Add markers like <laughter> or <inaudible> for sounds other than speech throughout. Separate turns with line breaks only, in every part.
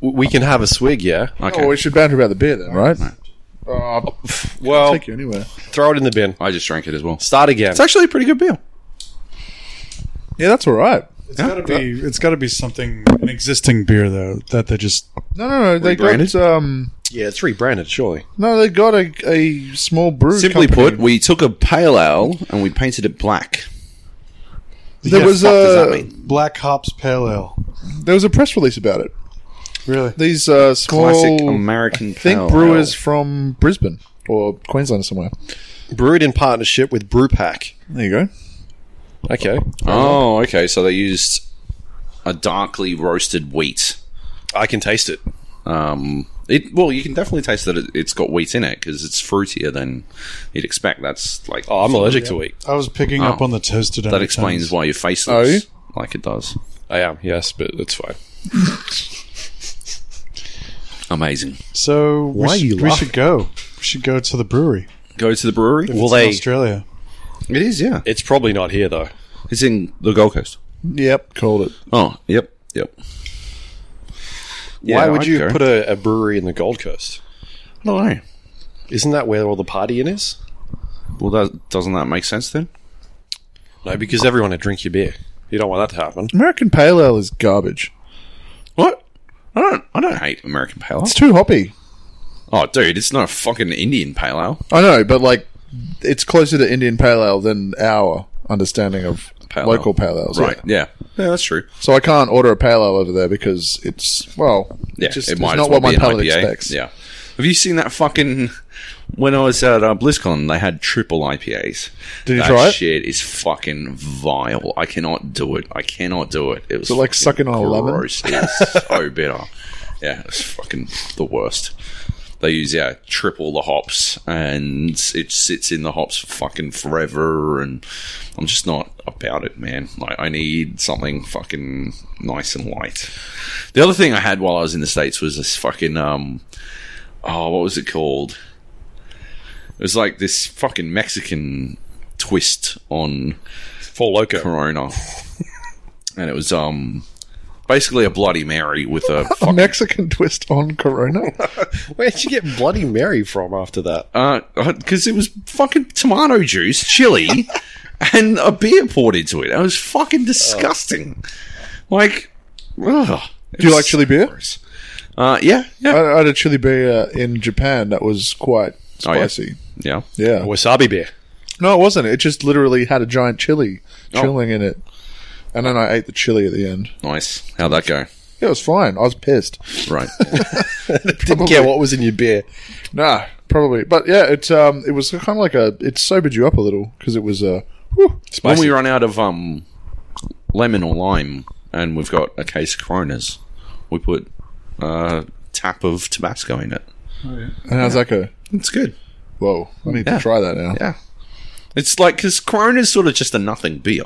we can have a swig, yeah.
Okay.
Oh, we should banter about the beer then, right? Uh, I'll
Oh.
Well,
take you anywhere.
throw it in the bin.
I just drank it as well.
Start again.
It's actually a pretty good beer.
Yeah, that's all right.
It's gotta be. It's gotta be something an existing beer though that they just.
No, no, no. They
Rebranded?
got um,
yeah, it's rebranded, surely.
no, they got a, a small brew.
Simply
company.
put, we took a pale ale and we painted it black.
there
The
was
fuck does that
a
mean?
Black Hops Pale Ale.
there was a press release about it.
Really?
These uh, small
classic American
think
pale
brewers
ale.
from Brisbane or Queensland or somewhere.
Brewed in partnership with Brewpack.
There you go.
Okay.
Oh, okay. So they used a darkly roasted wheat.
I can taste it.
Um, it well, you can definitely taste that it, it's got wheat in it because it's fruitier than you'd expect. That's like
Oh, I'm allergic to wheat.
I was picking up on the toasted.
that explains why your face
Are you?
looks like it does.
I am, yes, but it's fine.
Amazing.
So we,
Why
sh-
you
we
laughing?
should go. We should go to the brewery.
Go to the brewery.
Well,
It's in
they.
Australia.
It is, yeah.
It's probably not here though.
It's in the Gold Coast.
Yep, called it.
Oh, yep, yep.
Why would you put a, a brewery in the Gold Coast?
I don't know.
Isn't that where all the partying is?
Well, that, doesn't that make sense then?
No, because everyone would drink your beer. You don't want that to happen.
American Pale Ale is garbage.
What? I don't. I don't hate American pale ale.
It's too hoppy.
Oh, dude, it's not a fucking Indian pale ale.
I know, but like, it's closer to Indian Pale Ale than our understanding of
Pale ale.
local Pale Ales.
Right?
yeah.
Yeah. Yeah, that's true.
So I can't order a Pale Ale over there because it's well,
Yeah,
it's just
it
it's
might as
not
well
what my
be an
palate
IPA.
expects.
Yeah. Have you seen that fucking? When I was at uh, BlizzCon, they had triple IPAs.
Did you
that
try it?
Shit is fucking vile. I cannot do it. I cannot do it. It was
it like
fucking
sucking on a lemon?
gross. It is
<laughs>
so bitter. Yeah, it's fucking the worst. They use yeah triple the hops, and it sits in the hops for fucking forever. And I'm just not about it, man. Like I need something fucking nice and light. The other thing I had while I was in the states was this fucking um, oh, what was it called? It was like this fucking Mexican twist on
Four Loco.
Corona, and it was um, basically a Bloody Mary with a
A
fucking.
Mexican <laughs> twist on Corona.
<laughs> Where'd you get Bloody Mary from after that?
uh, because it was fucking tomato juice, chili, <laughs> and a beer poured into it. It was fucking disgusting. Like, ugh.
Do you like chili beer?
Uh, yeah, yeah,
I, I had a chili beer uh, in Japan that was quite
Oh, yeah?
spicy.
yeah.
yeah.
Wasabi beer.
No, it wasn't. It just literally had a giant chili
Oh.
chilling in it, and then I ate the chili at the end.
Nice. How'd that go?
Yeah, it was fine. I was pissed.
Right.
Didn't care what was in your beer.
Nah, probably. But yeah, it um, it was kind of like a. It sobered you up a little because it was uh, whew,
when
Spicy.
we run out of um, lemon or lime, and we've got a case of Coronas, we put a tap of Tabasco in it.
And how's that go?
It's good.
Whoa, I need
Yeah.
to try that now.
Yeah. It's like because Corona's sort of just a nothing beer,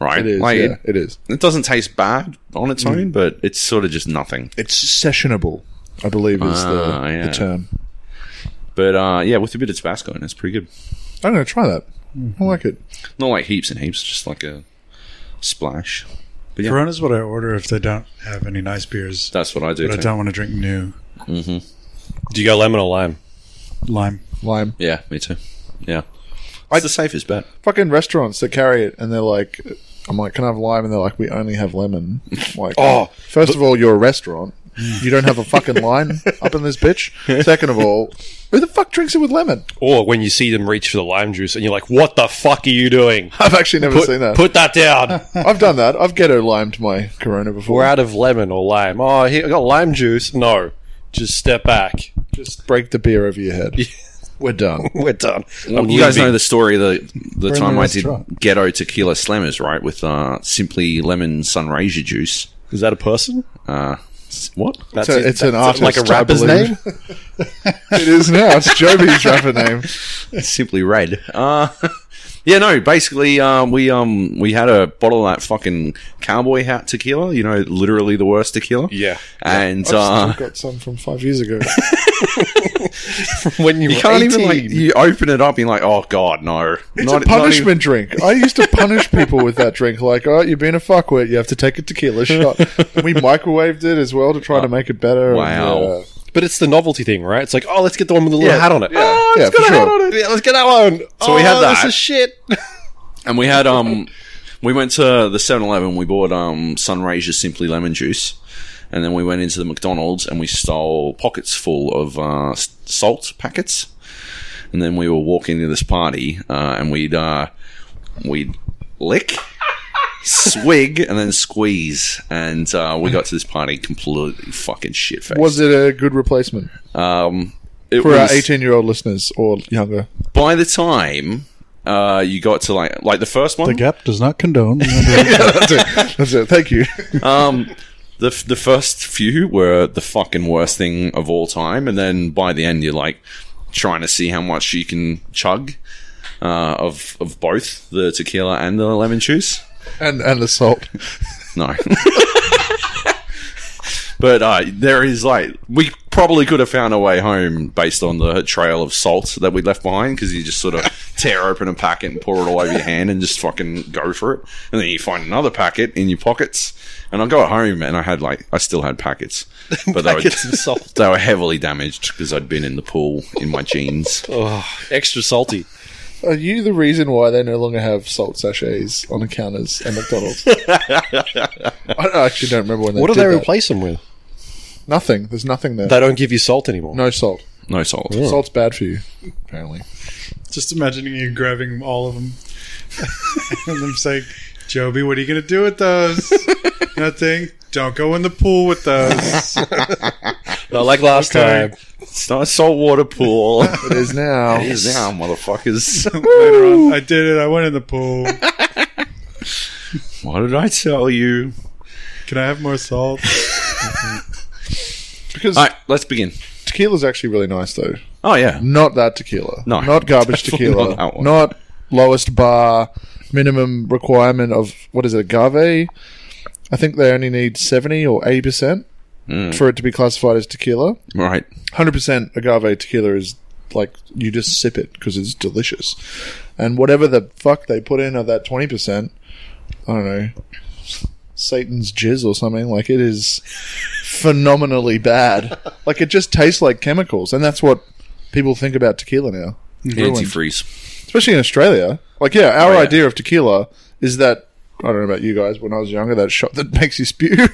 right?
It is.
Like,
yeah,
it,
it is.
it doesn't taste bad on its own, but it's sort of just nothing.
It's sessionable, I believe, is
Ah,
the,
yeah.
the term.
But uh, yeah, with a bit of Tabasco in it, it's pretty good.
I'm gonna try that. I like it.
Not like heaps and heaps, just like a splash. But yeah,
Corona's what I order if they don't have any nice beers,
that's what I do.
but I
too.
don't want to drink new
Do you go lemon or lime?
lime.
Lime.
Yeah, me too. Yeah, it's the safest bet.
Fucking restaurants that carry it, and they're like, I'm like, can I have lime? And they're like, we only have lemon. Like,
Oh,
first of all, you're a restaurant. You don't have a fucking line up in this bitch. Second of all, who the fuck drinks it with lemon?
Or when you see them reach for the lime juice and you're like, what the fuck are you doing?
I've actually never
Put,
seen that.
put that down. <laughs>
I've done that. I've ghetto limed my Corona before.
We're out of lemon or lime. Oh, here, I got lime juice. No. Just step back. Just
Break the beer over your head. We're done.
we're done.
Well,
I'm
you guys
leaving.
know the story of the the
in
time
the
I did
restaurant.
ghetto tequila slammers, right? With uh, simply lemon sunraiser juice.
Is that a person?
Uh, s- what?
That's
a- it's an
that's Like a
artist, I
rapper's
believe.
name? <laughs>
<laughs> it is now. It's Joby's rapper name.
Simply red. Uh, <laughs> Yeah, no. Basically, um, we um we had a bottle of that fucking cowboy hat tequila. You know, literally the worst tequila.
Yeah.
and
I've
uh,
still got some from five years ago.
when you,
you
were
can't
18.
even like you open it up. and You're like, oh god, no.
It's a punishment drink. I used to punish people with that drink. Like, all right, you've been a fuckwit. You have to take a tequila shot. We microwaved it as well to try to make it better. and,
Wow.
uh,
but it's the novelty thing, right? It's like, oh, let's get the one with the little
Yeah.
hat on it.
Yeah.
Oh,
Yeah,
it's got
for
a hat
sure.
on it. Yeah, let's get that one.
So we had
Oh,
that.
This is <laughs> shit.
and we had um we went to the 7-Eleven. We bought um Sunraiser Simply Lemon Juice, and then we went into the McDonald's and we stole pockets full of uh, s- salt packets. And then we were walking to this party, uh, and we'd uh, we'd lick. Swig and then squeeze, and uh, we got to this party completely fucking shit faced.
was it a good replacement
um, it
for uh,
was-
our 18 year old listeners or younger? <laughs>
by the time uh, you got to like like the first one,
The Gap does not condone.
That's it. That's it. Thank you.
um, the f- the first few were the fucking worst thing of all time, and then by the end you're like trying to see how much you can chug uh, of of both the tequila and the lemon juice.
And and the salt.
No. But uh, there is like we probably could have found a way home based on the trail of salt that we left behind because you just sort of tear open a packet and pour it all over your hand and just fucking go for it, and then you find another packet in your pockets. And I got home and I had like I still had packets, but
Packets
they
of
<laughs> were
salt.
they were heavily damaged because I'd been in the pool in my jeans.
Oh, extra salty.
Are you the reason why they no longer have salt sachets on the counters at
<laughs>
McDonald's? I don't- I actually don't remember when they
What do
did
they
that.
replace them with?
Nothing. There's nothing there.
They don't give you salt anymore.
No salt.
No salt.
Salt's bad for you, apparently.
<laughs> Just imagining you grabbing all of them <laughs> and them saying, Joby, what are you going to do with <laughs> those? Nothing. Don't go in the pool with <laughs> those.
Not like last
Okay.
time.
It's not a saltwater pool.
It is now.
<laughs> it is now, motherfuckers.
Later on, I did it. I went in the pool.
What did I tell you?
Can I have more salt?
Because
All right, let's begin.
tequila's actually really nice, though.
Oh yeah,
Not that tequila.
No,
Not
<laughs>
garbage
definitely
tequila.
not that
Not,
one.
lowest bar minimum requirement of what is it, agave? I think they only need seventy or eighty percent
Hmm.
for it to be classified as tequila.
right.
Hundred percent agave tequila is like you just sip it because it's delicious, and whatever the fuck they put in of that twenty percent, I don't know, Satan's jizz or something. Like it is phenomenally bad. Like it just tastes like chemicals, and that's what people think about tequila now,
Mm-hmm. Antifreeze.
especially in Australia. Like yeah, our
Oh, yeah.
idea of tequila is that. I don't know about you guys. When I was younger, that shot that <laughs> makes you spew when,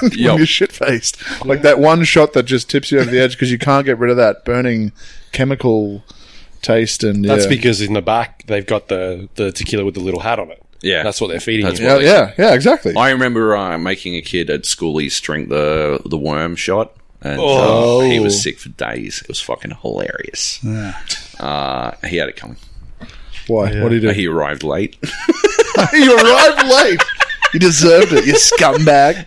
when
Yup.
you're shit faced, like that one shot that just tips you over the edge because you can't get rid of that burning chemical taste. And
That's
yeah.
because in the back they've got the, the tequila with the little hat on it.
Yeah.
That's what they're feeding
That's
you.
yeah, yeah, yeah, exactly.
I remember uh, making a kid at school. He drink the the worm shot, and uh,
Oh.
he was sick for days. It was fucking hilarious. Uh, he had it coming.
Why? What do you do?
He arrived late. <laughs>
you arrived late. You deserved it, you scumbag.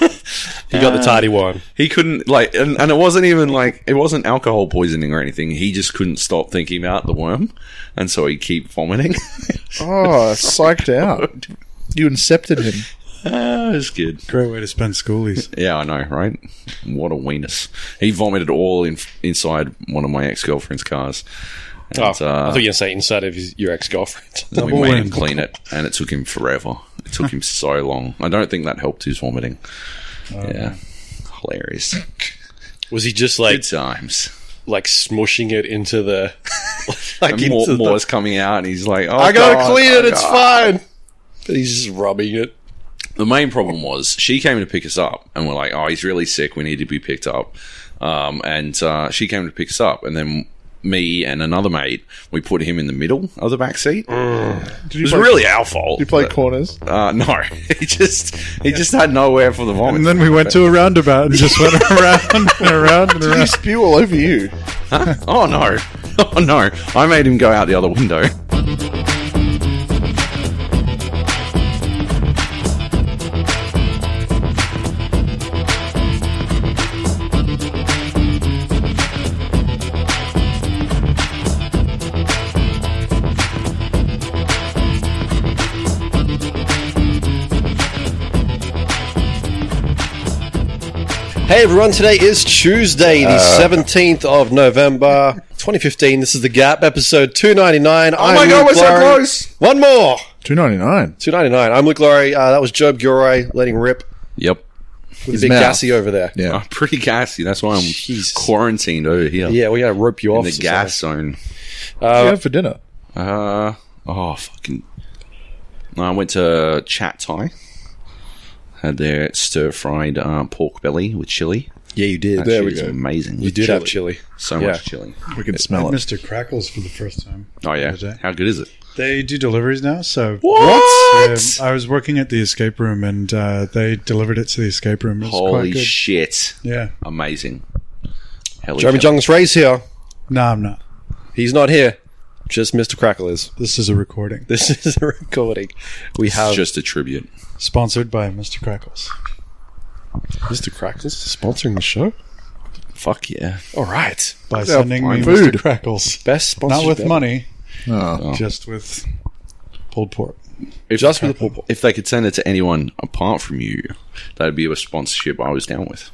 You got the tardy one.
he couldn't like, and, and it wasn't even like it wasn't alcohol poisoning or anything. He just couldn't stop thinking about the worm, and so he keep vomiting. <laughs>
Oh, psyched out. You incepted him.
Ah, it was good.
Great way to spend schoolies.
Yeah, I know, right? What a weenus. He vomited all in, inside one of my ex girlfriend's cars. And,
Oh, I
uh,
thought you were going to say inside of his, your ex girlfriend.
And we
Double
made
win.
him clean it, and it took him forever. It took
<laughs>
him so long. I don't think that helped his vomiting.
Oh,
yeah, hilarious.
<laughs> Was he just
Good
like
times.
like smushing it into the <laughs> like
And more,
into the-
more's coming out, and he's like, oh,
I gotta
God,
clean it.
oh,
It's
God."
fine. But he's just rubbing it.
The main problem was she came to pick us up, and we're like, "Oh, he's really sick. We need to be picked up." Um, and uh, she came to pick us up, and then me and another mate, we put him in the middle of the back seat.
Did
It
you
was
play,
really our fault.
you play
but-
corners?
Uh, <laughs> no, he just he just had nowhere for the vomit.
And then we went to a roundabout and just <laughs> went around and around and
He
around.
spew all over you.
Oh no. <laughs> Oh no. I made him go out the other window.
Hey everyone, today is Tuesday, the
Uh.
17th of November, 2015. This is The Gap, episode 299. Oh
my God, we're so close.
One more!
Two ninety nine.
299. I'm Luke Laurie. Uh, that was Job Gilroy letting rip.
<laughs> Yep.
With big
mouth.
gassy over there.
Yeah.
I'm pretty gassy. That's why I'm
Jesus.
quarantined over here.
Yeah, we gotta rope you
In
off.
the
or
gas zone.
What do you have for dinner?
Uh, oh, fucking. No, I went to Chat Thai. Had their stir fried uh, pork belly with chili.
something. Yeah, you did.
There we
It's
go.
amazing.
You did have chili.
So
Yeah.
much chili.
We can
I
smell it.
missed Mr. Crackles for the first time.
Oh, yeah.
Is it?
How good is it?
They do deliveries now, so Um,
What?
I was working at the escape room, and uh, they delivered it to the escape room. It was quite
Holy
good.
shit.
yeah.
Amazing. Hell
Jeremy Jung's Ray's here.
No, I'm not.
He's not here. Just Mr. Crackle is.
This is a recording
<laughs> This is a recording. We have
It's just a tribute.
sponsored by Mr. Crackles.
Mr. Crackles sponsoring the show.
Fuck yeah.
All right.
By
Yeah,
sending me
fine food.
Mr. Crackles,
Best sponsor.
not with money,
Oh.
just with pulled pork.
If,
Just with the pulled pork.
If they could send it to anyone apart from you, that'd be a sponsorship I was down with,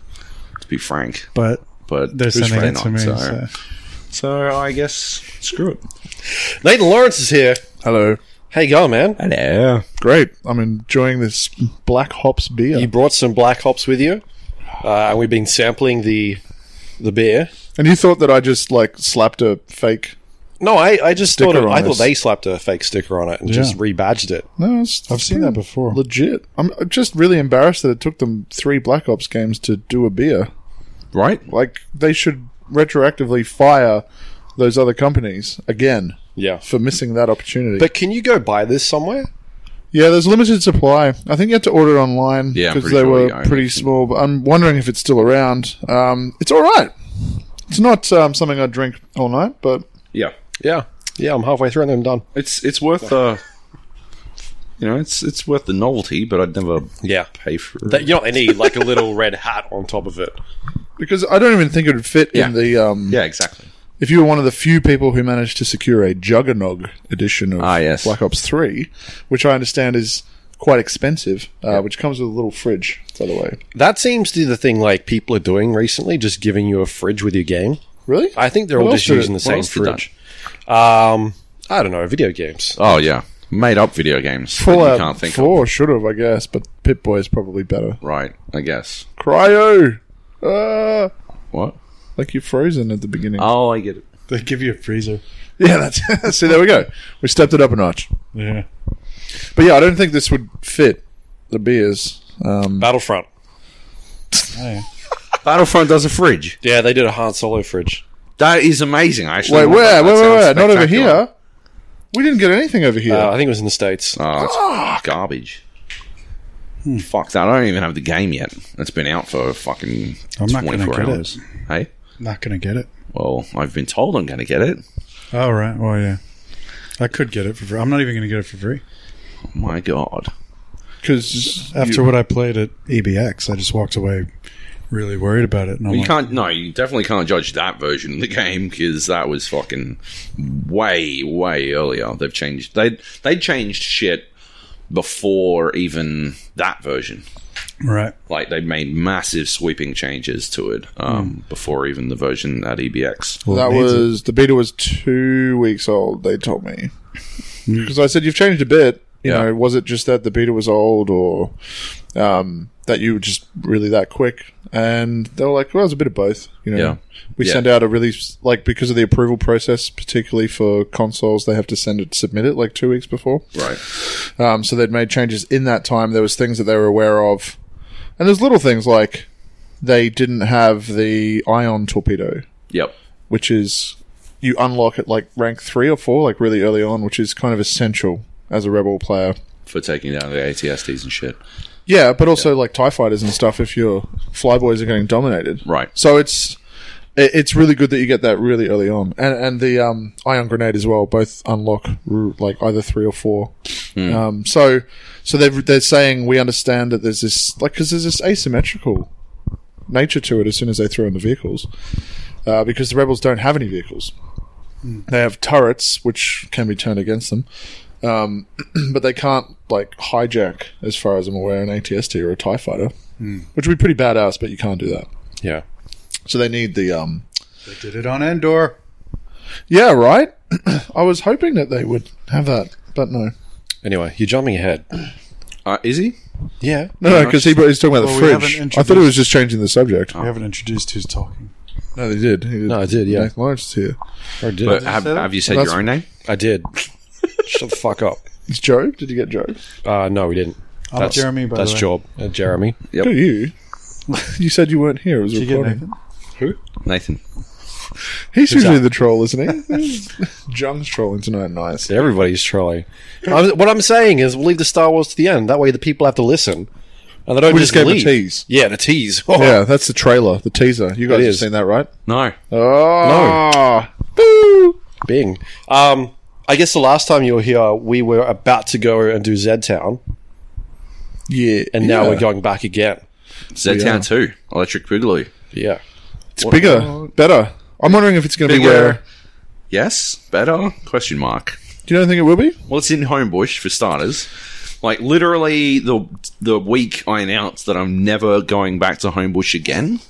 to be frank.
But
But
they're
who's
sending it
friend
to me.
not,
so-
So I guess screw it.
Nathan Lawrence is here.
Hello.
How you going, man?
Hello.
Great. I'm enjoying this black hops beer.
You brought some black hops with you, uh, and we've been sampling the the beer.
and you thought that I just like slapped a fake.
No, I, I just
Sticker
thought it,
on
I thought
this.
they slapped a fake sticker on it and just rebadged it.
No, it's,
I've seen that before.
Legit. I'm I'm just really embarrassed that it took them three Black Ops games to do a beer.
Right?
Like they should retroactively fire those other companies again
Yeah,
for missing that opportunity.
but can you go buy this somewhere?
yeah, there's limited supply. I think you had to order it online
Yeah, I'm
because
pretty
they
sure
were
you own
pretty
it.
small. But I'm wondering if it's still around. Um, it's all right. It's not um, something I drink all night, but
Yeah.
Yeah, yeah. I'm halfway through and I'm done.
It's it's worth uh you know, it's it's worth the novelty, but I'd never
Yeah,
pay for it.
that, you know what they need like a little <laughs> red hat on top of it.
because I don't even think it would fit in
Yeah.
the um,
yeah, exactly.
if you were one of the few people who managed to secure a Juggernog edition of
Ah, yes.
Black Ops 3, which I understand is quite expensive, uh, which comes with a little fridge, by the way.
That seems to be the thing like people are doing recently, just giving you a fridge with your game.
Really?
I think they're
What
all
else
just
did it-
using the
what
same
else did that?
fridge. Um, I don't know video games.
Oh yeah. Made up video games. that
Fallout
you can't think of.
4 should have, I guess, but Pit Boy is probably better.
Right, I guess.
Cryo! Uh,
What?
like you're frozen at the beginning.
Oh I get it.
They give you a freezer.
Yeah, that's. <laughs> see, there we go. We stepped it up a notch.
Yeah.
But yeah, I don't think this would fit the beers. Um,
Battlefront.
Oh, yeah.
Battlefront does a fridge.
Yeah, they did a hard solo fridge.
That is amazing. I
wait,
actually want
where?
that. That
Wait, wait,
sounds
wait. Not over
spectacular.
here. We didn't get anything over here.
Uh, I think it was in the states.
Oh, it's garbage.
Hmm.
Fuck that. I don't even have the game yet. It's been out for fucking
I'm not gonna
24
get it.
hours. Hey?
Not going to get it.
Well, I've been told I'm going to get it.
All Oh, right. Well, yeah. I could get it for free. I'm not even going to get it for free.
Oh my god.
Because
After what I played at EBX, I just walked away really worried about it. And I'm
You
like,
can't, no, you definitely can't judge that version of the game because that was fucking way, way earlier. They've changed, they they changed shit before even that version.
right.
Like they made massive sweeping changes to it um, before even the version at E EBX.
Well,
that
it needs
was the beta was two weeks old. They told me because I said you've changed a bit. You
Mm. Yeah.
know, was it just that the beta was old, or um, that you were just really that quick? And they were like, "Well, it was a bit of both." You know,
Yeah.
we
Yeah.
send out a really like because of the approval process, particularly for consoles, they have to send it, submit it like two weeks before.
Right.
Um, so they'd made changes in that time. There was things that they were aware of, and there's little things like they didn't have the ion torpedo
Yep.
which is you unlock at like rank three or four, like really early on, which is kind of essential as a rebel player.
For taking down the ATSTs and shit.
Yeah, but also like Tie Fighters and stuff. If your flyboys are getting dominated,
Right.
So it's it- it's really good that you get that really early on, and and the um, ion grenade as well. Both unlock r- like either three or four. Um, so so they they're saying we understand that there's this like because there's this asymmetrical nature to it as soon as they throw in the vehicles, uh, because the rebels don't have any vehicles. They have turrets which can be turned against them. Um, <clears throat> but they can't like E hijack, as far as I'm aware, an ATST or a Tie Fighter, which would be pretty badass. But you can't do that.
Yeah.
So they need the um.
They did it on Endor.
Yeah, right. <clears throat> I was hoping that they would have that, but no,
Anyway, you're jumping ahead.
Uh, is he?
Yeah.
no, because he, he's talking about
Well, we
the
haven't
fridge. I
introduced-
thought it was just changing the subject.
Oh.
We haven't introduced who's talking.
No, they did. He did.
No, I did, yeah.
Nick Lawrence is here.
I did.
But have,
say that?
have you said
That's-
your own name?
I did. Shut the fuck up.
It's Job. Did you get Job?
Uh, no, we didn't.
I'm Jeremy, by
That's
the way.
Job. Uh, Jeremy.
Yep.
Who are you? you said you weren't here. It was
Did you get
recording.
Nathan?
Nathan.
He's
Who's
usually
that?
the troll, isn't he? <laughs> Jung's trolling tonight. Nice.
Everybody's trolling. I'm, what I'm saying is, we'll leave the Star Wars to the end. That way, the people have to listen, and they don't
We
just,
just gave a
leave.
tease.
Yeah, the tease. <laughs>
Yeah, that's the trailer, the teaser. You guys
It
have
is.
seen that, right?
No.
Oh, boo!
Bing. Um, I guess the last time you were here, we were about to go and do Zed Town,
Yeah,
and now
yeah.
we're going back again.
Zed
Yeah.
Town 2. Electric Boogaloo.
Yeah.
It's bigger, better. I'm wondering if it's going to be
Bigger.
where.
Yes? Better? Question mark.
Do you don't think it will be?
Well, it's in Homebush for starters. Like literally the the week I announced that I'm never going back to Homebush again,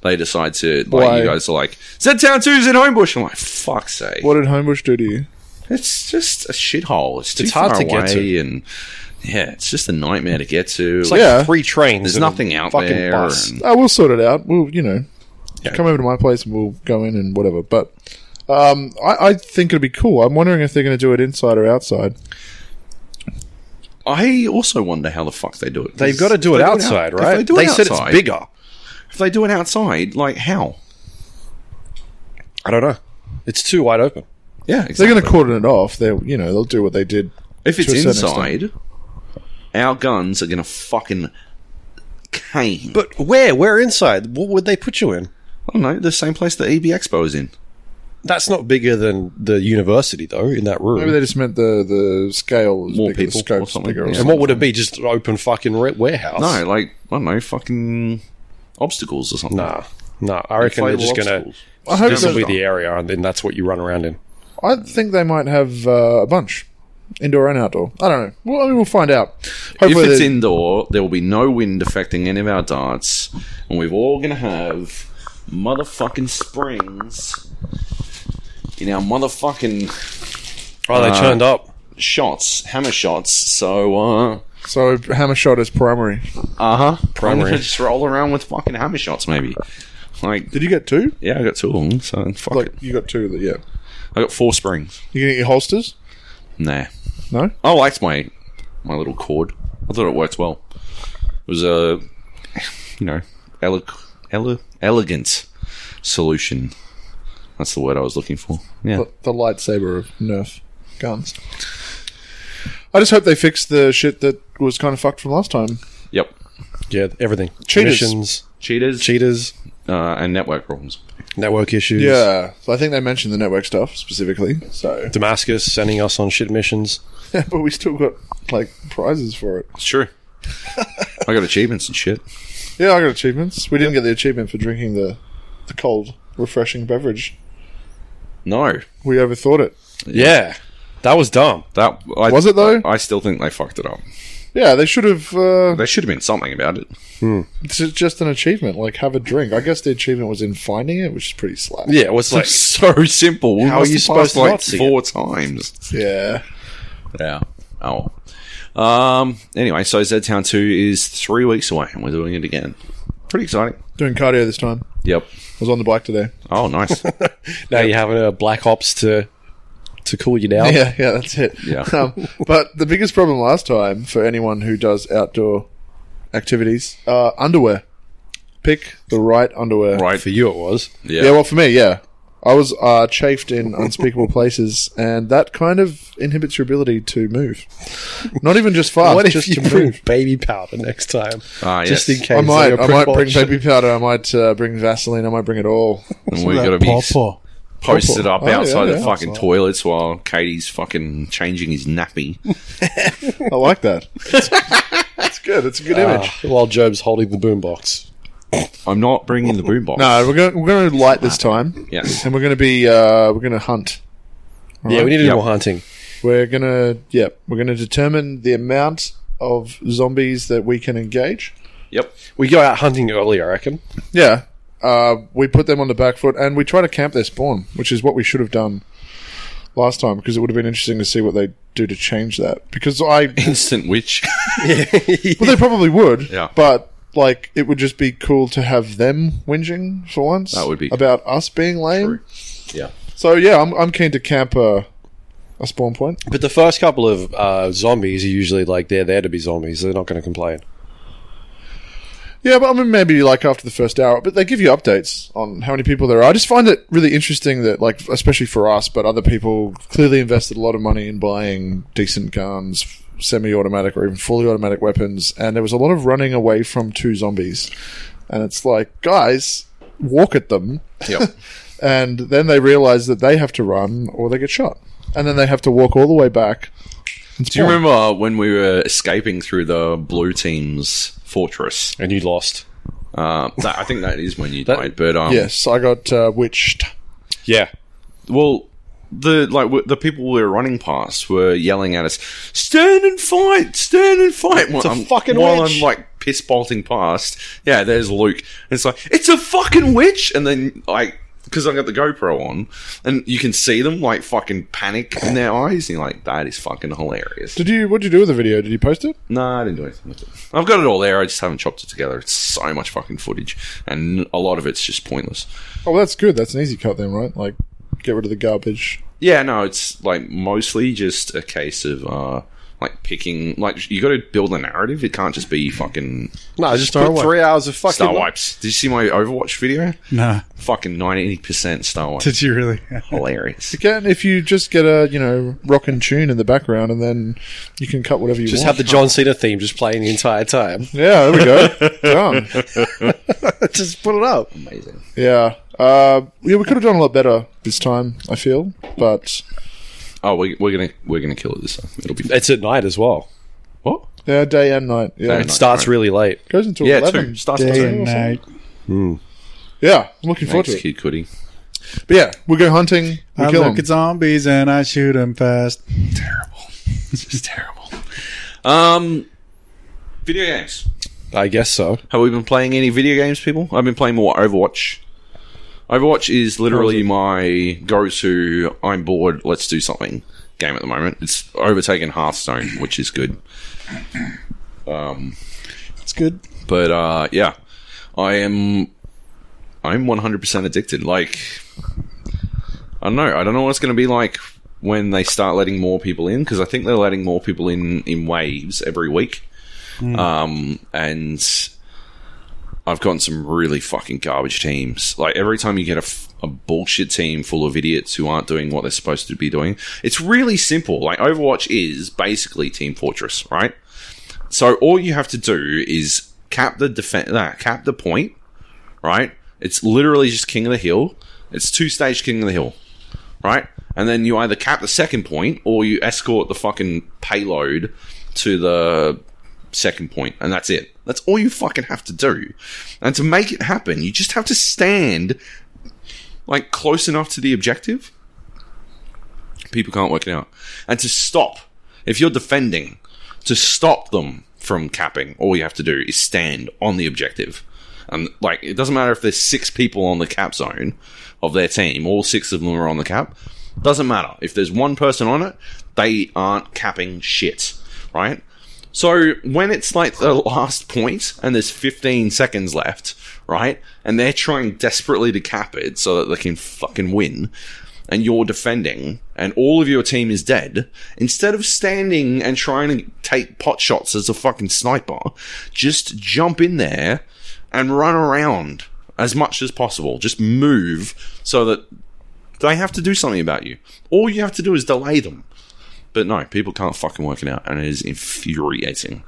they decide to like
Why?
you guys are like Zed Town Two's in Homebush. I'm like fuck's sake.
What did Homebush do to you?
It's just a shithole. It's too
It's
far
hard to
away
get to.
and yeah, it's just a nightmare to get to.
It's like
Yeah.
three trains.
There's
and a
nothing out
fucking
there.
bus.
and-
I will sort it out. Oh, We'll, you know,
Yeah.
come over to my place and we'll go in and whatever. But um, I, I think it'd be cool. I'm wondering if they're going to do it inside or outside.
I also wonder how the fuck they do it.
They've got to do it
They out-
outside,
if
right?
They, do it
said it's
outside-
bigger.
If they do it outside, like how?
I don't know. It's too wide open.
Yeah,
If they're
exactly.
going to cordon it off. They, will you know, they'll do what they did.
if it's
to a certain
inside, our guns are going to fucking cane. But
But where? Where inside? What would they put you in?
I don't know the same place the EB Expo is in.
That's not bigger than the university, though, in that room.
Maybe they just meant the the scale is
More
bigger,
people
the scope's
or something.
bigger. Or
Yeah.
and
something.
what would it be? Just an open fucking re- warehouse?
No, like I don't know, fucking obstacles or something.
Nah. Nah. I reckon they're
Inflatable
just going
obstacles.
I
to.
hope
This will be
that,
the area, and then that's what you run around in.
I think they might have uh, a bunch, indoor and outdoor. I don't know. Well, I mean, we'll find out.
If
Hopefully,
it's
they-
indoor, there will be no wind affecting any of our darts, and we're all going to have motherfucking springs in our motherfucking
Oh,
Uh,
they turned up.
shots, hammer shots. So, uh
so hammer shot is primary.
uh huh,
Primary.
just roll around with fucking hammer shots, maybe. Like,
Did you get two?
yeah, I got two of them, so fuck
Like
it.
you got two? That, yeah.
I got four springs.
You gonna get your holsters?
Nah,
No.
Oh, I liked my my little cord. I thought it worked well. It was a you know ele- ele- elegant solution. That's the word I was looking for. Yeah,
The, the lightsaber of Nerf guns. I just hope they fix the shit that was kind of fucked from last time.
yep.
Yeah, everything.
Cheaters.
Missions,
Cheaters
cheaters,
uh, and network problems.
network issues.
Yeah. So I think they mentioned the network stuff specifically. So, <laughs>
Damascus sending us on shit missions.
but we still got like prizes for it.
It's true. I got achievements and shit.
Yeah, I got achievements. We didn't get the achievement for drinking the the cold, refreshing beverage.
No,
We overthought it.
Yeah. That was dumb.
that I,
Was it, though?
I still think they fucked it up.
Yeah, they should have. Uh,
There should have been something about it.
it's just an achievement. Like, have a drink. I guess the achievement was in finding it, which is pretty slap.
Yeah, it was like.
<laughs> so simple. We
How are
must
you
have
supposed
passed,
to
like
not see it?
four times?
Yeah.
Yeah. Oh. Um. Anyway, so Zed Town Two is three weeks away, and we're doing it again. Pretty exciting.
Doing cardio this time.
Yep.
I was on the bike today.
Oh, nice.
<laughs> Now you're having a Black Ops to to cool you down. <laughs>
<laughs> Yeah, yeah, that's it.
Yeah.
<laughs> Um, but the biggest problem last time for anyone who does outdoor activities, uh, underwear. Pick the right underwear.
right.
For you, it was.
<laughs>
Yeah.
Yeah. well, for me, yeah. I was uh, chafed in unspeakable places, and that kind of inhibits your ability to move. Not even just fast,
what if
just
you
to move. <laughs>
bring <laughs> baby powder next time?
Ah, yes.
Just in case.
I
like
might,
a
I might
prick
bring
watch.
baby powder. I might uh, bring Vaseline. I might bring it all.
and we're gonna be s-
Paw-paw.
posted up
Oh, yeah,
outside the
yeah.
fucking toilets while Katie's fucking changing
<laughs>
his nappy.
I like that. <laughs> It's, it's good. It's a good image.
Ah, <laughs> while Job's holding the boombox.
I'm not bringing the boombox.
No, we're going. We're going to light this time.
Yes.
and we're going to be. Uh, we're going to hunt.
Yeah, we need to do
Yep.
more hunting.
We're going to. Yeah, we're going to determine the amount of zombies that we can engage.
Yep.
We go out hunting early, I reckon.
Yeah, uh, we put them on the back foot and we try to camp their spawn, which is what we should have done last time because it would have been interesting to see what they do to change that. Because
<laughs>
I
Instant
<laughs>
witch.
Well, they probably would.
Yeah.
But like, it would just be cool to have them whinging for once.
That would be-
about us being lame.
True. yeah.
So yeah, I'm I'm keen to camp a, a spawn point.
But the first couple of uh, zombies are usually like they're there to be zombies. They're not going to complain.
Yeah, but I mean maybe like after the first hour, but they give you updates on how many people there are. I just find it really interesting that like, especially for us, but other people clearly invested a lot of money in buying decent guns. Semi-automatic or even fully automatic weapons, and there was a lot of running away from two zombies, and it's like, guys, walk at them.
Yep.
and then they realize that they have to run or they get shot, and then they have to walk all the way back. and
Do you
spawn.
remember when we were escaping through the blue team's fortress?
And you lost.
Uh, that, I think that is when you died. But um,
Yes, I got uh, witched.
Yeah.
well, the like w- the people we were running past were yelling at us, "Stand and fight! Stand and fight!" It's
a fucking
while
witch.
I'm like piss bolting past. Yeah, there's Luke. And it's like it's a fucking witch, and then like. Because I got the GoPro on, and you can see them like fucking panic in their eyes, and you're like, "That is fucking hilarious."
Did you? What did you do with the video? Did you post it?
No, I didn't do anything with it. I've got it all there. I just haven't chopped it together. It's so much fucking footage, and a lot of it's just pointless.
Oh, well, that's good. That's an easy cut then, right? Like, get rid of the garbage.
Yeah, no, it's like mostly just a case of uh, like picking. Like you got to build a narrative. It can't just be fucking
No, just
Star
put
Wipe.
three hours of fucking.
star wipes. Did you see my Overwatch video?
Nah. <laughs>
Fucking ninety percent star wipes.
Did you
<laughs>
really?
Hilarious.
Again, if you just get a you know rock and tune in the background, and then you can cut whatever you
Just have
want.
the John Cena theme just playing the entire time. <laughs>
yeah, there we
<laughs>
go. Done.
just put it up.
Amazing.
Yeah. Uh, yeah, we could have done a lot better this time. I feel, but
Oh, we, we're gonna we're gonna kill it this time. It'll be
It's at night as well.
Uh, what?
yeah, day and night. Yeah,
Day
It
Night,
starts
right.
really late.
goes until
Yeah,
eleven.
two starts at
Day
two.
and night.
night.
Yeah, I'm looking forward
Thanks,
to it.
kid Cudi.
But yeah, we go hunting. We
I
kill
look
them.
at zombies and I shoot them fast.
<laughs> It's just terrible. Um, video games.
I guess so.
Have we been playing any video games, people? I've been playing more Overwatch. Overwatch is literally my go-to. I'm bored. Let's do something. Game at the moment. It's overtaken Hearthstone, which is good.
It's good.
But uh, yeah, I am. I'm 100% addicted. Like, I don't know. I don't know what it's going to be like when they start letting more people in because I think they're letting more people in in waves every week. Um, and I've gotten some really fucking garbage teams. Like every time you get a, f- a bullshit team full of idiots who aren't doing what they're supposed to be doing, it's really simple. Like Overwatch is basically Team Fortress, right? So all you have to do is cap the defense, nah, cap the point, right? It's literally just King of the Hill. It's two stage King of the Hill, right? And then you either cap the second point or you escort the fucking payload to the second point, and that's it. That's all you fucking have to do. And to make it happen, you just have to stand like close enough to the objective. People can't work it out. And to stop, if you're defending, to stop them from capping, all you have to do is stand on the objective. And like, it doesn't matter if there's six people on the cap zone of their team, all six of them are on the cap. Doesn't matter. If there's one person on it, they aren't capping shit, right? So when it's like the last point and there's 15 seconds left, right? And they're trying desperately to cap it so that they can fucking win and you're defending and all of your team is dead, instead of standing and trying to take pot shots as a fucking sniper, just jump in there and run around as much as possible. Just move so that they have to do something about you. All you have to do is delay them. But no, people can't fucking work it out, and it is infuriating.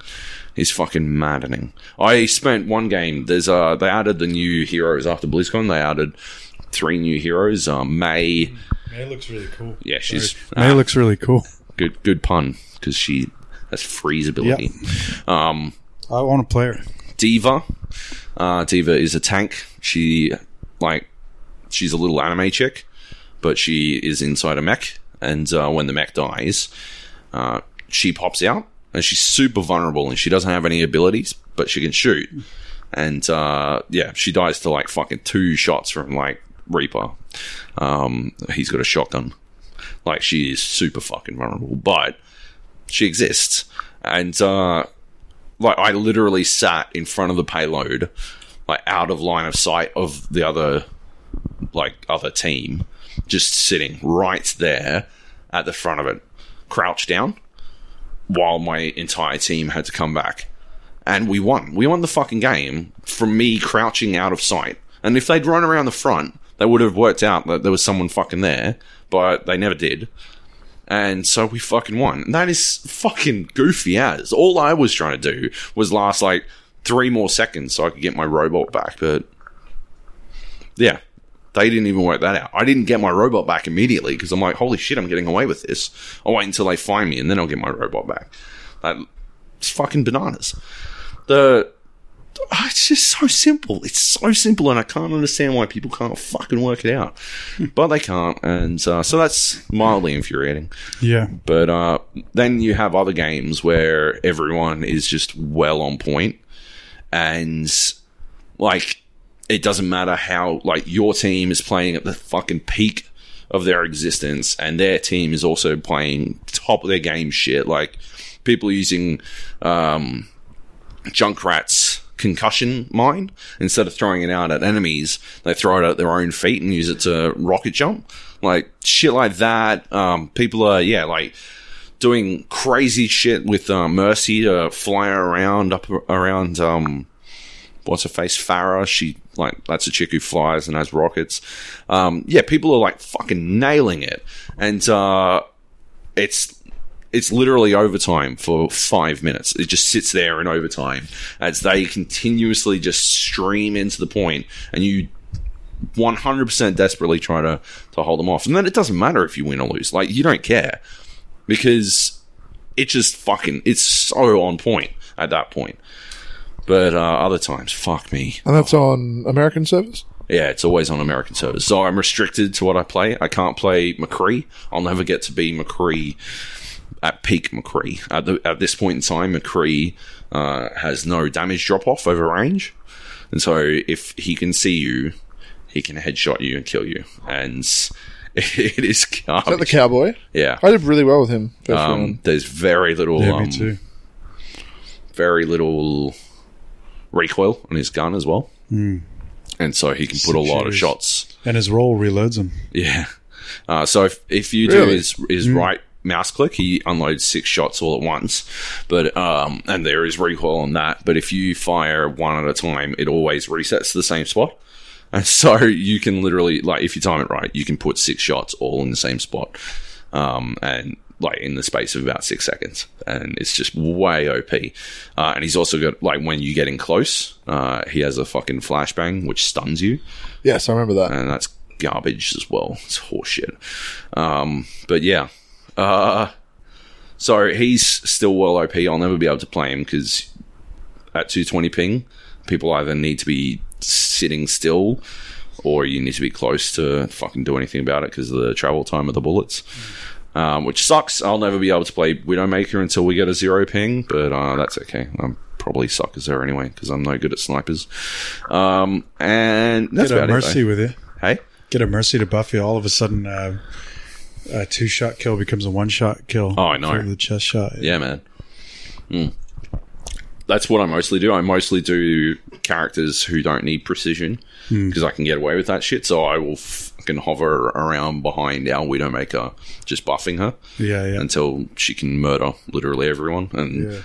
It's fucking maddening. I spent one game. There's uh, they added the new heroes after BlizzCon. They added three new heroes. Uh, May,
May looks really cool.
yeah, she's
May
ah,
looks really cool.
good. Good pun because she has freeze ability. Um,
I want to play her.
Diva. Uh, Diva is a tank. She like she's a little anime chick, but she is inside a mech, and uh, when the mech dies, uh, she pops out, and she's super vulnerable, and she doesn't have any abilities, but she can shoot. and uh, yeah, she dies to like fucking two shots from like Reaper. Um, he's got a shotgun. Like she is super fucking vulnerable, but she exists. And uh, like I literally sat in front of the payload, like out of line of sight of the other like other team, just sitting right there at the front of it, crouched down, while my entire team had to come back. And we won. We won the fucking game from me crouching out of sight. And if they'd run around the front, they would have worked out that there was someone fucking there, but they never did. And so we fucking won. And that is fucking goofy as. All I was trying to do was last like three more seconds so I could get my robot back. But yeah, they didn't even work that out. I didn't get my robot back immediately because I'm like, holy shit, I'm getting away with this. I'll wait until they find me and then I'll get my robot back. Like, it's fucking bananas. The Ah, it's just so simple. It's so simple, and I can't understand why people can't fucking work it out. but they can't, and uh, so that's mildly infuriating.
Yeah.
But uh, then you have other games where everyone is just well on point, and like it doesn't matter how like your team is playing at the fucking peak of their existence, and their team is also playing top of their game shit. Like people are using um, Junkrat's concussion mine instead of throwing it out at enemies, they throw it at their own feet and use it to rocket jump, like shit like that. Um, people are yeah, like doing crazy shit with uh, Mercy to fly around up around um, what's her face Farah. She like that's a chick who flies and has rockets. Um, yeah, people are like fucking nailing it, and uh, it's it's literally overtime for five minutes. It just sits there in overtime as they continuously just stream into the point, and you 100% desperately try to, to hold them off. And then it doesn't matter if you win or lose. Like, you don't care because it just fucking, it's so on point at that point. But uh, other times, fuck me.
And that's on American service?
Yeah, it's always on American servers. So I'm restricted to what I play. I can't play McCree. I'll never get to be McCree at peak McCree. At, the, at this point in time, McCree uh, has no damage drop off over range. And so if he can see you, he can headshot you and kill you. And <laughs> it
Is
is
that the
garbage.
cowboy?
yeah.
I did really well with him. First
Um,
round.
there's very little
Yeah,
um,
me too.
very little recoil on his gun as well. And so he can put a lot of
Jeez.
shots
And his roll reloads him.
Yeah. Uh, so if, if you do
Really?
his, his right mouse click, he unloads six shots all at once. But um, and there is recoil on that. But if you fire one at a time, it always resets to the same spot. <laughs> And so you can literally like if you time it right, you can put six shots all in the same spot. Um, and like in the space of about six seconds, and it's just way OP. Uh, and he's also got like when you get in close, uh, he has a fucking flashbang which stuns you
yes, I remember that.
and that's garbage as well. It's horseshit. Um, but yeah, uh, so he's still well OP. I'll never be able to play him because at 220 ping, people either need to be sitting still or you need to be close to fucking do anything about it because of the travel time of the bullets. Um, which sucks. I'll never be able to play Widowmaker until we get a zero ping, but uh, that's okay. I'm probably suck as there anyway because I'm no good at snipers. Um, and that's
Get a
about it. though.
mercy with you.
Hey,
Get a mercy to Buffy. All of a sudden, uh, a two shot kill becomes a one shot kill.
Oh, I know.
For The chest shot.
yeah, man. Mm. That's what I mostly do. I mostly do characters who don't need precision
Hmm.
because I can get away with that shit. So I will fucking hover around behind our Widowmaker, just buffing her
Yeah, yeah.
until she can murder literally everyone. And
Yeah.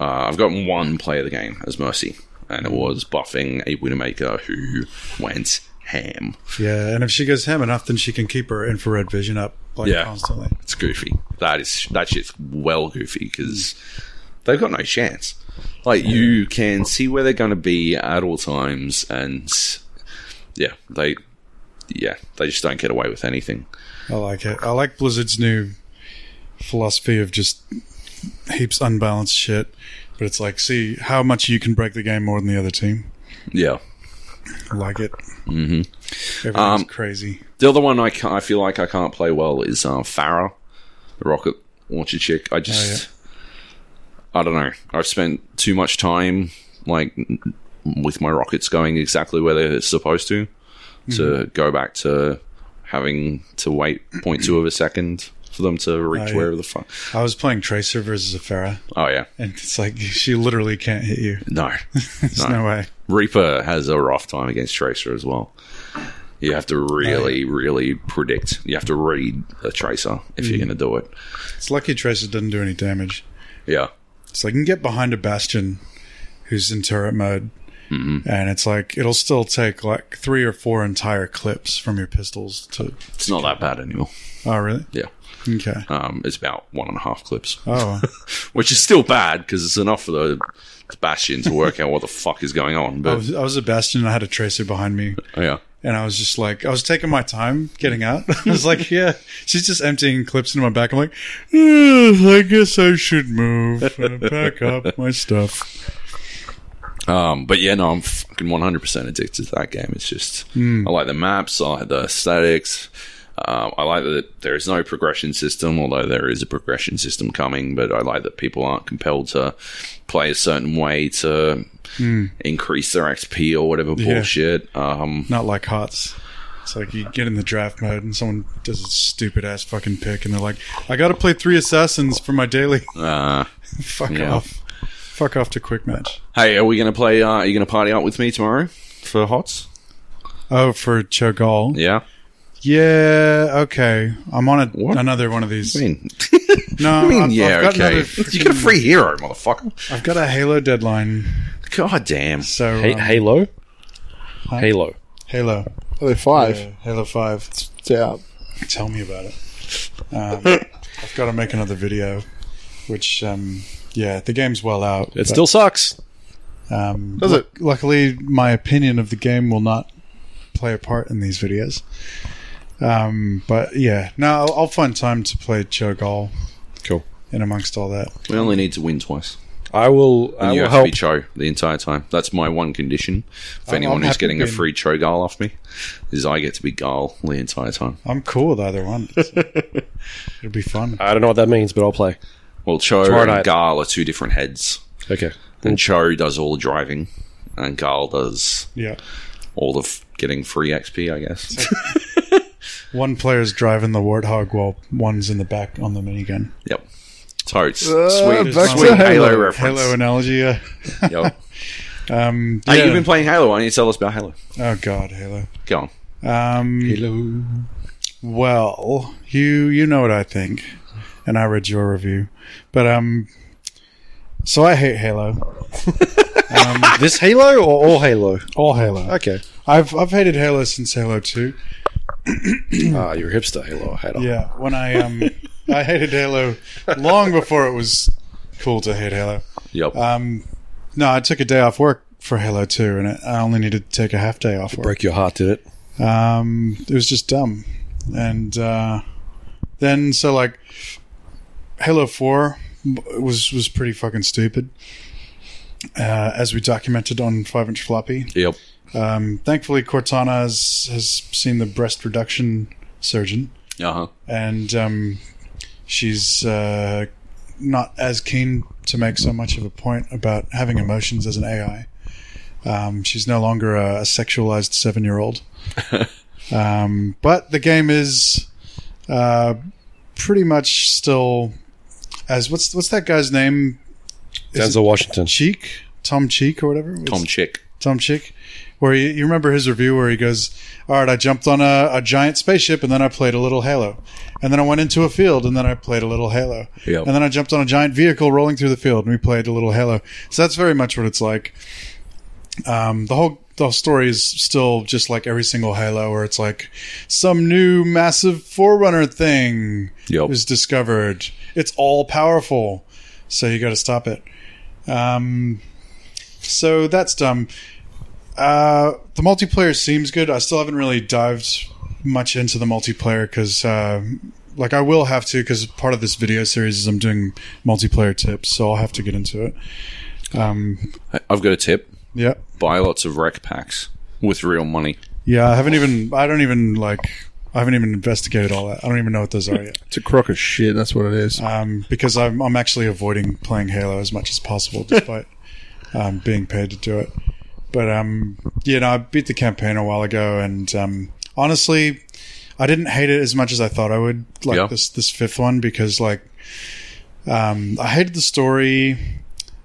uh, I've gotten one play of the game as Mercy, and
Hmm.
it was buffing a Widowmaker who went ham.
Yeah, and if she goes him enough, then she can keep her infrared vision up like
Yeah.
constantly.
It's goofy. That is that shit's well goofy because they've got no chance. Like you can see where they're going to be at all times, and yeah, they yeah they just don't get away with anything.
I like it. I like Blizzard's new philosophy of just heaps unbalanced shit, but it's like see how much you can break the game more than the other team.
Yeah.
I like it. Mm-hmm. Everything's
Um,
crazy.
The other one I can I feel like I can't play well is uh, Farah, the rocket launcher chick. I just I don't know. I've spent too much time like n- with my rockets going exactly where they're supposed to to go back to having to wait 0.2 of a second for them to reach
yeah.
wherever the fuck.
I was playing Tracer versus Afera,
Oh yeah,
and it's like <laughs> she literally can't hit you. <laughs>
no, <laughs>
There's no, way.
Reaper has a rough time against Tracer as well. You have to really, really predict. You have to read a Tracer if you're going to do it.
It's lucky Tracer doesn't do any damage.
Yeah,
So I can get behind a Bastion who's in turret mode. And it's like it'll still take like three or four entire clips from your pistols to.
it's not that bad anymore.
Oh really?
Yeah,
Okay.
um, it's about one and a half clips.
Oh,
which is still bad because it's enough for the Bastion to work out what the fuck is going on.
I
But
was, I was a Bastion. and I had a Tracer behind me,
Oh, yeah,
and I was just like, I was taking my time getting out. <laughs> I was like, yeah, she's just emptying clips into my back. I'm like, "Ugh, I guess I should move and pack up my stuff.
um, but yeah, no, I'm fucking 100 percent addicted to that game. It's just I like the maps, I like the aesthetics. Um, I like that there is no progression system, although there is a progression system coming. But I like that people aren't compelled to play a certain way to Hmm. increase their XP or whatever
Yeah.
bullshit. Um,
Not like Hots. It's like you get in the draft mode and someone does a stupid ass fucking pick, and they're like, I got to play three assassins for my daily. <laughs>
uh,
Fuck
Yeah.
off. Fuck off to quick match.
hey, are we gonna play? Uh, are you gonna party up with me tomorrow for Hots?
Oh, for Chogol.
Yeah,
Yeah, okay. I'm on a,
What?
another one of these.
I mean,
No,
I mean,
I've,
yeah,
Oh, I've got
okay.
<laughs> another-
you get a free hero, motherfucker.
I've got a Halo deadline,
God damn.
so
Hey,
um,
Halo? Halo.
Halo,
Oh, they're five.
Uh, Halo Five.
It's out.
Tell me about it.
<laughs>
Um, I've got to make another video, which um, yeah, the game's well out.
It still sucks.
um,
Does
luck- Luckily, my opinion of the game will not play a part in these videos. Um, but yeah, no, I'll, I'll find time to play Chogol.
Cool.
In amongst all that,
We only need to win twice.
I will,
And
I
you
will
have
help.
to be Cho the entire time. That's my one condition. If
I'm-
anyone
I'm
who's
happy
getting a
being-
free Cho Gal off me, is I get to be Gal the entire time.
I'm cool with either one. so it'll be fun.
I don't know what that means, but I'll play.
Well, Cho
Tomorrow
and
night.
Gal are two different heads.
Okay.
And Cho does all the driving, and Gal does
Yeah,
all the f- getting free XP, I guess.
one player's driving the warthog while one's in the back on the minigun.
<laughs> yep. Totes.
Uh,
sweet
back
sweet
to
Halo.
Halo.
reference.
Halo analogy. uh, Yeah.
Yep.
<laughs> Um,
Hey,
yeah.
you've been playing Halo. Why don't you tell us about Halo?
oh God, Halo.
Go on.
Um,
Hello.
Well, you you know what I think, and I read your review, but um, so I hate Halo.
This Halo or all Halo?
All
<laughs>
Halo.
Okay.
I've I've hated Halo since Halo Two.
Ah, you're a hipster Halo hater.
Yeah, when I um, <laughs> I hated Halo long before it was cool to hate Halo.
Yep.
Um, no, I took a day off work for Halo Two, and I only needed to take a half day off work.
Break your heart, did it?
um, it was just dumb. And uh, then so like Halo Four was was pretty fucking stupid, uh, as we documented on Five Inch Floppy.
yep.
Um, thankfully, Cortana has, has seen the breast reduction surgeon,
Uh huh.
and um, she's uh, not as keen to make so much of a point about having emotions as an AI. Um, she's no longer a, a sexualized seven year old. um, but the game is uh, pretty much still as what's what's that guy's name? Is it
Denzel Washington.
Cheek? Tom Cheek or whatever?
Tom
It's-
Chick.
Tom Chick, where you, you remember his review where he goes, "All right, I jumped on a, a giant spaceship and then I played a little Halo, and then I went into a field and then I played a little Halo,
Yep.
and then I jumped on a giant vehicle rolling through the field and we played a little Halo." So that's very much what it's like. Um, the whole the whole story is still just like every single Halo, where it's like some new massive forerunner thing
Yep.
is discovered. It's all powerful, so you got to stop it. Um, so that's dumb. Uh, the multiplayer seems good. I still haven't really dived much into the multiplayer because, uh, like, I will have to because part of this video series is I'm doing multiplayer tips, so I'll have to get into it. Um,
I've got a tip.
yeah,
buy lots of rec packs with real money.
yeah. I haven't even. I don't even like. I haven't even investigated all that. I don't even know what those are yet.
It's a crock of shit. That's what it is.
um, because I'm, I'm actually avoiding playing Halo as much as possible, despite um, being paid to do it. But um, you know, I beat the campaign a while ago, and um, honestly, I didn't hate it as much as I thought I would. Like
Yeah.
this this fifth one because like um, I hated the story.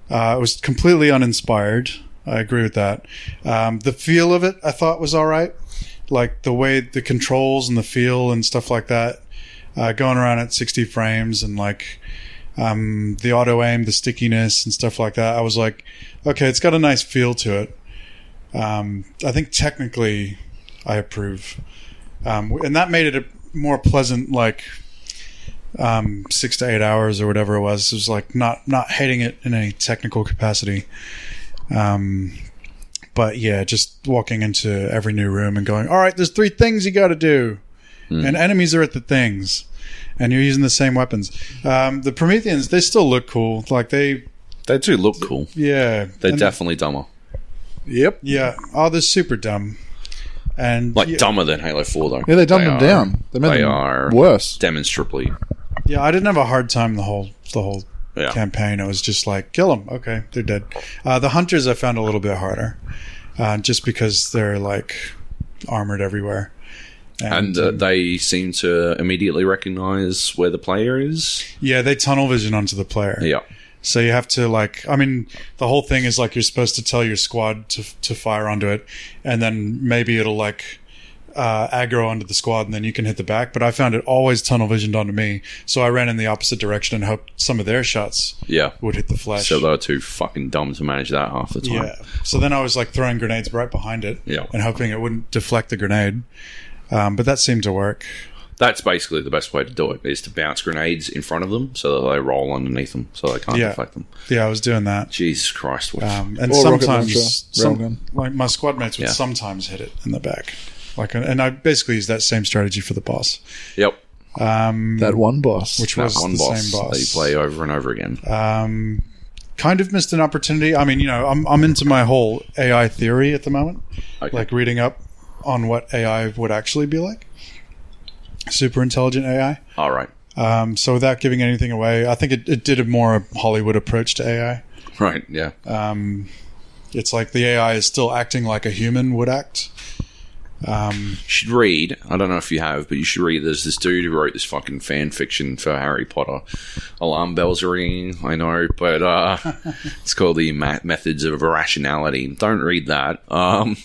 Uh, it was completely uninspired. I agree with that. Um, the feel of it, I thought, was all right. Like the way the controls and the feel and stuff like that, uh, going around at 60 frames and like um, the auto aim, the stickiness and stuff like that. I was like, okay, it's got a nice feel to it. Um, I think technically, I approve, um, and that made it a more pleasant, like um, six to eight hours or whatever it was. It was like not not hating it in any technical capacity. Um, but yeah, just walking into every new room and going, all right, there's three things you got to do, and enemies are at the things, and you're using the same weapons. Um, the Prometheans, they still look cool. Like they,
They do look cool.
yeah,
They're
and-
definitely dumber.
Yep.
yeah. Oh, they're super dumb, and
Like
yeah,
dumber than Halo Four though.
Yeah, they dumbed
They
them
are-
down. They made
they
them
are-
worse.
Demonstrably.
yeah, I didn't have a hard time the whole the whole
Yeah.
campaign. It was just like kill them. Okay, they're dead. Uh, the hunters I found a little bit harder, uh, just because they're like armored everywhere.
and uh,
um,
they seem to immediately recognize where the player is.
yeah, they tunnel vision onto the player.
Yeah.
So you have to like, I mean, the whole thing is like you're supposed to tell your squad to to fire onto it, and then maybe it'll like uh, aggro onto the squad, and then you can hit the back. But I found it always tunnel visioned onto me, so I ran in the opposite direction and hoped some of their shots
Yeah.
would hit the flesh.
So they were too fucking dumb to manage that half the time.
yeah. So then I was like throwing grenades right behind it,
Yeah.
and hoping it wouldn't deflect the grenade. Um, but that seemed to work.
That's basically the best way to do it is to bounce grenades in front of them so that they roll underneath them so they can't
Yeah.
deflect them.
Yeah, I was doing that.
Jesus Christ. What
Um, and
Or rocket launcher,
sometimes, some,
railgun.
like my squad mates would
Yeah.
sometimes hit it in the back. Like, and I basically used that same strategy for the boss,
yep.
um,
That one boss.
which
That
was
one
the
boss,
same
that you
boss.
play over and over again.
Um, kind of missed an opportunity. I mean, you know, I'm I'm into my whole AI theory at the moment.
Okay.
like reading up on what AI would actually be like. Super intelligent AI.
All right.
Um, so without giving anything away, I think it, it did a more Hollywood approach to AI.
Right. Yeah.
Um, it's like the AI is still acting like a human would act. Um,
should read. I don't know if you have, but you should read. There's this dude who wrote this fucking fan fiction for Harry Potter. Alarm bells are ringing. I know,
<laughs>
but uh, it's called the Ma- Methods of Irrationality. Don't read that. Um,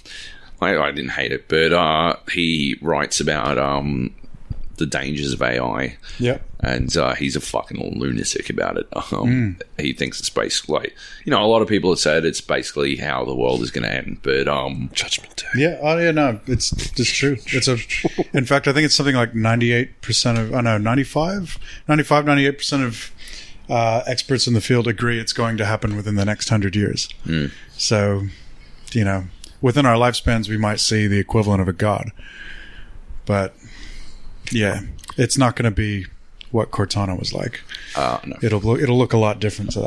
I, I didn't hate it, but uh, he writes about um, the dangers of AI
yeah,
and uh, he's a fucking lunatic about it. <laughs> Um, He thinks it's basically, you know, a lot of people have said it's basically how the world is going to end, but um,
Judgment Day.
yeah, oh yeah, no, it's it's true. It's a, in fact, I think it's something like ninety eight percent of, oh, I know, 95, 95, 98 percent of uh, experts in the field agree it's going to happen within the next hundred years. So, you know, within our lifespans, we might see the equivalent of a god. But yeah, it's not going to be what Cortana was like.
uh, no.
It'll look, it'll look a lot different to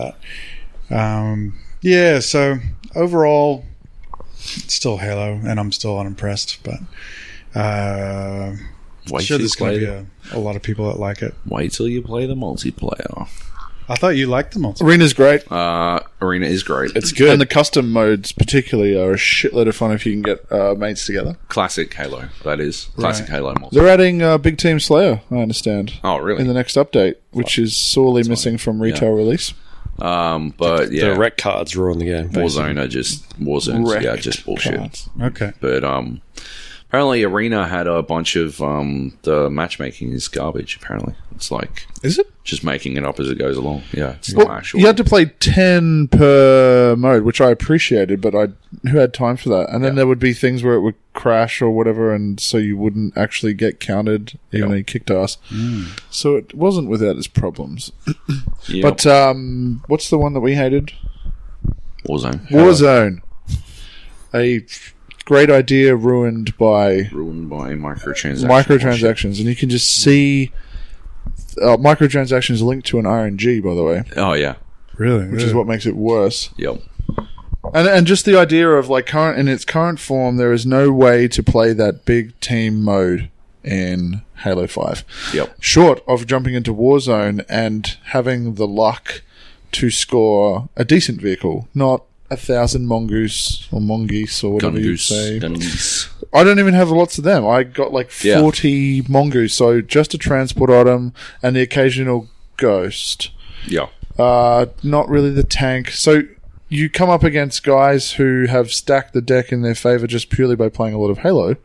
that. Um, yeah. So overall, it's still Halo, and I'm still unimpressed. But uh,
Wait
sure,
till you
there's going to
play
be a, a lot of people that like it.
Wait till you play the multiplayer.
I thought you liked the multiplayer.
Arena's great.
Uh, Arena is great.
It's good. And the custom modes, particularly, are a shitload of fun if you can get uh, mates together.
classic Halo. That is classic Halo multiplayer.
They're adding uh, Big Team Slayer, I understand,
Oh,
in
really?
the next update, which is sorely missing from retail release.
Um, but
The
yeah,
rec cards ruin the game.
Warzone are just Warzone. Yeah, just bullshit.
cards.
Okay.
But um, apparently Arena had a bunch of um, the matchmaking is garbage. Apparently, it's like
Is it?
just making it up as it goes along. Yeah, it's
Well,
not actually.
Oh, you had to play 10 per mode, which I appreciated, but I who had time for that? And then there would be things where it would crash or whatever, and so you wouldn't actually get counted, even though you kicked ass. So it wasn't without its problems.
Yeah,
But um, what's the one that we hated?
Warzone
Warzone. A great idea ruined by
ruined by microtransactions.
microtransactions, and you can just see uh, microtransactions linked to an RNG, by the way,
Oh yeah,
Really?
which is what makes it worse.
yep.
And and just the idea of like current in its current form, there is no way to play that big team mode in Halo Five.
Yep.
Short of jumping into Warzone and having the luck to score a decent vehicle, not a thousand mongoose or mongoose or whatever you
Gungoose.
say.
Gungoose.
I don't even have lots of them. I got like
Yeah.
40 mongoose, so just a transport item and the occasional ghost.
Yeah.
Uh, not really the tank. So you come up against guys who have stacked the deck in their favor just purely by playing a lot of Halo,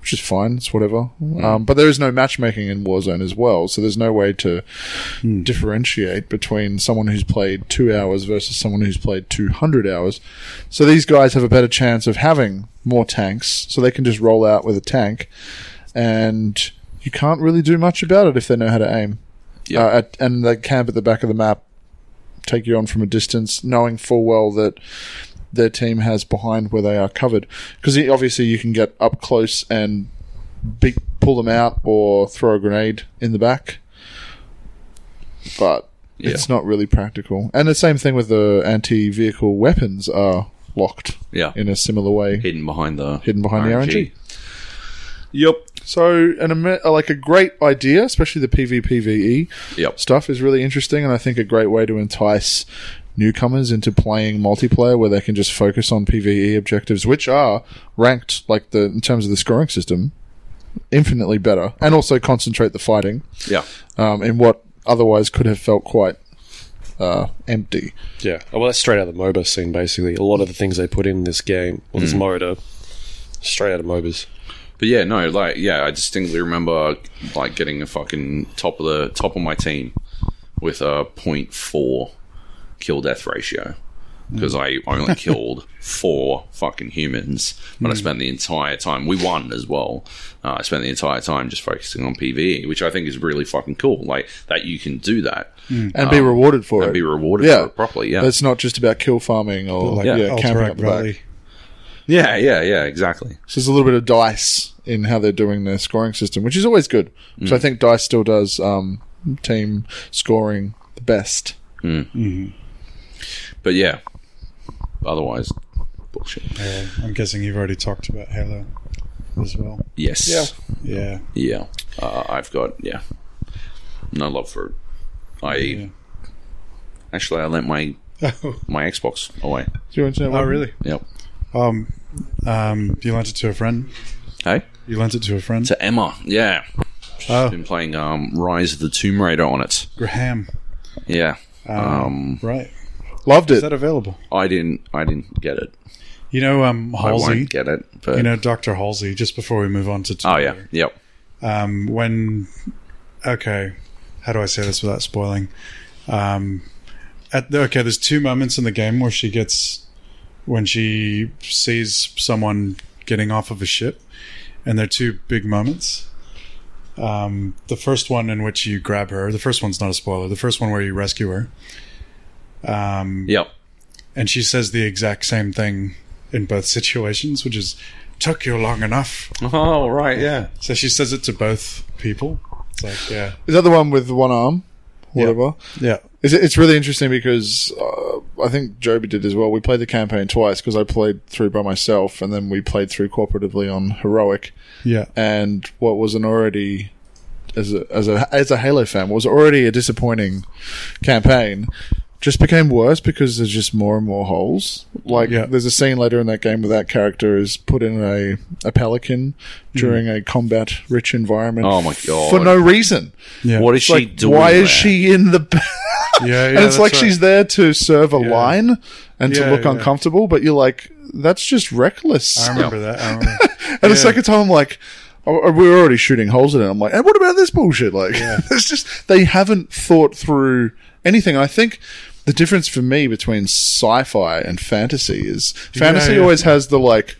which is fine. It's whatever. Um, but there is no matchmaking in Warzone as well, so there's no way to differentiate between someone who's played two hours versus someone who's played 200 hours. So these guys have a better chance of having more tanks, so they can just roll out with a tank, and you can't really do much about it if they know how to aim.
Yeah.
Uh, at, and they camp at the back of the map take you on from a distance, knowing full well that their team has behind where they are covered. Because obviously you can get up close and beat, pull them out or throw a grenade in the back, but
Yeah.
it's not really practical. And the same thing with the anti-vehicle weapons are locked
Yeah.
in a similar way.
Hidden behind the
Hidden behind the RNG.
Yep.
So, an ama- like a great idea, especially the PvPvE,
Yep.
E stuff is really interesting and I think a great way to entice newcomers into playing multiplayer where they can just focus on PvE objectives which are ranked like the in terms of the scoring system infinitely better and also concentrate the fighting
Yeah.
um, in what otherwise could have felt quite uh, empty.
Yeah. Oh, well, that's straight out of the MOBA scene, basically. A lot of the things they put in this game, or
Mm.
this mode, are straight out of MOBAs.
But yeah, no, like yeah, I distinctly remember like getting a fucking top of the top of my team with a 0.4 kill death ratio because I
<laughs>
only killed four fucking humans, but
Hmm.
I spent the entire time. We won as well. Uh, I spent the entire time just focusing on PVE, which I think is really fucking cool. Like that you can do that
And be rewarded for
Um, and
it.
be rewarded
Yeah.
for it properly. Yeah,
That's not just about kill farming or
Like
yeah, camping
Alterac
up the back.
Valley.
yeah, yeah, yeah. Exactly.
So there's a little bit of dice in how they're doing their scoring system, which is always good. So I think dice still does um, team scoring the best.
But yeah, otherwise, bullshit.
Yeah, I'm guessing you've already talked about Halo as well.
Yes.
Yeah.
Yeah.
Yeah, uh, I've got yeah, no love for it. I E.
Yeah.
actually I lent my
<laughs> Oh,
my Xbox away.
Do you want to know? what-
really?
Yep.
Um, um, you lent it to a friend.
Hey,
You lent it to a friend.
to Emma. Yeah,
Oh,
been playing um, Rise of the Tomb Raider on it.
Graham.
Yeah, um,
Right.
Loved
Is
it.
that available?
I didn't I didn't get it.
You know, um,
I
Halsey.
won't get it. But
You know, Doctor Halsey. Just before we move on to
oh yeah, yep.
um, when okay how do i say this without spoiling um, at the, okay there's two moments in the game where she gets when she sees someone getting off of a ship and they're two big moments um, the first one in which you grab her the first one's not a spoiler the first one where you rescue her um,
Yep.
and she says the exact same thing in both <laughs> situations which is took you long enough
Oh right, yeah.
so she says it to both people. It's like, yeah.
Is that the one with one arm?
Yeah.
Whatever.
Yeah.
Is it, it's really interesting because uh, I think Joby did as well. We played the campaign twice because I played through by myself and then we played through cooperatively on heroic.
Yeah.
and what was an already as a as a as a Halo fan what was already a disappointing campaign just became worse because there's just more and more holes. Like
Yeah.
there's a scene later in that game where that character is put in a, a pelican
Mm.
during a combat rich environment.
Oh my God.
For no reason.
Yeah.
What is she
like
doing?
why is
there?
she in the
<laughs> Yeah. yeah
and it's
that's
like
right.
she's there to serve a line and to
Yeah,
look
yeah.
uncomfortable, but you're like, that's just reckless.
I remember that. I remember.
And the
Yeah.
second time, I'm like, oh, oh, we were already shooting holes in it. I'm like, and what about this bullshit? Like, <laughs> it's just, they haven't thought through anything. I think the difference for me between sci fi and fantasy is fantasy
yeah.
always has the like,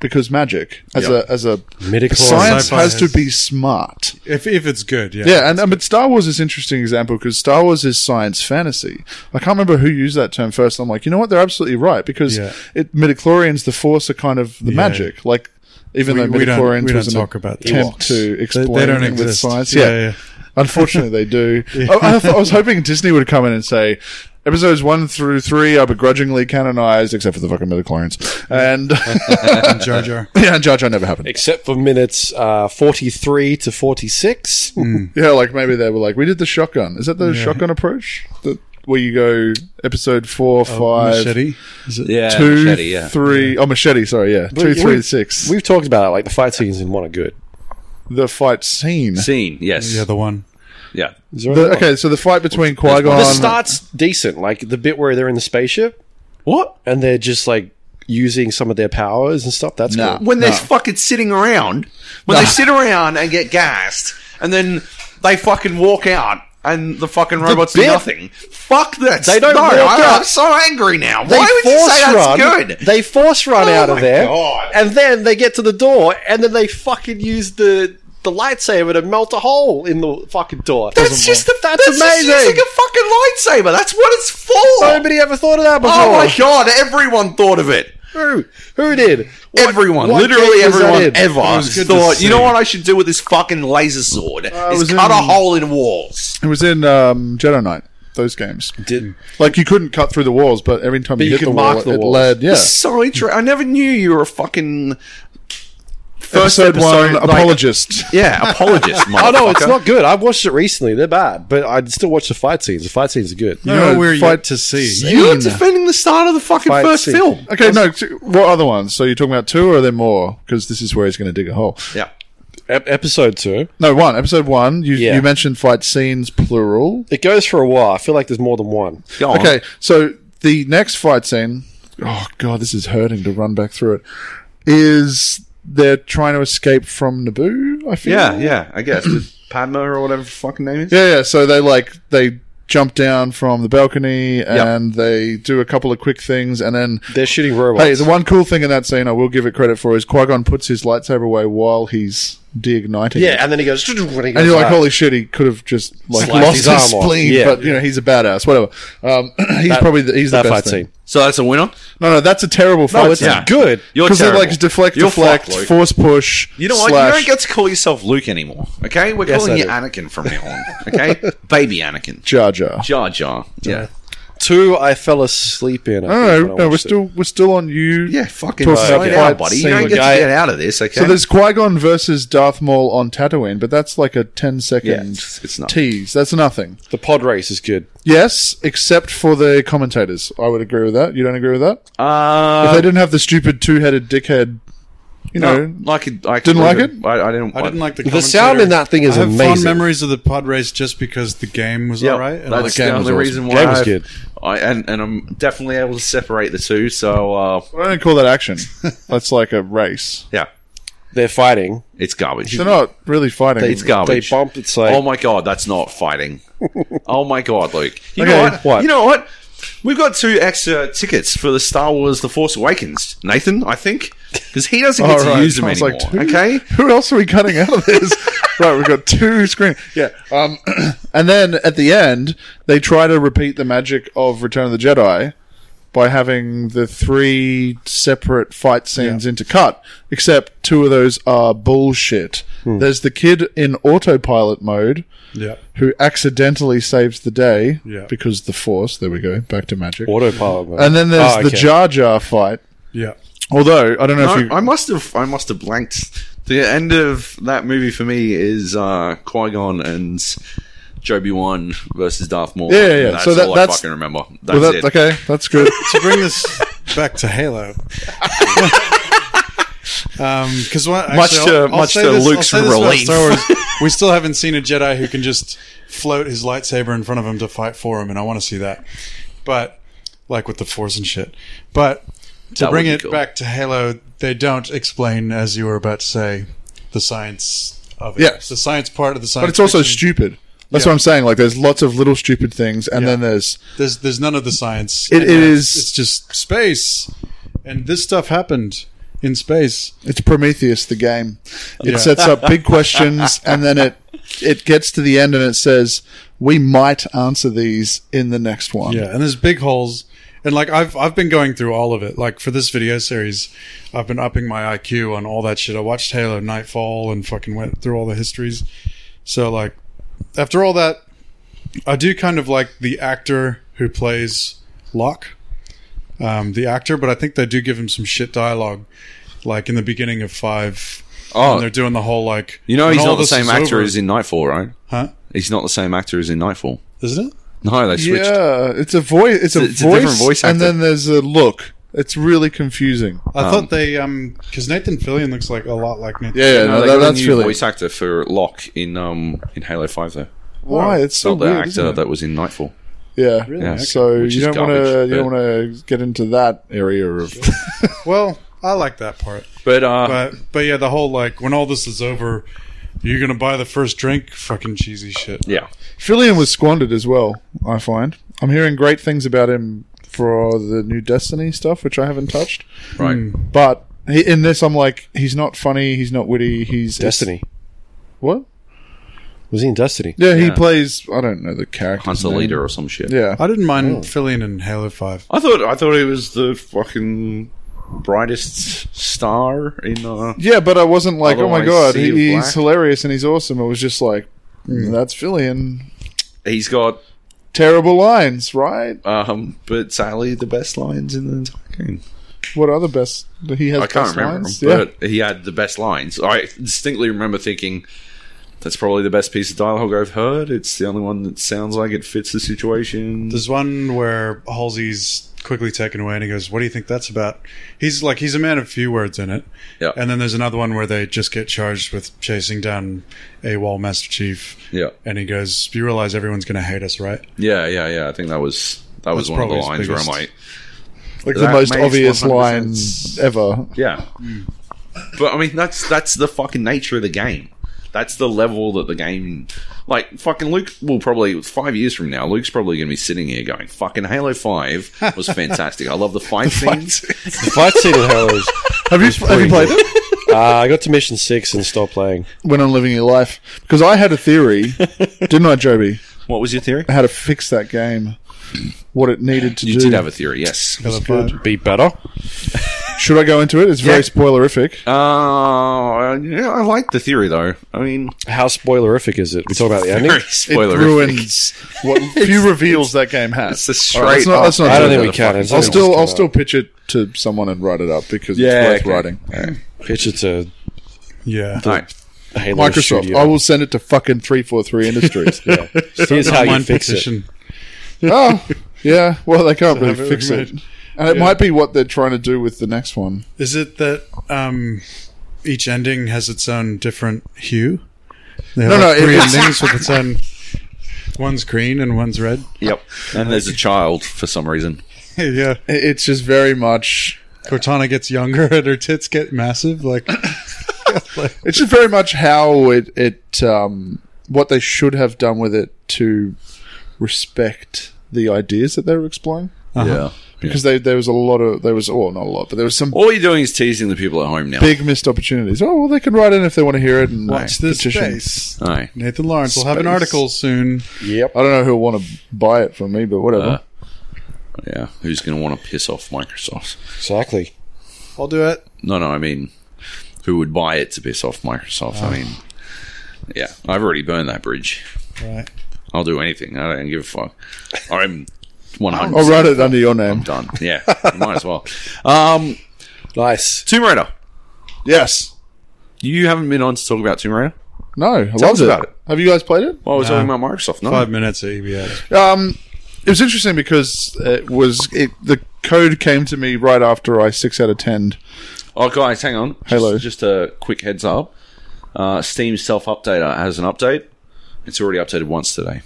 because magic as
Yeah.
a, as a,
Midichlorians.
science
Sci-fi
has to
has-
be smart.
<laughs> if if it's good, yeah.
Yeah, and, and but Star Wars is an interesting example because Star Wars is science fantasy. I can't remember who used that term first. I'm like, you know what? They're absolutely right because
Yeah.
it midichlorians, the Force, are kind of the
Yeah.
magic. Like, even
We,
though
we
midichlorians
don't, we don't
was an
talk about that.
attempt to
They,
explain
they don't
it with
exist.
science,
Yeah.
yeah.
Yeah.
Unfortunately, they
<laughs>
do. I, I, thought- I was hoping Disney would come in and say, episodes one through three are begrudgingly canonized, except for the fucking midichlorians. And <laughs>
yeah. And <laughs> Jar Jar.
yeah, and Jar Jar never happened.
Except for minutes uh, 43 to 46.
Hmm.
Yeah, like maybe they were like, we did the shotgun. Is that the shotgun approach? The where you go episode four,
Oh,
five, two, three,
Machete. Is it?
Yeah,
two,
machete, yeah.
three. Oh, machete. Sorry, yeah, two,
we-
three, six.
We've talked about it. Like the fight scenes in one are good.
the fight scene.
Scene, yes.
The other one.
yeah.
Is there
The,
another
okay, so the fight between Qui
one?
Gon.
the start's decent. Like the bit where they're in the spaceship
What?
and they're just like using some of their powers and stuff. That's
Nah.
cool.
when they're
No.
fucking sitting around, when they sit around and get gassed, and then they fucking walk out. And the fucking robots do
bit-
nothing. Fuck that.
They don't
No,
walk
I, I'm
out.
so angry now.
They
Why would you say that's
run.
good?
They force run
Oh
out of
my
there,
God.
and then they get to the door, and then they fucking use the the lightsaber to melt a hole in the fucking door.
that's just the,
that's, amazing.
Just using a fucking lightsaber. That's what it's for.
Nobody ever thought of that before.
oh my god! Everyone thought of it.
Who? Who did? What-
everyone,
what
literally
gate was that
everyone
in?
ever
was good to
thought.
see.
You know what I should do with this fucking laser sword? is
was
cut a
in-
hole in walls.
it was in um, Jedi Knight. Those games,
Did-
like you couldn't cut through the walls, but every time
But
you,
you
hit
could
the
mark
wall,
the
it
walls.
led. Yeah,
So interesting. I never knew you were a fucking first
episode, one
like-
apologist.
yeah, apologist.
Oh no, it's
motherfucker.
not good. I've watched it recently. They're bad, but I would still watch the fight scenes. The fight scenes are good.
You know,
know,
we're
fight-
yet to see.
You're defending the start of the fucking
Fight
first
scene.
film.
Okay, no. t- What other ones? So you're talking about two, or are there more? Because this is where he's going to dig a hole.
Yeah.
Ep- episode two,
No, one. Episode one. You
Yeah.
you mentioned fight scenes plural.
it goes for a while. I feel like there's more than one.
Go on.
Okay, so the next fight scene. Oh god, this is hurting to run back through it. Is they're trying to escape from Naboo? I feel.
Yeah, yeah, I guess. With Padma or whatever her fucking name is.
Yeah, yeah. So they like they jump down from the balcony and they do a couple of quick things and then
They're shooting robots.
Hey, the one cool thing in that scene I will give it credit for is Qui Gon puts his lightsaber away while he's deigniting.
yeah,
it.
and then he goes. "Ah, And,
and you're like, holy shit, he could have just like
Sliced his
lost his,
arm off.
spleen,
Yeah.
but you know he's a badass. Whatever. Um, <clears throat> he's probably the, he's
that
the best
fight
thing.
scene.
So that's a winner?
No, no, that's a terrible fight.
it's
scene.
Yeah. good.
You're
because it
terrible.
like deflect,
You're
deflect,
fucked, Luke.
force push.
You know what?
Slash.
You don't get to call yourself Luke anymore. Okay, we're
Yes,
calling
I
you
do.
Anakin from now on. Okay, baby Anakin,
Jar Jar.
Jar Jar. Yeah,
Two, I fell asleep in. I
No,
think,
no,
when I
no, we're
watched it.
still we're still on you.
yeah. Fucking
Talking
slow
about
down,
fight
buddy. You
scene.
don't get
Guy-
to get out of this. Okay.
So there's Qui Gon versus Darth Maul on Tatooine, but that's like a 10 second
Yeah, it's- it's nothing.
tease. That's nothing.
the pod race is good.
Yes, except for the commentators. I would agree with that. You don't agree with that? if
uh,
they didn't have the stupid two headed dickhead, you
no,
know,
I could. I could
Didn't like
live I, I didn't.
I didn't like the.
The sound
commentary.
in that thing is
I have fond
amazing.
memories of the pod race just because the game was
Yeah,
all right. And I liked
that's the
it.
only reason why.
Game was
I've-
good.
I and and I'm definitely able to separate the two. So uh,
I don't call that
<laughs>
action. that's like a race.
yeah,
They're fighting.
it's garbage.
They're not really fighting.
It's garbage.
They bump. It's like
oh my god, that's not
<laughs>
fighting. oh my god, Luke. You know
Okay,
what?
what?
You know what? We've got two extra tickets for the Star Wars: The Force Awakens. Nathan, I think, because he doesn't get
All
to
right.
use them
I was
anymore.
like, two-
okay.
<laughs> Who else are we cutting out of
<laughs>
this? right, we've got two screen. Yeah. Um, <clears throat> and then at the end, they try to repeat the magic of Return of the Jedi by having the three separate fight scenes intercut, except two of those are bullshit.
Hmm.
There's the kid in autopilot mode
Yeah.
who accidentally saves the day
Yeah.
because the Force. There we go. Back to magic.
autopilot. mode.
And then there's
Oh,
the
okay.
Jar Jar fight.
Yeah.
Although I don't know if you.
I, I must have. I must have blanked. The end of that movie for me is uh, Qui Gon and Joby One versus Darth Maul.
Yeah, yeah, yeah.
That's
So that-
all I
that's-
fucking remember. That's
well,
it.
that, okay, that's
<laughs>
good.
to bring this back to Halo. Um, Because
Much to- much to Luke's relief. <laughs>
we still haven't seen a Jedi who can just float his lightsaber in front of him to fight for him, and I want to see that. But like with the Force and shit. But to
That would
bring
be
it
cool.
back to Halo, they don't explain, as you were about to say, the science of it.
Yeah.
the science part of the science.
but it's also
fiction-
stupid. That's
Yeah.
what I'm saying. Like, there's lots of little stupid things, and
Yeah.
then there's
There's there's none of the science.
It
in there.
is-
It's just space, and this stuff happened in space.
it's Prometheus, the game. It
Yeah.
sets up
<laughs>
big questions, and then it it gets to the end, and it says we might answer these in the next one.
Yeah, and there's big holes. And like I've I've been going through all of it. Like for this video series, I've been upping my IQ on all that shit. I watched Halo Nightfall and fucking went through all the histories. So like after all that, I do kind of like the actor who plays Locke, um, the actor. But I think they do give him some shit dialogue, like in the beginning of Five.
Oh.
and they're doing the whole like
You know,
when
he's
all
not the
this
same
is
actor
over-
as in Nightfall, right?
huh?
He's not the same actor as in Nightfall.
Isn't it?
No, they switched.
Yeah, it's a voice. It's, a,
It's a
voice,
different voice
and
actor.
then there's a look. It's really confusing.
I thought they um because Nathan Fillion looks like a lot like Nathan.
Yeah, yeah,
No,
no,
they
that,
got a
that's
new
really
voice actor for Locke in um in Halo Five though.
why it's so
Not the
Oh, weird. isn't
actor
it?
that was in Nightfall.
yeah.
Really?
Yeah.
Okay.
So
Which
you
is
don't want to
garbage,
you don't
but-
want to get into that area of <laughs>
Well, I like that part,
But uh,
but but yeah, the whole like when all this is over, you're gonna buy the first drink, fucking cheesy shit.
yeah,
Fillion was squandered as well. I find I'm hearing great things about him for the new Destiny stuff, which I haven't touched.
right.
But he, in this, I'm like, he's not funny. He's not witty. He's
Destiny.
What?
Was he in Destiny?
Yeah, he
Yeah.
plays. I don't know the character.
Hunter leader or some shit.
Yeah.
I didn't
Oh.
mind Fillion in Halo Five.
I thought I thought he was the fucking brightest star in uh
Yeah, but I wasn't like, oh my
Otherwise,
god,
Sea
he,
of
he's
Black.
hilarious and he's awesome. It was just like, mm, that's Fillion.
he's got
Terrible lines, right?
um but sadly the best lines in the entire game.
What are the best? He has
I can't
best
remember
lines?
them,
yeah.
but he had the best lines. I distinctly remember thinking that's probably the best piece of dialogue I've heard. It's the only one that sounds like it fits the situation.
There's one where Halsey's quickly taken away, and he goes, "What do you think that's about?" He's like, he's a man of few words in it.
Yeah.
And then there's another one where they just get charged with chasing down AWOL Master Chief,
Yeah.
and he goes, "You realize everyone's gonna hate us, right?"
Yeah, yeah, yeah. I think that was that was
That's
one of the
probably
lines
his
where I'm
biggest-
like,
Like the
That
most
makes
obvious
100%
lines ever.
yeah. But I mean, that's that's the fucking nature of the game. That's the level that the game, like fucking Luke, will probably five years from now, Luke's probably going to be sitting here going, "Fucking Halo Five was fantastic. I love the fight scenes.
The fight scene in Halo is.
Have you, have you played it?
Uh, I got to mission six and stopped playing.
When I'm living your life. Because I had a
<laughs>
theory, didn't I, Joby?
What was your theory?
How to fix that game. What it needed to
You
do.
did have a theory, yes.
Halo Five.
Be better.
Should I go into it? It's very
Yeah. <laughs>
spoilerific.
Uh, yeah, I like the theory though. I mean,
How spoilerific is it? We talk about the ending.
very
It
spoiler.
ruins what few reveals that game has.
It's a
All right, let's
straight.
not- let's not
I don't think
do that.
we can. It's
I'll
only
still
just
I'll
come
still pitch it to someone and write it up because
Yeah,
it's worth
okay.
writing.
out. pitch it to
Yeah.
All right.
Halo
Microsoft,
Studio.
I will send it to fucking three four
<laughs>
three Industries. <laughs>
Yeah. Here's how you
Online
fix it.
petition.
oh, yeah. Well, they can't
have
really
it
fix it,
remade.
and it might be what they're trying to do with the next one.
Is it that um, each ending has its own different hue? They have
No,
like
no,
three
it's-
endings with its own. <laughs> One's green and one's red.
Yep. And there's a child for some reason.
<laughs> yeah,
I- It's just very much.
Cortana gets younger and her tits get massive. Like,
It's just very much how it it um, what they should have done with it to respect the ideas that they were exploring.
Yeah.
Because they, there was a lot of there was well not a lot but there was some
All you're doing is teasing the people at home now.
big missed opportunities. Oh well, they can write in if they want to hear it and
watch this
petition.
space.
Aye.
Nathan Lawrence will have an
Space.
article soon.
Yep.
I don't know who'll want to buy it from me, but whatever.
Uh, yeah. Who's going to want to piss off Microsoft?
Exactly.
I'll do it.
No, no. I mean, who would buy it to piss off Microsoft? I mean, yeah. I've already burned that bridge.
Right.
I'll do anything. I don't give a fuck. I'm 100
I'll write it under your name.
done. Yeah. might as well. Um,
Nice.
Tomb Raider.
Yes.
You haven't been on to talk about Tomb Raider?
No, I
Tell
loved
us
it.
about it.
Have you guys played it?
Well, we're talking about Microsoft. No.
Five minutes at E EBS.
Um, it was interesting because it was it, the code came to me right after I six out of ten.
Oh, guys, hang on.
Hello.
Just, just a quick heads up. Uh, Steam self updater has an update. It's already updated once today.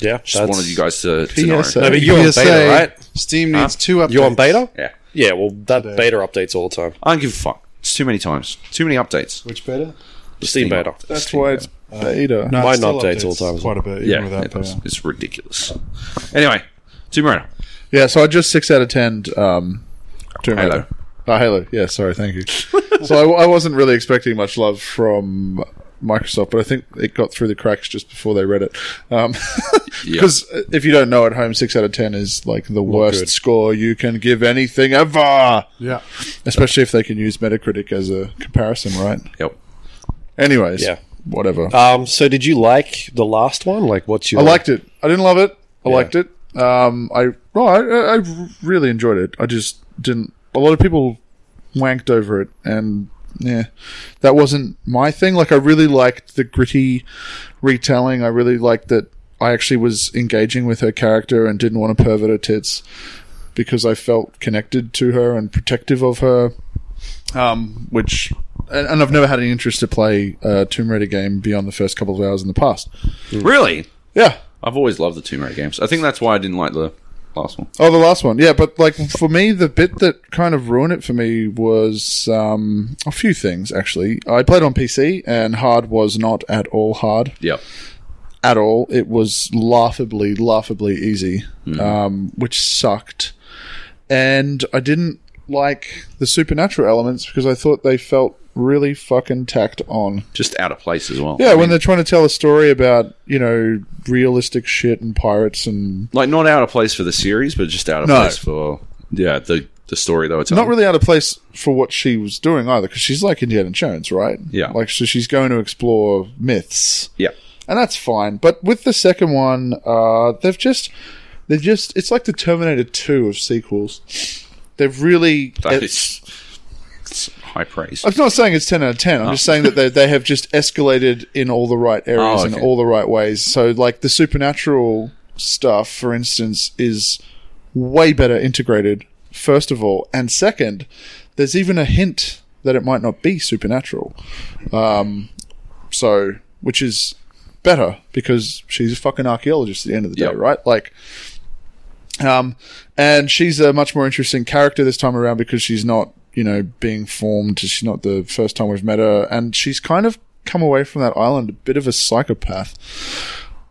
Yeah.
Just wanted you guys to, to know.
PSA.
No, but you're on beta, right?
Steam needs two updates.
You're on beta.
Yeah.
Yeah. Well, that beta updates all the time.
I don't give a fuck. It's too many times. Too many updates.
Which beta?
The
Steam beta.
That's why it's beta.
No,
Mine
it still
updates all the time.
Quite a bit, even
Yeah,
without
it does.
beta.
it's ridiculous. Anyway, Tomb Raider.
Yeah, so I just six out of ten. Um, Tomb
Halo.
Raider. Oh, Halo. Yeah, sorry, thank you. <laughs> so I, I wasn't really expecting much love from Microsoft, but I think it got through the cracks just before they read it. <laughs> Because if you don't know at home, six out of ten is like the worst score you can give anything ever.
Yeah.
Especially if they can use Metacritic as a comparison, right?
Yep.
Anyways,
Yeah.
whatever.
Um. So, did you like the last one? Like, what's your?
I liked it. I didn't love it. I liked it. Um, I, well, I I really enjoyed it. I just didn't. A lot of people wanked over it, and yeah, that wasn't my thing. Like I really liked the gritty retelling. I really liked that. I actually was engaging with her character and didn't want to pervert her tits because I felt connected to her and protective of her. Um, which, and, and I've never had an interest to play a Tomb Raider game beyond the first couple of hours in the past.
Really?
Yeah.
I've always loved the Tomb Raider games. I think that's why I didn't like the last one.
Oh, the last one. Yeah, but like for me, the bit that kind of ruined it for me was um, a few things actually. I played on PC, and hard was not at all hard.
Yep.
at all. It was laughably, laughably easy, um, which sucked. And I didn't like the supernatural elements because I thought they felt really fucking tacked on.
Just out of place as well.
Yeah,
I
when
mean,
they're trying to tell a story about, you know, realistic shit and pirates and.
like not out of place for the series, but just out of
No.
place for yeah the the story they were telling.
Not really out of place for what she was doing either because she's like Indiana Jones, right?
Yeah.
Like, so she's going to explore myths.
Yeah.
and that's fine. But with the second one, uh, they've just they've just it's like the Terminator Two of sequels. They've really.
That
it's-
is it's high praise.
I'm not saying it's ten out of ten. I'm
Oh.
just saying that they they have just escalated in all the right areas
Oh,
and
okay.
all the right ways. So like the supernatural stuff, for instance, is way better integrated. First of all, and second, there's even a hint that it might not be supernatural. Um, so which is better because she's a fucking archaeologist at the end of the day,
Yep.
right? Like, um, and she's a much more interesting character this time around because she's not, you know, being formed. She's not the first time we've met her, and she's kind of come away from that island a bit of a psychopath.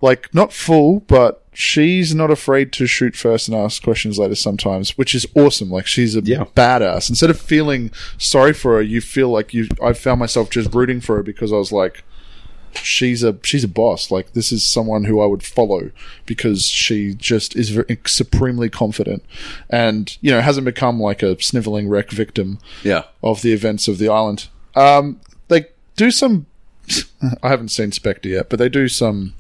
Like, not full, but she's not afraid to shoot first and ask questions later sometimes, which is awesome. Like, she's a
Yeah.
badass. Instead of feeling sorry for her, you feel like you. I found myself just rooting for her because I was like, she's a she's a boss. Like this is someone who I would follow because she just is ver- supremely confident, and you know hasn't become like a sniveling wreck victim
Yeah.
of the events of the island. Um, they do some. <laughs> I haven't seen Spectre yet, but they do some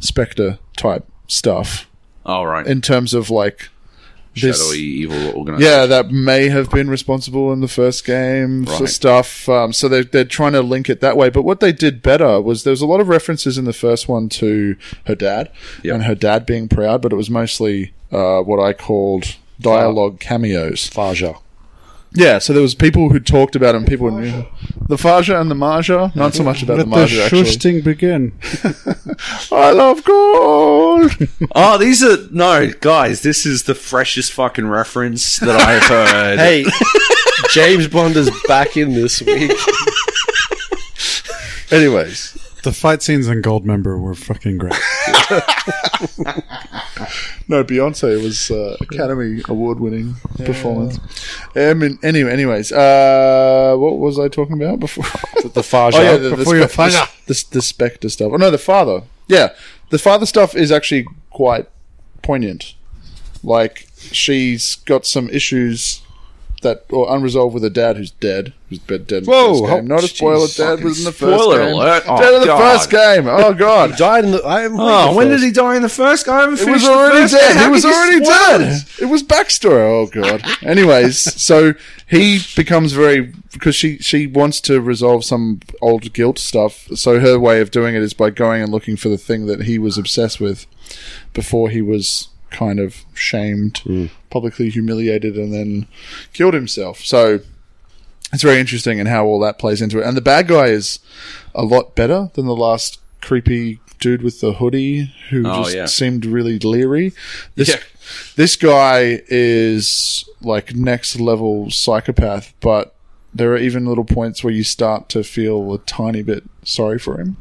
Spectre type stuff
All right.
in terms of like this.
Shadowy evil organization.
Yeah, that may have been responsible in the first game for
Right.
stuff. Um, so they're, they're trying to link it that way. But what they did better was there was a lot of references in the first one to her dad
Yep.
and her dad being proud, but it was mostly uh, what I called dialogue cameos.
Faja.
Yeah, so there was people who talked about him, people who knew. The Faja and the Marja, not so much about the
Let the
Marja,
shush
actually.
thing begin.
I love gold! <laughs>
Oh, these are no guys. This is the freshest fucking reference that I have
<laughs>
heard. <laughs>
Hey, James Bond is back in this week.
Anyways,
<laughs> The fight scenes in Goldmember were fucking <laughs> great.
No, Beyonce was uh, Academy Award winning performance. I mean, anyway, anyways, uh, what was I talking about before?
The Faja.
oh yeah, the, the,
Before your
spe- the,
father.
the, the Spectre stuff. Oh no, the father. Yeah, the father stuff is actually quite poignant. Like she's got some issues that or unresolved with her dad, who's dead, who's dead. dead in the
Whoa,
first
how-
game. not a spoiler. Dad was in the first
spoiler
game.
alert. Oh,
dead in the
God.
first game. Oh god.
died in the. I haven't played
Oh,
the
when
first.
did he die in the first? I haven't
It
finished.
was
the
already
first game.
dead.
How
It was
can you
already
spoil
dead.
it?
It was backstory. Oh god. Anyways, so he becomes very because she she wants to resolve some old guilt stuff. So her way of doing it is by going and looking for the thing that he was obsessed with before he was kind of shamed,
Hmm.
publicly humiliated, and then killed himself. So it's very interesting and how all that plays into it. And the bad guy is a lot better than the last creepy dude with the hoodie who
Oh,
just
yeah.
seemed really leery. This
Yeah.
this guy is like next level psychopath, but there are even little points where you start to feel a tiny bit sorry for him.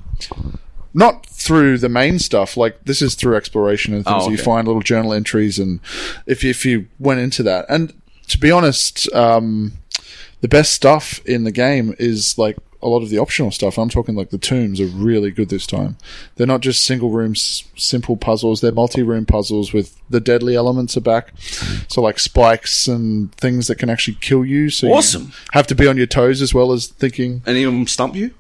Not through the main stuff, like this is through exploration and things.
Oh,
You
okay.
find little journal entries, and if you, if you went into that, and to be honest, um, the best stuff in the game is like a lot of the optional stuff. I'm talking like the tombs are really good this time. They're not just single room s- simple puzzles. They're multi room puzzles with the deadly elements are back. So like spikes and things that can actually kill you. So you
Awesome.
have to be on your toes as well as thinking.
Any of them stump you?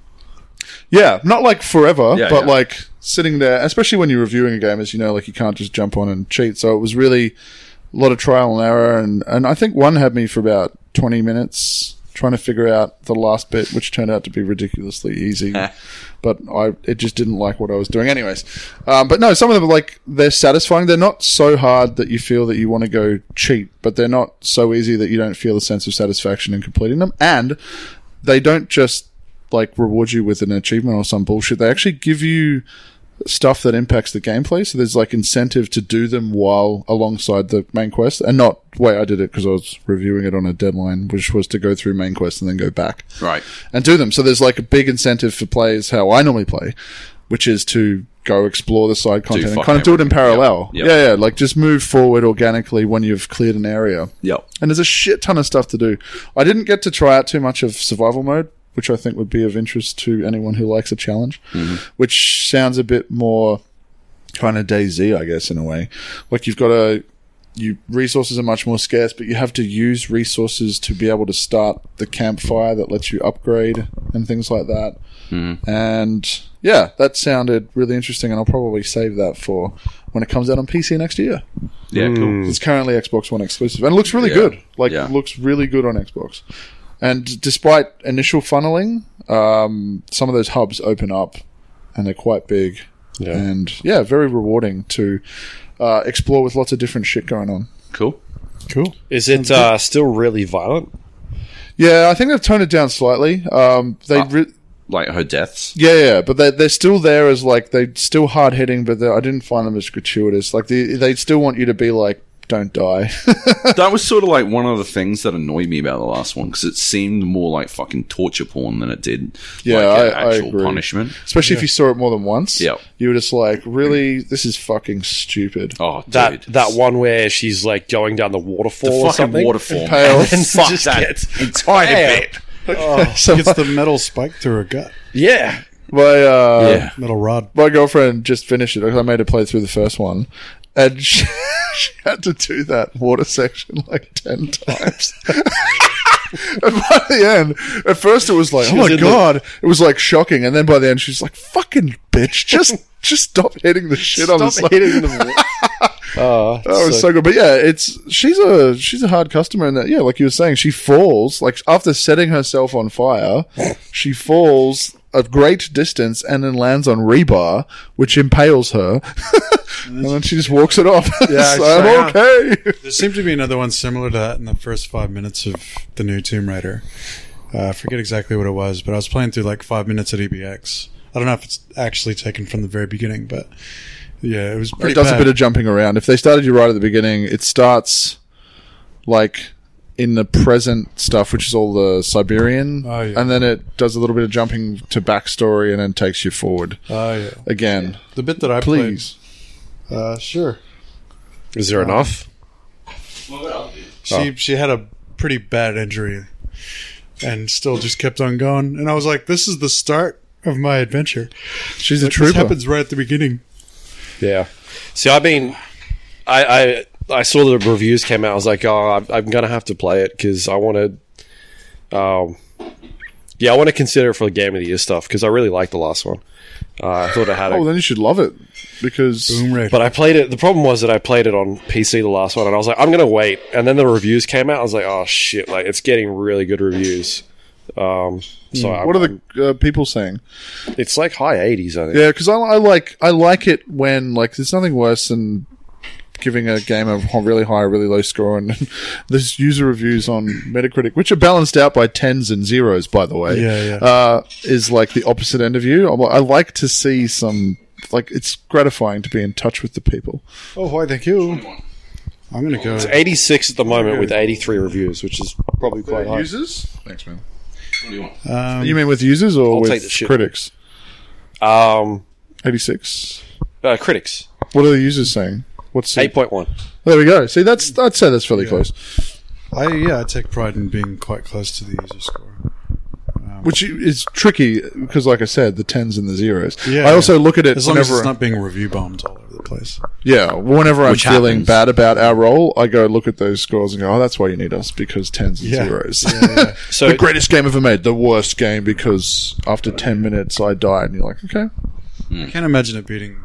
Yeah, not like forever,
Yeah,
but
yeah.
like sitting there, especially when you're reviewing a game, as you know, like you can't just jump on and cheat. So it was really a lot of trial and error, and and I think one had me for about 20 minutes trying to figure out the last bit, which turned out to be ridiculously easy.
Eh.
but I it just didn't like what I was doing, anyways. Um, but no, some of them are like they're satisfying. They're not so hard that you feel that you want to go cheat, but they're not so easy that you don't feel the sense of satisfaction in completing them. And they don't just like reward you with an achievement or some bullshit. They actually give you stuff that impacts the gameplay. So there's like incentive to do them while alongside the main quest, and not the way I did it because I was reviewing it on a deadline, which was to go through main quest and then go back
Right.
and do them. So there's like a big incentive for players how I normally play, which is to go explore the side content and
fucking
kind of do it in
everything.
parallel.
Yep. Yep.
Yeah, yeah, like just move forward organically when you've cleared an area.
Yep.
And there's a shit ton of stuff to do. I didn't get to try out too much of survival mode, which I think would be of interest to anyone who likes a challenge, which sounds a bit more kind of DayZ, I guess, in a way. Like you've got to, you resources are much more scarce, but you have to use resources to be able to start the campfire that lets you upgrade and things like that. And yeah, that sounded really interesting, and I'll probably save that for when it comes out on PC next year.
Yeah, cool.
It's currently Xbox One exclusive, and it looks really
Mm. Yeah.
good. Like,
Yeah.
it looks really good on Xbox. And despite initial funneling, um, some of those hubs open up, and they're quite big.
Yeah.
And yeah, very rewarding to uh, explore with lots of different shit going on.
Cool.
Cool.
Is it uh, still really violent?
Yeah, I think they've toned it down slightly. Um, they
Ah.
re-
Like her deaths.
Yeah, yeah, but they they're still there as like they're still hard hitting, but they're- I didn't find them as gratuitous. Like they they still want you to be like, don't die. <laughs>
that was sort of like one of the things that annoyed me about the last one because it seemed more like fucking torture porn than it did
Yeah,
like an
I- I
actual
agree.
punishment.
Especially if you saw it more than once.
Yep.
you were just like, really, this is fucking stupid.
Oh, dude.
That that one where she's like going down the waterfall
the
or
fucking
something.
waterfall. man.
Pale.
<laughs> and
Fuck
just
that
gets-
entire
Pale.
bit.
so
Gets <laughs> the metal spike through her gut.
Yeah,
my uh,
Yeah.
Metal rod.
my girlfriend just finished it because I made her play through the first one, and <laughs> she, she had to do that water section like ten <laughs> times. and by the end, at first it was like,
She
oh
was
my
in the-
god, it was like shocking, and then by the end she's like, fucking bitch, just just stop hitting the shit on this.
stop hitting
<laughs>
the wall. Oh,
That was so, good, but yeah, it's she's a she's a hard customer in that. Yeah, like you were saying, she falls like after setting herself on fire, she falls a great distance and then lands on rebar, which impales her, <laughs> and then she just walks it off. <laughs>
Yeah,
So
I
I'm okay.
There seemed to be another one similar to that in the first five minutes of the new Tomb Raider. Uh, I forget exactly what it was, but I was playing through like five minutes at EBX. I don't know if it's actually taken from the very beginning, but yeah, it was pretty.
it does
bad.
a bit of jumping around. If they started you right at the beginning, it starts like in the present stuff, which is all the Siberian,
Oh, yeah.
and then it does a little bit of jumping to backstory, and then takes you forward
Oh, yeah.
again.
The bit that I
Please.
played. Uh, sure.
Is there enough?
She
Oh.
she had a pretty bad injury, and still just kept on going. And I was like, "This is the start of my adventure."
She's a
Like, this
trooper.
happens right at the beginning.
Yeah. See, I mean, I I, I saw the reviews came out. I was like, oh, I'm, I'm gonna have to play it because I want to. Um, yeah, I want to consider it for the game of the year stuff because I really liked the last one. Uh, I thought it had a
Oh, then you should love it because
Boom raid.
But I played it. The problem was that I played it on PC the last one, and I was like, I'm gonna wait. And then the reviews came out. I was like, oh shit! Like it's getting really good reviews. Um, so I'm-
what are the uh, people saying?
It's like high 80s, I think.
Yeah, because I, I like I like it when like there's nothing worse than giving a game a ho- really high, really low score, and <laughs> there's user reviews on Metacritic, which are balanced out by tens and zeros, by the way.
Yeah, yeah.
Uh, is like the opposite end of you. I'm, like- I like to see some like it's gratifying to be in touch with the people.
oh, why? Thank you. I'm gonna go.
86 at the moment with 83 reviews, which is probably quite high.
users, thanks, man.
What do you want?
Um,
You mean with users or
I'll
with
take the shit.
critics?
Um,
Eighty six.
uh, critics,
What are the users saying? What's the-
8.1.
There we go. See, that's
Mm.
I'd say that's fairly close.
I yeah, I take pride in being quite close to the user score.
Which is tricky because, like I said, the tens and the zeros.
Yeah,
I also look at it
As long
whenever.
as it's not being review bombed all over the place.
yeah, whenever I'm
Which
feeling
happens.
bad about our role, I go look at those scores and go, "Oh, that's why you need us because tens and
Yeah.
zeros." <laughs>
So,
the greatest game ever made, the worst game because after ten minutes I died, and you're like, "Okay,
I can't imagine it beating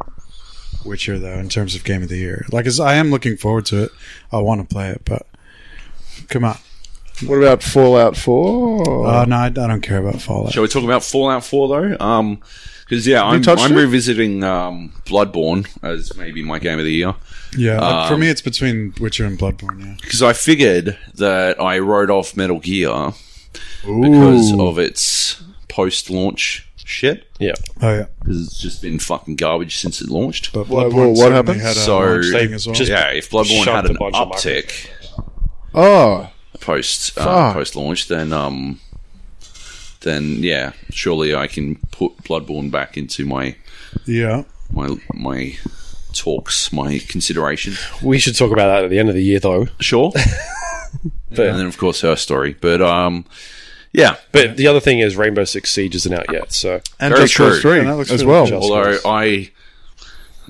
Witcher though in terms of game of the year. Like, as I am looking forward to it, I want to play it, but come on,
What about Fallout 4?
Uh, no, I, I don't care about Fallout.
Shall we talk about Fallout 4 though? Um, because yeah,
you
I'm,
touched
I'm
it?
revisiting um, Bloodborne as maybe my game of the year.
Yeah, like, for
Um,
me, it's between Witcher and Bloodborne. Yeah,
because I figured that I wrote off Metal Gear because of its post-launch shit.
Yeah.
oh yeah,
Because it's just been fucking garbage since it launched.
but
Wha-
Bloodborne
wha- what
certainly
happened?
Had a
So-
launch
They
thing as well.
just-
yeah, if Bloodborne
shoved
had
a
an
bunch of
uptick
Oh,
post uh,
Fuck.
post-launch, then um, then yeah, surely I can put Bloodborne back into my
yeah.
my my talks, my consideration.
We should talk about that at the end of the year, though.
<laughs>
Sure,
But,
and then of course her story, but um, yeah.
but the other thing is, Rainbow Six Siege isn't out yet, so
and
Very
Just Cause
true.
3
Yeah, that looks
as
really
well.
just-
Although I,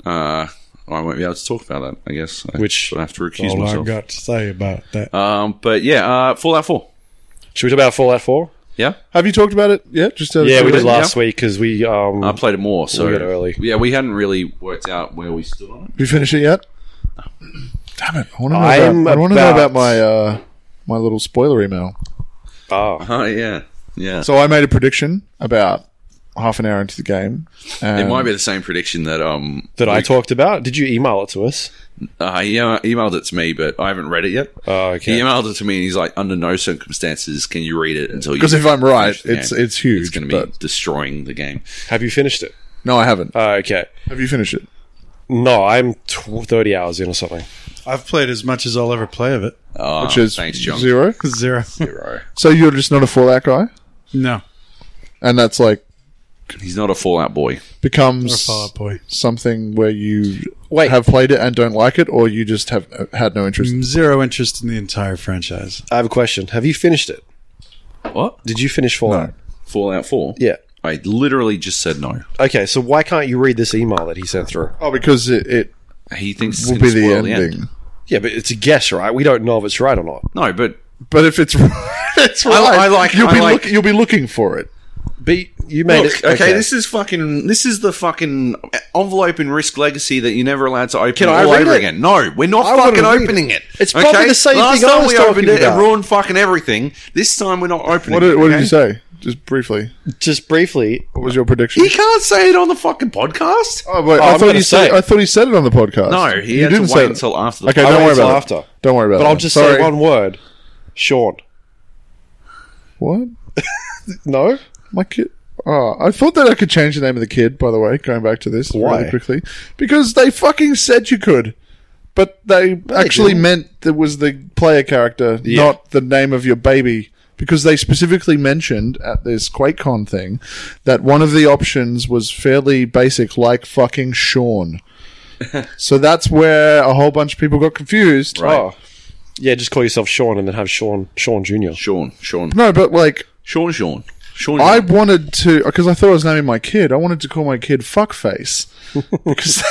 uh, I won't be able to talk about that. I guess I
Which-
I have to recuse
All I've
myself.
got to say about that.
Um, but yeah, uh, Fallout Four.
should we talk about Fallout Four?
Yeah,
Have you talked about it yet? Just out of
Yeah, we did
curiosity?
last week because we um
I played it more. So
We got it early.
Yeah, we hadn't really worked out where we stood
<laughs>
on
Did you finish it yet? Damn it! I want to know,
I'm
about, I wanna know
about-
about my uh, my little spoiler email.
ah,
it. Oh yeah, yeah.
So I made a prediction about half an hour into the game. And
it might be the same prediction that um
that I
Luke-
talked about. Did you email it to us?
uh, he uh, emailed it to me, but I haven't read it yet.
Oh,
He
okay.
emailed it to me, and he's like, "Under no circumstances can you read it until you."
because if I'm right,
finish the
it's
game.
it's huge.
it's going to be
but
destroying the game.
Have you finished it?
no, I haven't.
Uh, okay.
Have you finished it?
No, I'm tw- 30 hours in or something.
I've played as much as I'll ever play of it.
Uh,
Which is
thanks, John.
zero.
Zero.
Zero.
So you're just not a Fallout guy,
no,
and that's like
He's not a Fallout boy.
or
becomes
Fallout Boy.
something where you
Wait.
have played it and don't like it, or you just have uh, had no interest.
Zero interest in the entire franchise.
I have a question. Have you finished it?
What?
Did you finish Fallout?
Fallout Four?
Yeah.
I literally just said no.
Okay, so why can't you read this email that he sent through?
Oh, because it, it
He thinks it's
will
gonna
be the
spoil
ending.
Yeah, but it's a guess, right? We don't know if it's right or not.
No, but
But if it's <laughs> right, it's right.
I like-
You'll
I
be
like-
look, you'll be looking for it.
But you made
look,
it.
okay, this is fucking. This is the fucking envelope in Risk Legacy that you're never allowed to open
Can
all
I read
over
it?
again. No, we're not
I wanna
fucking
read it.
opening it.
It's probably the same
Last
thing I
time
was
we opened
talking
it,
about.
it ruined fucking everything. This time we're not opening.
What did,
it,
what did
okay?
you say? Just briefly.
just briefly.
What was your prediction?
He can't say it on the fucking podcast.
Oh, wait,
I'm
I thought
gonna
he said.
say it.
I thought he said it on the podcast.
No, he
You
had to wait
it.
until after. The
Okay,
I'll
don't
wait
worry
till
about it.
after.
Don't worry about
But
it.
I'll just say one word Sean.
What?
No?
My kid. Oh, I thought that I could change the name of the kid. By the way, going back to this
Why?
really quickly, because they fucking said you could, but they actually
didn't.
meant that was the player character, not the name of your baby. Because they specifically mentioned at this QuakeCon thing that one of the options was fairly basic, like fucking Sean. so that's where a whole bunch of people got confused.
Right.
Oh. Yeah, just call yourself Sean and then have Sean Sean Jr.
Sean, Sean,
No, but like
Sean, Sean, Sean.
I wanted to because I thought I was naming my kid. I wanted to call my kid
<laughs>
Fuckface because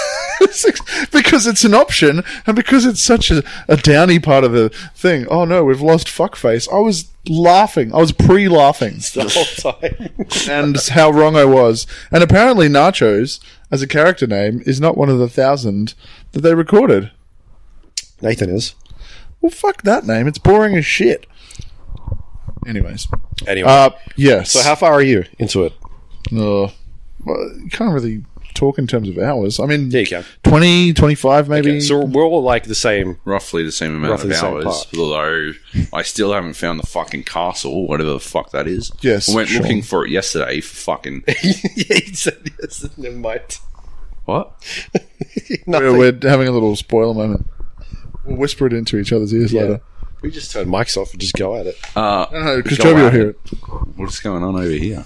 <laughs> because it's an option and because it's such a, a downy part of the thing. Oh no, we've lost Fuckface. I was laughing. I was pre-laughing,
<laughs> The whole time.
and how wrong I was. And apparently, Nachos as a character name is not one of the thousand that they recorded.
Nathan is.
Well, fuck that name. It's boring as shit. Anyways,
Anyway.
uh, yes.
so, how far are you into it?
Uh, well, you can't really talk in terms of hours. I mean,
Yeah, you can.
20, 25 maybe.
Okay, so, we're all like the same.
roughly the same amount
Roughly
of
the same
hours,
part.
although I still haven't found the fucking castle, whatever the fuck that is.
Yes,
I went
sure.
looking for it yesterday for
<laughs>
fucking.
<laughs> yeah, he said yes, and then might.
what?
Nothing.
we're, we're having a little spoiler moment. We'll whisper it into each other's ears later.
We just turn mics off and just go at it.
No, no, because
Go
Toby will
at
hear it.
Uh, What's going on over here?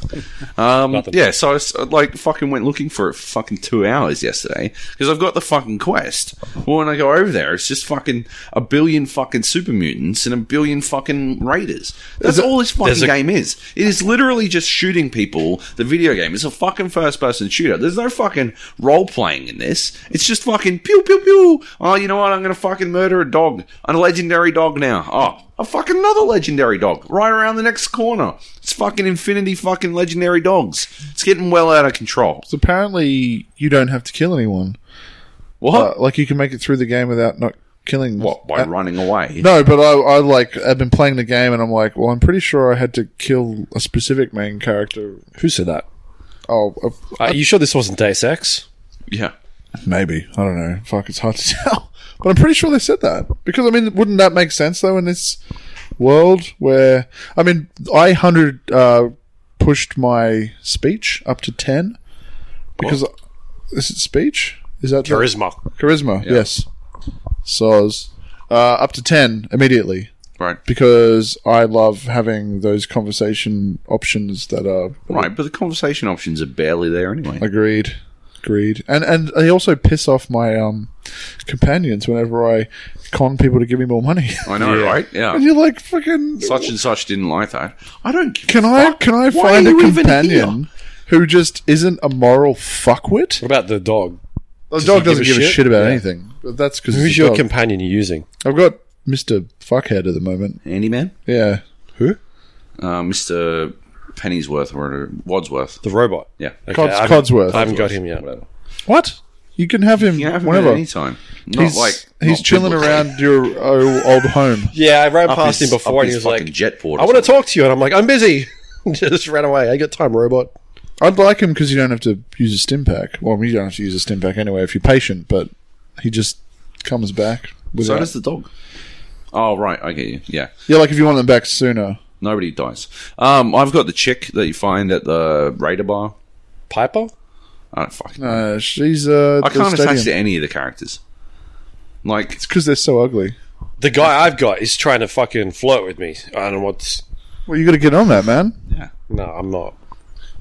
Um,
Nothing.
yeah, so I s- like fucking went looking for it for fucking two hours yesterday because I've got the fucking quest. Well, when I go over there, it's just fucking a billion fucking super mutants and a billion fucking raiders. That's all this fucking
a-
game is. It is literally just shooting people. The video game It's a fucking first person shooter. There's no fucking role playing in this. It's just fucking pew pew pew. Oh, you know what? I'm gonna fucking murder a dog. I'm a legendary dog now. Oh, a fucking another legendary dog right around the next corner. It's fucking infinity fucking legendary dogs. It's getting well out of control.
So apparently, you don't have to kill anyone.
What?
Uh, like, you can make it through the game without not killing.
What? By
Uh,
running away?
No, but I, I like I've been playing the game and I'm like, well, I'm pretty sure I had to kill a specific main character.
Who said that?
Oh, uh,
Are you sure this wasn't Deus Ex?
Yeah.
maybe I don't know. Fuck, it's hard to <laughs> tell. But I'm pretty sure they said that because I mean, wouldn't that make sense though in this world where I mean, I hundred uh, pushed my speech up to ten because is it speech? Is that the-
Charisma.
charisma? Yes, soz uh, up to ten immediately.
Right.
because I love having those conversation options that are
Right. But the conversation options are barely there anyway.
agreed, agreed, and and they also piss off my um companions whenever I con people to give me more money.
I know, right?
<laughs> and
Yeah.
you're like, fucking,
Such and such didn't like that. I don't. give-
can I can I
Why
find
are
a
you even
companion? Who just isn't a moral fuckwit?
What about the dog?
The dog
he
doesn't give a shit, about anything. But that's because
Who's your companion you're using?
I've got Mister Fuckhead at the moment.
Andy man,
Yeah, who?
uh, Mister Pennyworth or Wadsworth.
The robot.
Yeah.
Okay,
Cods-
I haven't-
Codsworth.
I haven't got him yet.
Whatever.
What? You can have him
You can have him
whenever.
at any time. Not
he's
like
he's
not
chilling
biblically.
around your o- old home.
Yeah, I ran
Up
past
his-
him
up
before and he
his
was like,
fucking jet port or
I want to talk to you. And I'm like, I'm busy. <laughs> Just ran away. I got time, robot.
I'd like him because you don't have to use a stim pack. Well, you don't have to use a stim pack anyway if you're patient, but he just comes back.
So
Without,
does the dog. Oh right, I get you. Yeah,
yeah, like if you want them back sooner.
nobody dies. Um, I've got the chick that you find at the Raider bar.
Piper?
I don't fucking.
Uh, she's uh,
I
the
can't attach to
stadium.
any of the characters. Like
It's because they're so ugly.
The guy I've got is trying to fucking flirt with me. I don't know what's.
Well, you got to get on that, man.
No, I'm not.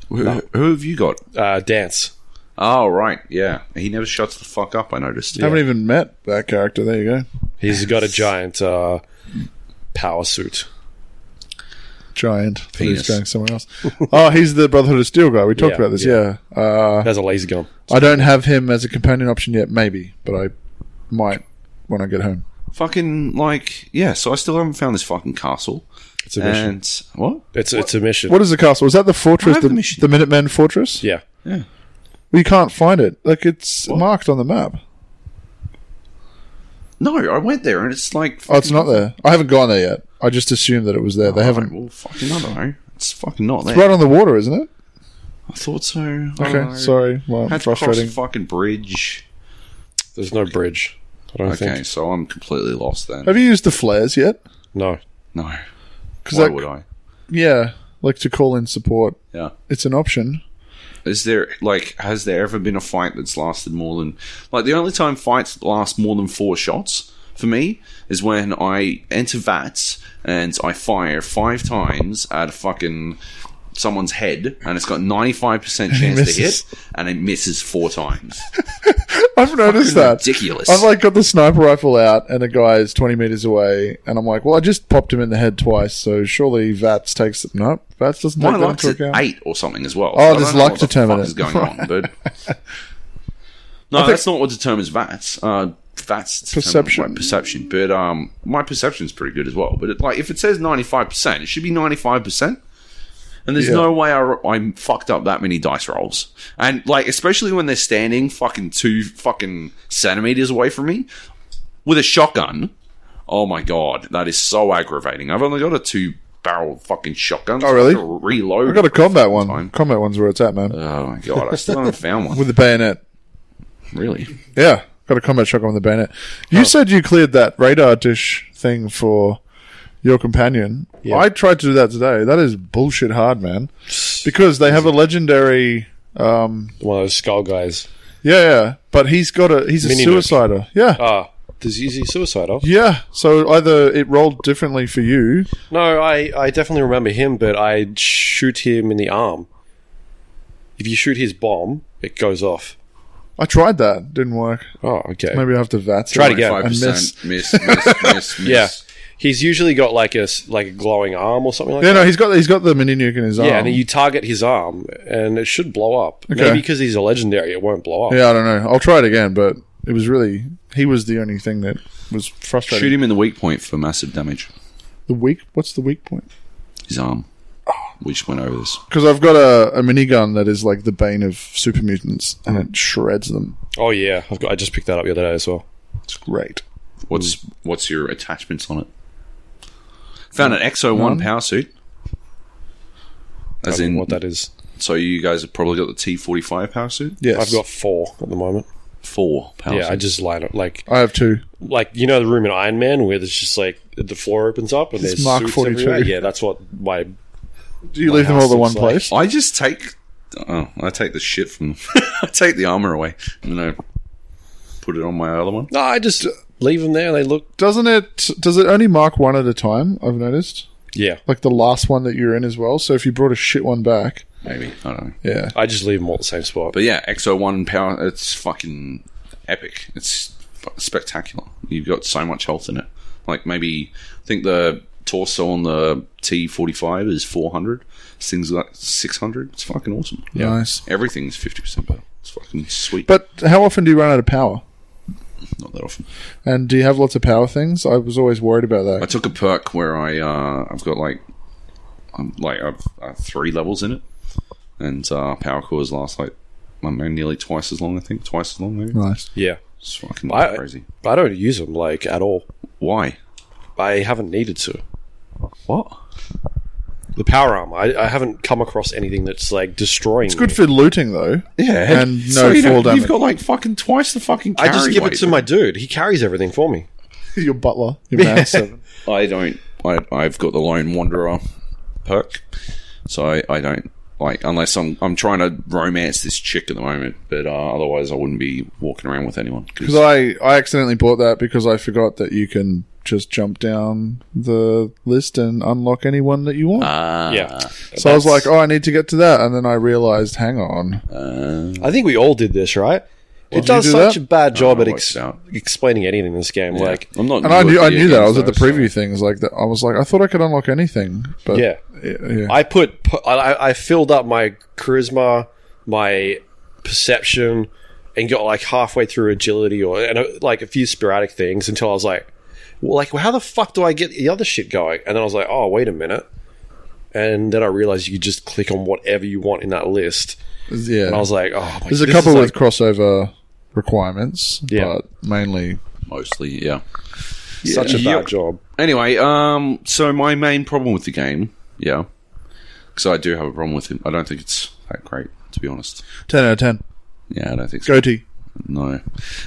who, who have you got?
Uh, dance.
Oh right, yeah. He never shuts the fuck up. I noticed.
Haven't even met that character. There you go,
He's got a giant uh, power suit.
giant. I thought he was
Penis.
going somewhere
<laughs>
else. oh, he's the Brotherhood of Steel guy. We talked
Yeah,
about this.
yeah.
Yeah. Uh,
Has a laser gun.
I don't have him as a companion option yet. Maybe, but I might when I get home.
Fucking like yeah. So I still haven't found this fucking castle.
It's a mission.
And what?
it's it's a mission.
What is the castle? Is that the fortress?
have
The,
the mission.
the Minutemen fortress?
yeah.
Well, you can't find it. Like it's marked on the map.
No, I went there and it's like
Oh, it's not there. I haven't gone there yet. I just assumed that it was there. They haven't.
Oh, Well, fucking I don't know. It's fucking not there.
It's right on the water, isn't it?
I thought so. I
Okay,
don't know.
sorry. Well,
Oh, Had to cross the
frustrating.
fucking bridge.
There's no bridge. I don't
Okay,
think.
so I'm completely lost then.
Have you used the flares yet?
No.
No. Why
'Cause that-
would I?
Yeah, like to call in support.
Yeah.
It's an option.
Is there like has there ever been a fight that's lasted more than like the only time fights last more than four shots for me is when I enter VATS and I fire five times at a fucking someone's head and it's got ninety five percent chance to hit
misses.
and it misses four times.
I've noticed
Fucking
that.
ridiculous.
I've like got the sniper rifle out, and the guy is twenty meters away, and I'm like, well, I just popped him in the head twice, so surely Vats takes it. No, Vats doesn't
My
take that
luck's
into
at
account.
eight or something as well.
Oh,
I don't
there's
know
luck
what the
determinant.
fuck is going on,
<laughs>
dude. No, that's not what determines VATS. Uh, VATS determined
Perception.
by perception, but um, my perception's pretty good as well. But it, like, if it says ninety five percent, it should be ninety five percent. And there's
Yeah.
no way I, I fucked up that many dice rolls. And like, especially when they're standing fucking two fucking centimeters away from me with a shotgun. Oh my god, that is so aggravating. I've only got a two barrel fucking shotgun.
Oh, really?
I have to reload.
I got a combat one.
Fine.
Combat one's where it's at,
Uh,
man.
Oh my god, I still haven't found one.
<laughs>
With the bayonet.
Really?
Yeah, got a combat shotgun with the bayonet.
Oh.
You said you cleared that radar dish thing for your companion. I tried to do that today. That is bullshit hard, man. Because they have a legendary. um,
One of those skull guys.
Yeah, yeah. But he's got a. He's a
Mini nuke.
suicider. Yeah.
Ah, does he use suicide off?
yeah. So either it rolled differently for you.
No, I, I definitely remember him, but I shoot him in the arm. If you shoot his bomb, it goes off.
I tried that. Didn't work.
Oh, okay.
Maybe I have to VAT.
Try it again.
Five
I
percent.
miss.
Miss, miss, miss,
<laughs>
miss.
Yeah, he's usually got like a s- like a glowing arm or something like
Yeah,
that.
no, he's got he's got the mini nuke in his arm.
Yeah, and you target his arm, and it should blow up. Maybe because he's a legendary, it won't blow up.
yeah, I don't know. I'll try it again, but it was really he was the only thing that was frustrating.
Shoot him in the weak point for massive damage.
The weak. What's the weak point?
His arm. We just went over this.
Because I've got a, a minigun that is like the bane of super mutants, and it shreds them.
Oh yeah, I've got, I just picked that up the other day as well.
It's great.
What's what's your attachments on it? Found an XO one power suit.
I
As
don't
in,
know what that is.
so you guys have probably got the T forty five power suit.
Yes.
I've got four at the moment.
Four power
yeah, I
suits.
just line up like
I have two.
like you know the room in Iron Man where there's just like the floor opens up and
It's
there's
Mark
suits
42.
everywhere. Yeah, that's what my
Do you leave them all
house
to one
looks like-
place?
I just take. Oh, I take the shit from. <laughs> I take the armor away and then I put it on my other one.
no. I just leave them there. They look
Doesn't it? Does it only mark one at a time? I've noticed.
yeah.
Like the last one that you're in as well. So if you brought a shit one back,
Maybe I don't know.
yeah.
I just leave them all at the same spot.
But yeah, XO1 power, it's fucking epic. It's fu- spectacular. You've got so much health in it. Like maybe, I think the torso on the T45 is 400. This thing's like 600. It's fucking awesome.
Nice.
Everything's 50% better. It's fucking sweet.
But how often do you run out of power?
Not that often.
And do you have lots of power things? I was always worried about
I
that.
took a perk where I, uh, I've got like, I'm like, I've, I've three levels in it. And uh, power cores last like, I mean, nearly twice as long, I think. Twice as long, maybe.
Nice.
Yeah,
It's fucking
I-
crazy.
I don't use them like at all.
Why?
I haven't needed to.
What?
The power armor. I, I haven't come across anything that's like destroying.
It's good for looting though.
Yeah,
<laughs> And
so
no
you know,
fall damage.
You've got like fucking twice the fucking.
I just
carry
give it
weight.
to my dude. He carries everything for me.
your butler, your man <laughs> seven.
I don't. I, I've got the lone wanderer perk, so I, I don't like unless I'm I'm trying to romance this chick at the moment. But uh, otherwise, I wouldn't be walking around with anyone.
Because I, I accidentally bought that because I forgot that you can just jump down the list and unlock anyone that you want.
Ah,
uh,
yeah,
so I was like, oh, I need to get to that. And then I realized, hang on.
uh,
I think we all did this, right? it
you
does
do
such
that?
a bad job
I
at
worked
ex-
it out.
explaining anything in this game. Like,
I'm not.
And I
good
knew,
at
I
video
knew that. I
games,
was at the
though, so-
preview things like that. I was like, I thought I could unlock anything, but
yeah,
yeah.
I put pu- I, I- I filled up my charisma, my perception, and got like halfway through agility or and uh, like a few sporadic things until I was like, well, like well, how the fuck do I get the other shit going? And then I was like, oh wait a minute, and then I realized you could just click on whatever you want in that list,
yeah.
and I was like, oh, my-
There's a
this
couple
is, like-
with crossover requirements,
Yeah.
but mainly
mostly. Yeah.
such a bad
Yep.
job.
Anyway, um, so my main problem with the game, yeah, because I do have a problem with it. I don't think it's that great, to be honest.
ten out of ten.
Yeah, I don't think so.
Goatee.
No.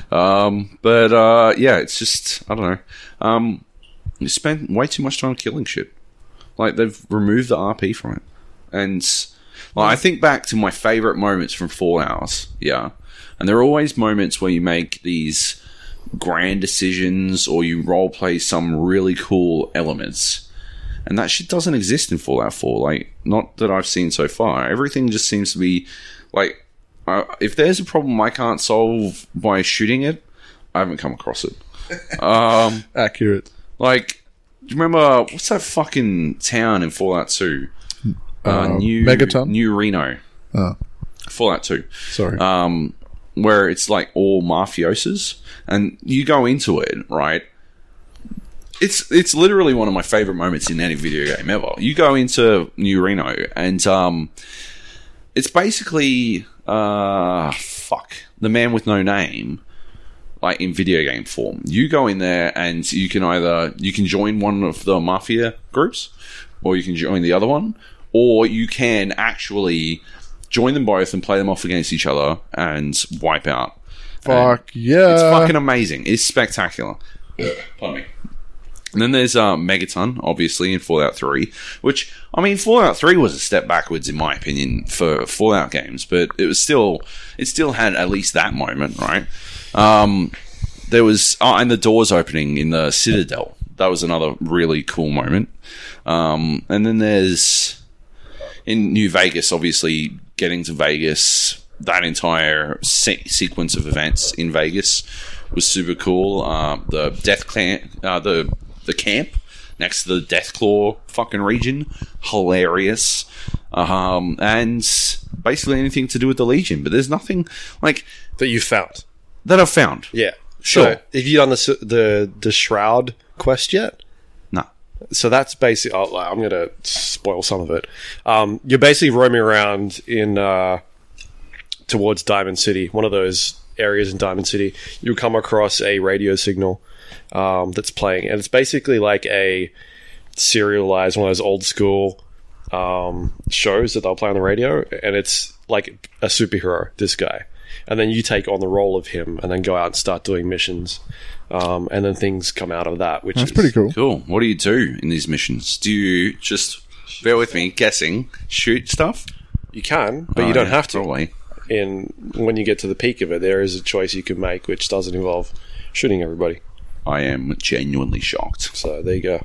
Um, but uh, yeah, it's just I don't know. Um, you spend way too much time killing shit. Like they've removed the RP from it, and like, I think back to my favorite moments from Fallout. Yeah, and there are always moments where you make these grand decisions or you role play some really cool elements. And that shit doesn't exist in Fallout 4. Like, not that I've seen so far. Everything just seems to be like I if there's a problem I can't solve by shooting it, I haven't come across it.
Accurate.
Like, do you remember what's that fucking town in Fallout Two? Uh, New
Megaton?
New Reno.
Oh.
Fallout Two,
Sorry.
Uh,
um, where it's like all mafiosos, and you go into it right. It's it's literally one of my favorite moments in any video game ever. You go into New Reno, and um, it's basically uh, fuck the man with no name like in video game form. You go in there and you can either you can join one of the mafia groups, or you can join the other one, or you can actually join them both and play them off against each other and wipe out.
Fuck yeah.
It's fucking amazing. It's spectacular. Pardon me. And then there's uh, Megaton, obviously, in Fallout 3, which, I mean, Fallout 3 was a step backwards, in my opinion, for Fallout games, but it was still, it still had at least that moment, right? Um, there was, oh, and the doors opening in the Citadel. That was another really cool moment. Um, and then there's, in New Vegas, obviously getting to Vegas, that entire se- sequence of events in Vegas was super cool. Uh, the death clan, uh, the the camp next to the Death Claw fucking region, hilarious. Um, and basically anything to do with the Legion, but there's nothing like
That you found,
that I've found.
yeah,
Sure.
So, have you done the s- the the shroud quest yet?
No.
so that's basically I'll, i'm gonna spoil some of it um, you're basically roaming around in uh, towards diamond city one of those areas in Diamond City, you'll come across a radio signal um, that's playing, and it's basically like a serialized one of those old school um, shows that they'll play on the radio, and it's like a superhero, this guy. And then you take on the role of him, and then go out and start doing missions, um, and then things come out of that, which
That's
is
pretty cool.
Cool. What do you do in these missions? Do you just bear with me guessing shoot stuff?
You can, but you don't
Uh,
have to.
Probably.
in when you get to the peak of it, there is a choice you can make which doesn't involve shooting everybody.
I am genuinely shocked
So there you go.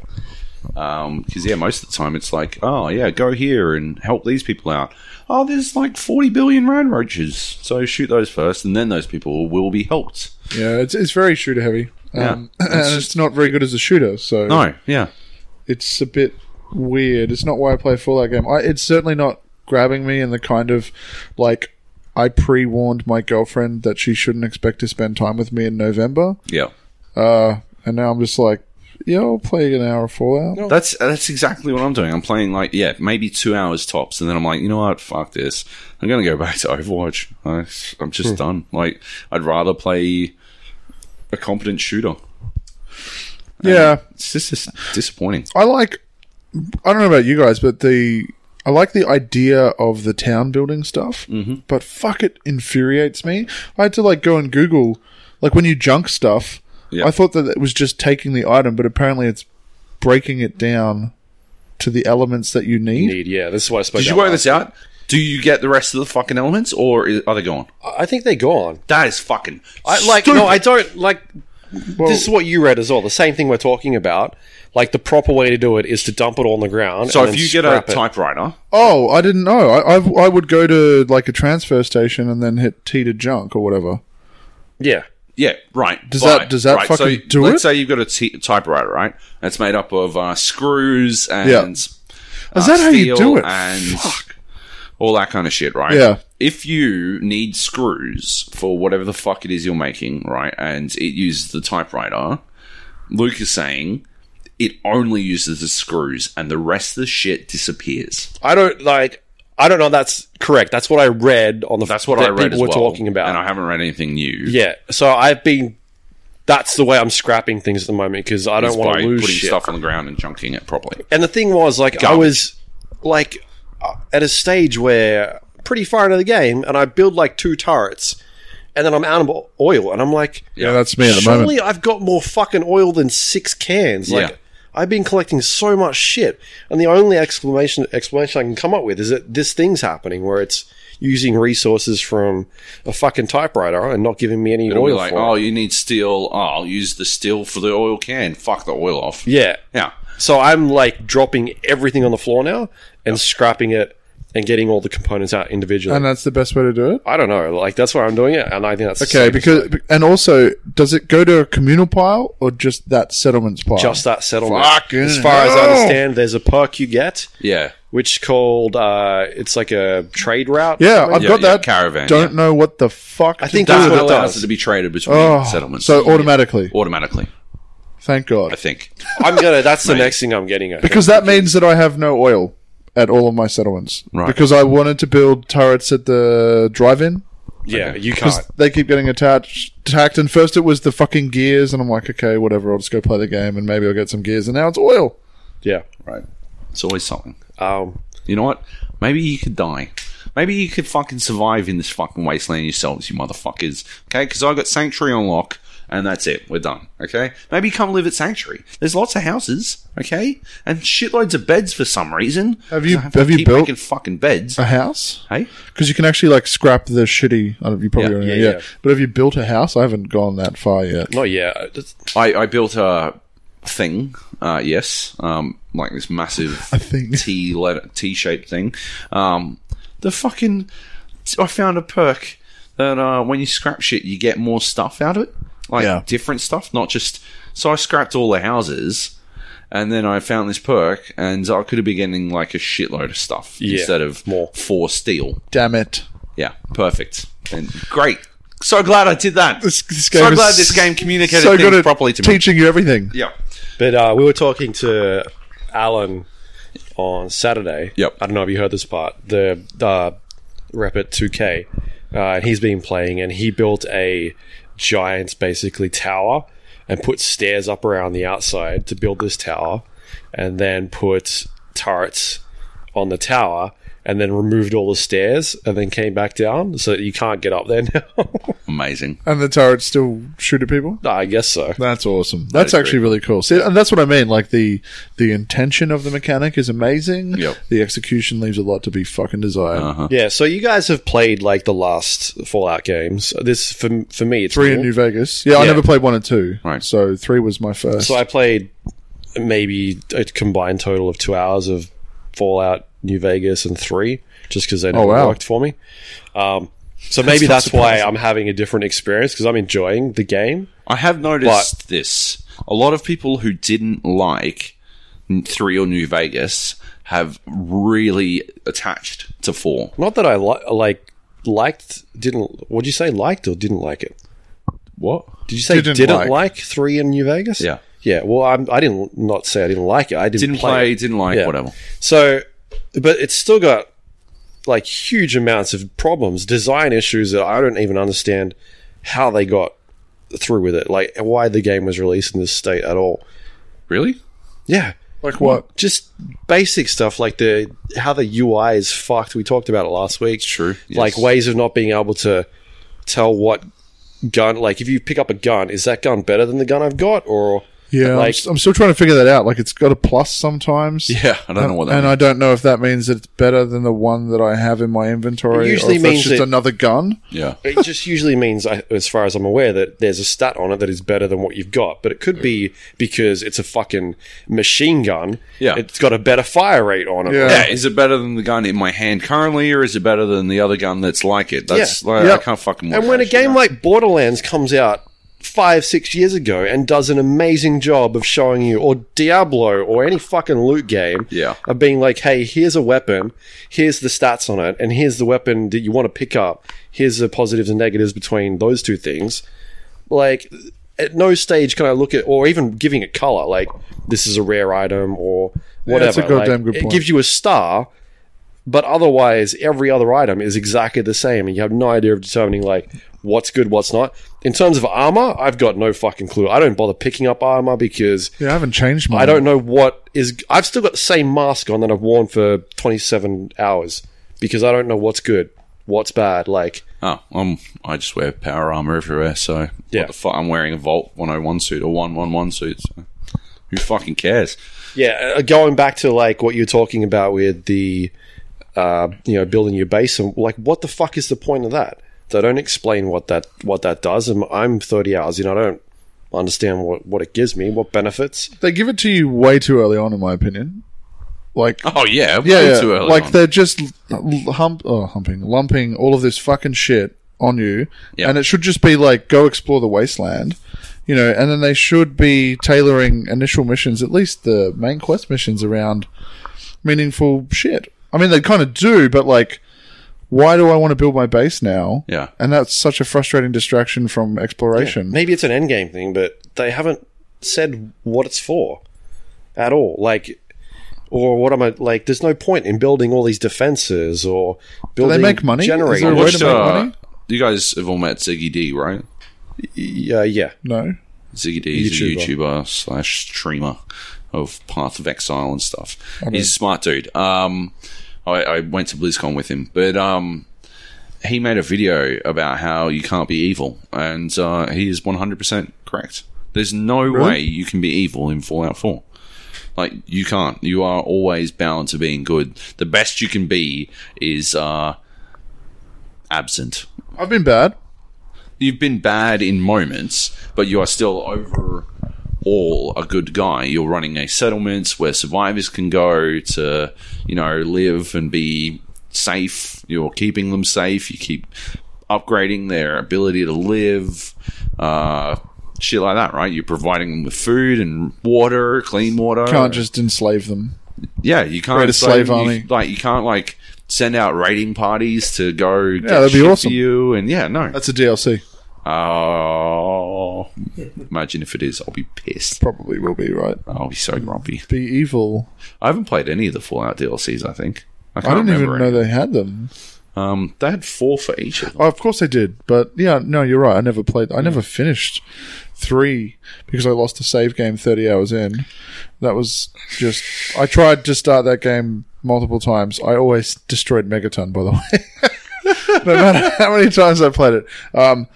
because Um, yeah, most of the time it's like, oh yeah, go here and help these people out. Oh, there's like forty billion rand roaches, so shoot those first, and then those people will be helped.
Yeah, it's it's very shooter heavy. Um, <clears throat> and it's, not very good as a shooter, so
No, yeah,
it's a bit weird. It's not why I play a Fallout game. I, it's certainly not grabbing me in the kind of like I pre warned my girlfriend that she shouldn't expect to spend time with me in November,
yeah.
uh, and now I'm just like, yeah, I'll play an hour of Fallout.
That's that's exactly what I'm doing. I'm playing like yeah, maybe two hours tops, and then I'm like, you know what, fuck this. I'm gonna go back to Overwatch. I, I'm just done. Like, I'd rather play a competent shooter.
Yeah,
It's just, just disappointing.
I like. I don't know about you guys, but the I like the idea of the town building stuff. Mm-hmm. But fuck, it infuriates me. I had to like go and Google, like when you junk stuff.
Yeah.
I thought that it was just taking the item, but apparently it's breaking it down to the elements that you need.
Indeed, yeah. This is why I spoke.
Did you
out
work
loud.
this out? Do you get the rest of the fucking elements, or is, are they gone?
I think they're gone.
That is fucking.
I, like no, I don't like.
Well,
this is what you read as well. The same thing we're talking about. Like the proper way to do it is to dump it on the ground.
so
and
if
then
you get a
scrap it.
typewriter,
oh, I didn't know. I I've, I would go to like a transfer station and then hit T to junk or whatever.
yeah,
yeah, right.
Does
buy.
that- does that
right.
fucking
so
do
let's
it?
say you've got a t- typewriter, right? That's made up of uh, screws and.
Yeah. Is
uh,
that how you
steel
do it?
And all that kind of shit, right?
Yeah.
If you need screws for whatever the fuck it is you're making, right, and it uses the typewriter, Luke is saying it only uses the screws and the rest of the shit disappears.
I don't like. I don't know. if That's correct. That's what I read on the.
That's what
that
I read
People
as
were
well,
talking about.
and I haven't read anything new.
yeah. So I've been. That's the way I'm scrapping things at the moment because I
It's
don't want
by
to lose
putting
shit.
stuff on the ground and junking it properly.
and the thing was like I was like uh, at a stage where pretty far into the game and I build like two turrets and then I'm out of oil and I'm like
Yeah, that's me at the moment.
surely I've got more fucking oil than six cans like
Yeah.
I've been collecting so much shit and the only exclamation explanation I can come up with is that this thing's happening where it's using resources from a fucking typewriter and not giving me any
It'll be
oil
like,
for
oh,
it.
you need steel. Oh, I'll use the steel for the oil can. Fuck the oil off.
yeah
Yeah.
So I'm like dropping everything on the floor now and scrapping it and getting all the components out individually.
and that's the best way to do it.
I don't know, like that's why I'm doing it, and I think that's the
Okay,
safest
because
way.
and also, does it go to a communal pile or just that settlements pile?
just that settlement.
Fucking
as far as I
hell.
understand, there's a perk you get,
Yeah.
which is called uh, it's like a trade route.
yeah, I've
Yeah,
got
yeah,
that.
caravan,
Don't know what the fuck.
I think
to do
That
that's
with
what
it.
it
allows
does.
it to be traded between
Oh,
settlements.
So automatically,
automatically,
thank
I
God,
think.
I'm gonna. That's
<laughs>
the next thing I'm getting at.
because that means that I have no oil at all of my settlements.
Right.
Because I wanted to build turrets at the drive-in
yeah, you can't.
because they keep getting attached. Attacked, and first it was the fucking gears, and I'm like, okay, whatever. I'll just go play the game, and maybe I'll get some gears. And now it's oil.
Yeah.
Right. It's always something.
Um,
You know what? Maybe you could die. Maybe you could fucking survive in this fucking wasteland yourselves, you motherfuckers. Okay? Because I got Sanctuary on lock, and that's it. We're done. Okay? Maybe come live at Sanctuary. There's lots of houses, okay? And shitloads of beds for some reason.
Have you-
I to
have you
keep
built-
making fucking beds?
A house.
hey?
Because you can actually like scrap the shitty. I don't, you probably
Yeah,
don't know
yeah,
yet.
yeah.
But have you built a house? I haven't gone that far yet.
not yet. That's-
I, I built a thing, uh, yes. Um, like this massive
A thing.
T letter T shaped thing. Um, the fucking I found a perk that uh, when you scrap shit, you get more stuff out of it, like
Yeah.
different stuff, not just. So I scrapped all the houses, and then I found this perk, and I could have been getting like a shitload of stuff
Yeah,
instead of
more.
four steel.
Damn it!
Yeah, perfect and great. So glad I did that.
This, this
so glad this game communicated
so
things
good at
properly to me.
teaching you everything.
Yeah.
But uh, we were talking to Alan on Saturday.
Yep.
I don't know if you heard this part. The uh, rep at 2K uh, and he's been playing, and he built a giant, basically tower, and put stairs up around the outside to build this tower, and then put turrets on the tower, and then removed all the stairs, and then came back down, so that you can't get up there <laughs> now.
Amazing.
And the turrets still shoot at people?
I guess so.
That's awesome. That's
is
actually
great.
really cool. See, and that's what I mean. Like the the intention of the mechanic is amazing.
Yep. Uh-huh.
The execution leaves a lot to be fucking desired.
Yeah, so you guys have played like the last Fallout games. This for for me, it's
Three
all-
in New Vegas. Yeah, I
Yeah.
never played one and two.
Right.
So three was my first.
So I played maybe a combined total of two hours of Fallout New Vegas and three, just because they never
Oh, wow.
worked for me. Um, so maybe
not
that's, why I'm having a different experience because I'm enjoying the game.
I have noticed this. A lot of people who didn't like N- 3 or New Vegas have really attached to 4.
Not that I li- like liked didn't. What did you say? Liked or didn't like it?
What?
Did you say
Didn't
didn't,
like.
like. three in New Vegas?
Yeah.
Yeah. Well, I'm, I didn't not say I didn't like it. I didn't,
Didn't
play.
play,
it.
didn't like,
Yeah.
whatever.
So, but it's still got like huge amounts of problems, design issues that I don't even understand how they got through with it. Like why the game was released in this state at all.
Really?
Yeah.
like what?
Just basic stuff like the how the UI is fucked. We talked about it last week.
true, yes.
Like ways of not being able to tell what gun like if you pick up a gun, is that gun better than the gun I've got? Or
Yeah, I'm
like
s- I'm, still trying to figure that out. Like it's got a plus sometimes.
Yeah, I don't know what that
and
means.
I don't know if that means that it's better than the one that I have in my inventory.
It usually
or if
means
that's just
it-
another gun.
yeah.
it just usually means, I- as far as I'm aware, that there's a stat on it that is better than what you've got. But it could be because it's a fucking machine gun.
Yeah.
It's got a better fire rate on it.
Yeah.
Yeah, is it better than the gun in my hand currently, or is it better than the other gun that's like it? That's
Yeah.
like,
Yeah.
I can't fucking. work
And when a
that shit
game
out.
like Borderlands comes out five, six years ago and does an amazing job of showing you, or Diablo, or any fucking loot game,
Yeah.
of being like, hey, here's a weapon, here's the stats on it, and here's the weapon that you want to pick up, here's the positives and negatives between those two things. Like, at no stage can I look at, or even giving it color, like, this is a rare item, or whatever.
that's a
Like,
goddamn good point.
It gives you a star but otherwise every other item is exactly the same and you have no idea of determining like what's good what's not in terms of armor i've got no fucking clue i don't bother picking up armor because
Yeah, I haven't changed mine.
i don't know what is i've still got the same mask on that i've worn for 27 hours because i don't know what's good what's bad like
Oh, um, I just wear power armor everywhere, so
Yeah.
what the fuck? I'm wearing a Vault 101 suit or 111 suit. So. Who fucking cares?
yeah uh, going back to like what you're talking about with the uh, you know building your base and like what the fuck is the point of that they don't explain what that what that does and i'm 30 hours in i don't understand what, what it gives me what benefits
They give it to you way too early on, in my opinion. Like
Oh yeah, way
yeah, yeah.
too early.
like
on.
they're just l- l- hump, oh, humping, lumping all of this fucking shit on you,
Yeah.
and it should just be like go explore the wasteland, you know, and then they should be tailoring initial missions, at least the main quest missions, around meaningful shit. I mean, they kind of do, but like, why do I want to build my base now?
Yeah.
and that's such a frustrating distraction from exploration.
maybe it's an endgame thing but they haven't said what it's for at all like or what am I like? There's no point in building all these defenses or building.
make money? Is
Generators.
there a
I
way
watched,
to make
uh,
money?
You guys have all met Ziggy D, right?
yeah, yeah.
No,
Ziggy D is a
YouTuber.
YouTuber slash streamer of Path of Exile and stuff. He's a smart dude. Um, I, I went to BlizzCon with him, but um, he made a video about how you can't be evil, and uh, he is one hundred percent correct. There's no way you can be evil in Fallout Four. Like you can't. You are always bound to being good. The best you can be is uh, absent
I've been bad.
you've been bad in moments, but you are still overall a good guy. You're running a settlement where survivors can go to, you know, live and be safe. You're keeping them safe. You keep upgrading their ability to live, uh, shit like that, right? You're providing them with food and water, clean water.
Can't just enslave them.
yeah, you can't
create a
so
slave
you-
army.
like you can't like send out raiding parties to go. Yeah,
that'd be awesome.
For you and yeah, no,
That's a DLC.
Oh, imagine if it is. I'll be pissed.
Probably will be right.
I'll be so grumpy.
Be evil.
I haven't played any of the Fallout DLCs. I think I
I
can't
didn't even
remember.
know
any.
they had them.
Um, they had four for each of them.
Oh, of course I did, but yeah, no, you're right. I never played. I
Hmm.
never finished three because I lost a save game 30 hours in. That was just. I tried to start that game multiple times. I always destroyed Megaton, by the way. <laughs> no matter how many times I played it. Um,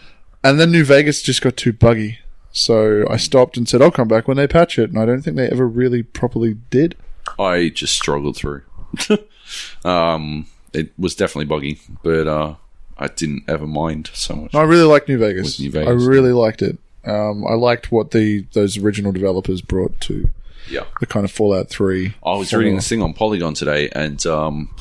and then New Vegas just got too buggy, so I stopped and said I'll come back when they patch it. And I don't think they ever really properly did.
I just struggled through. <laughs> um, it was definitely buggy, but uh, I didn't ever mind so much.
No, I really liked New Vegas.
With New Vegas,
I really liked it. Um, I liked what the those original developers brought to
Yeah.
the kind of Fallout Three.
I was
formula.
reading this thing on Polygon today, and um,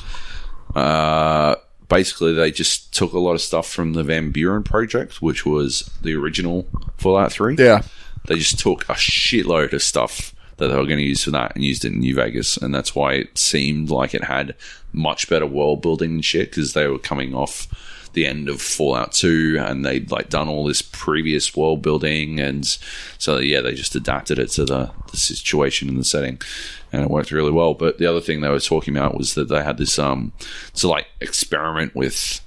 uh, basically they just took a lot of stuff from the Van Buren project, which was the original Fallout Three.
Yeah,
They just took a shitload of stuff that they were going to use for that and used it in New Vegas, and that's why it seemed like it had much better world building and shit because they were coming off the end of Fallout Two, and they'd like done all this previous world building, and so yeah, they just adapted it to the, the situation and the setting, and it worked really well. But the other thing they were talking about was that they had this um to like experiment with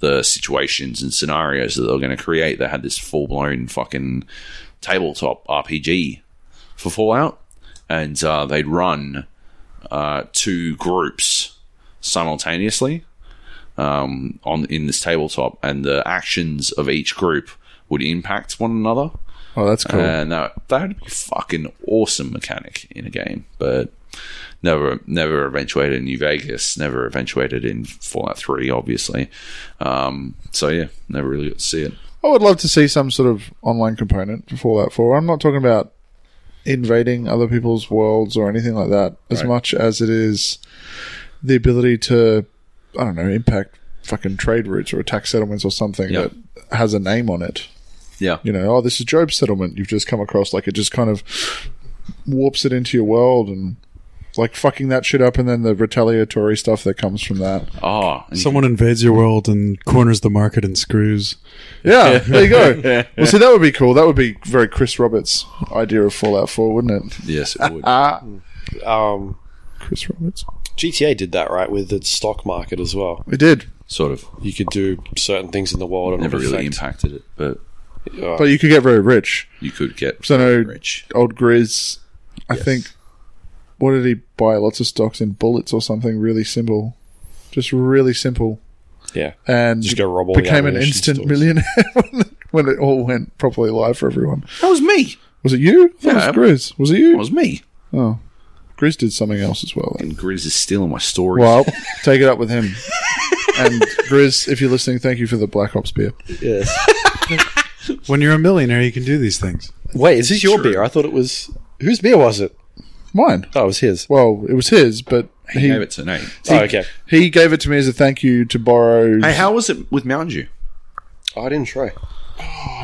the situations and scenarios that they were going to create. They had this full blown fucking tabletop RPG for Fallout, and uh, they'd run uh, two groups simultaneously um, on in this tabletop, and the actions of each group would impact one another.
oh, that's cool.
And uh, that that'd be fucking awesome mechanic in a game, but never never eventuated in New Vegas, never eventuated in Fallout Three, obviously. Um, so yeah, never really got to see it.
I would love to see some sort of online component for Fallout Four. I'm not talking about invading other people's worlds or anything like that, as
Right.
much as it is the ability to, I don't know, impact fucking trade routes or attack settlements or something
Yeah.
that has a name on it.
Yeah,
you know, oh, this is Job's settlement you've just come across. Like, it just kind of warps it into your world and, like, fucking that shit up and then the retaliatory stuff that comes from that.
Oh, and you
Someone invades your world and corners the market and screws.
Yeah, there you go. Well, see, that would be cool. That would be very Chris Roberts' idea of Fallout 4, wouldn't it?
can- yes, it would.
Um,
Chris Roberts.
GTA did that right with its stock market as well.
It did.
sort of
You could do certain things in the world and
never
never
really impacted it, but
But you could get very rich.
you could get
So, no,
rich.
old Grizz, I think, what did he buy? Lots of stocks in bullets or something really simple. Just really simple.
Yeah.
And
Just go rob all the
became an
ammunition
instant
stores.
millionaire <laughs> when, when it all went properly live for everyone.
That was me.
Was it you? I thought
Yeah.
It was Grizz. Was it you?
That was me.
oh. Grizz did something else as well. then.
And Grizz is stealing my stories.
Well, take it up with him. and Grizz, if you're listening, thank you for the Black Ops beer.
Yes.
When you're a millionaire, you can do these things.
<laughs> Wait, is this your beer? I thought it was. Whose beer was it?
Mine.
Oh, it was his.
Well, it was his, but he,
he gave it to Nate.
Oh, okay.
he gave it to me as a thank you to borrow.
Hey, how was it with Mountain Dew?
Oh, I didn't try.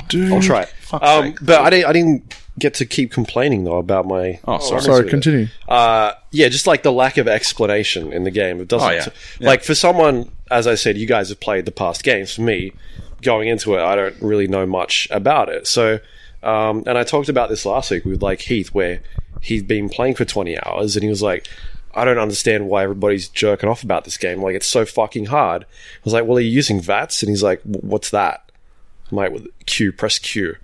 dude.
I'll try it. Um, but I didn't, I didn't get to keep complaining, though, about my.
Oh, sorry.
Sorry, continue.
Uh, yeah, just like the lack of explanation in the game. It doesn't.
Oh, yeah. Yeah.
Like, for someone, as I said, you guys have played the past games. For me, going into it, I don't really know much about it. So, um, and I talked about this last week with, like, Heath, where he'd been playing for 20 hours and he was like, I don't understand why everybody's jerking off about this game. Like, it's so fucking hard. I was like, Well, are you using VATS? And he's like, "Wh- What's that? I'm like, "Well, Q, press Q.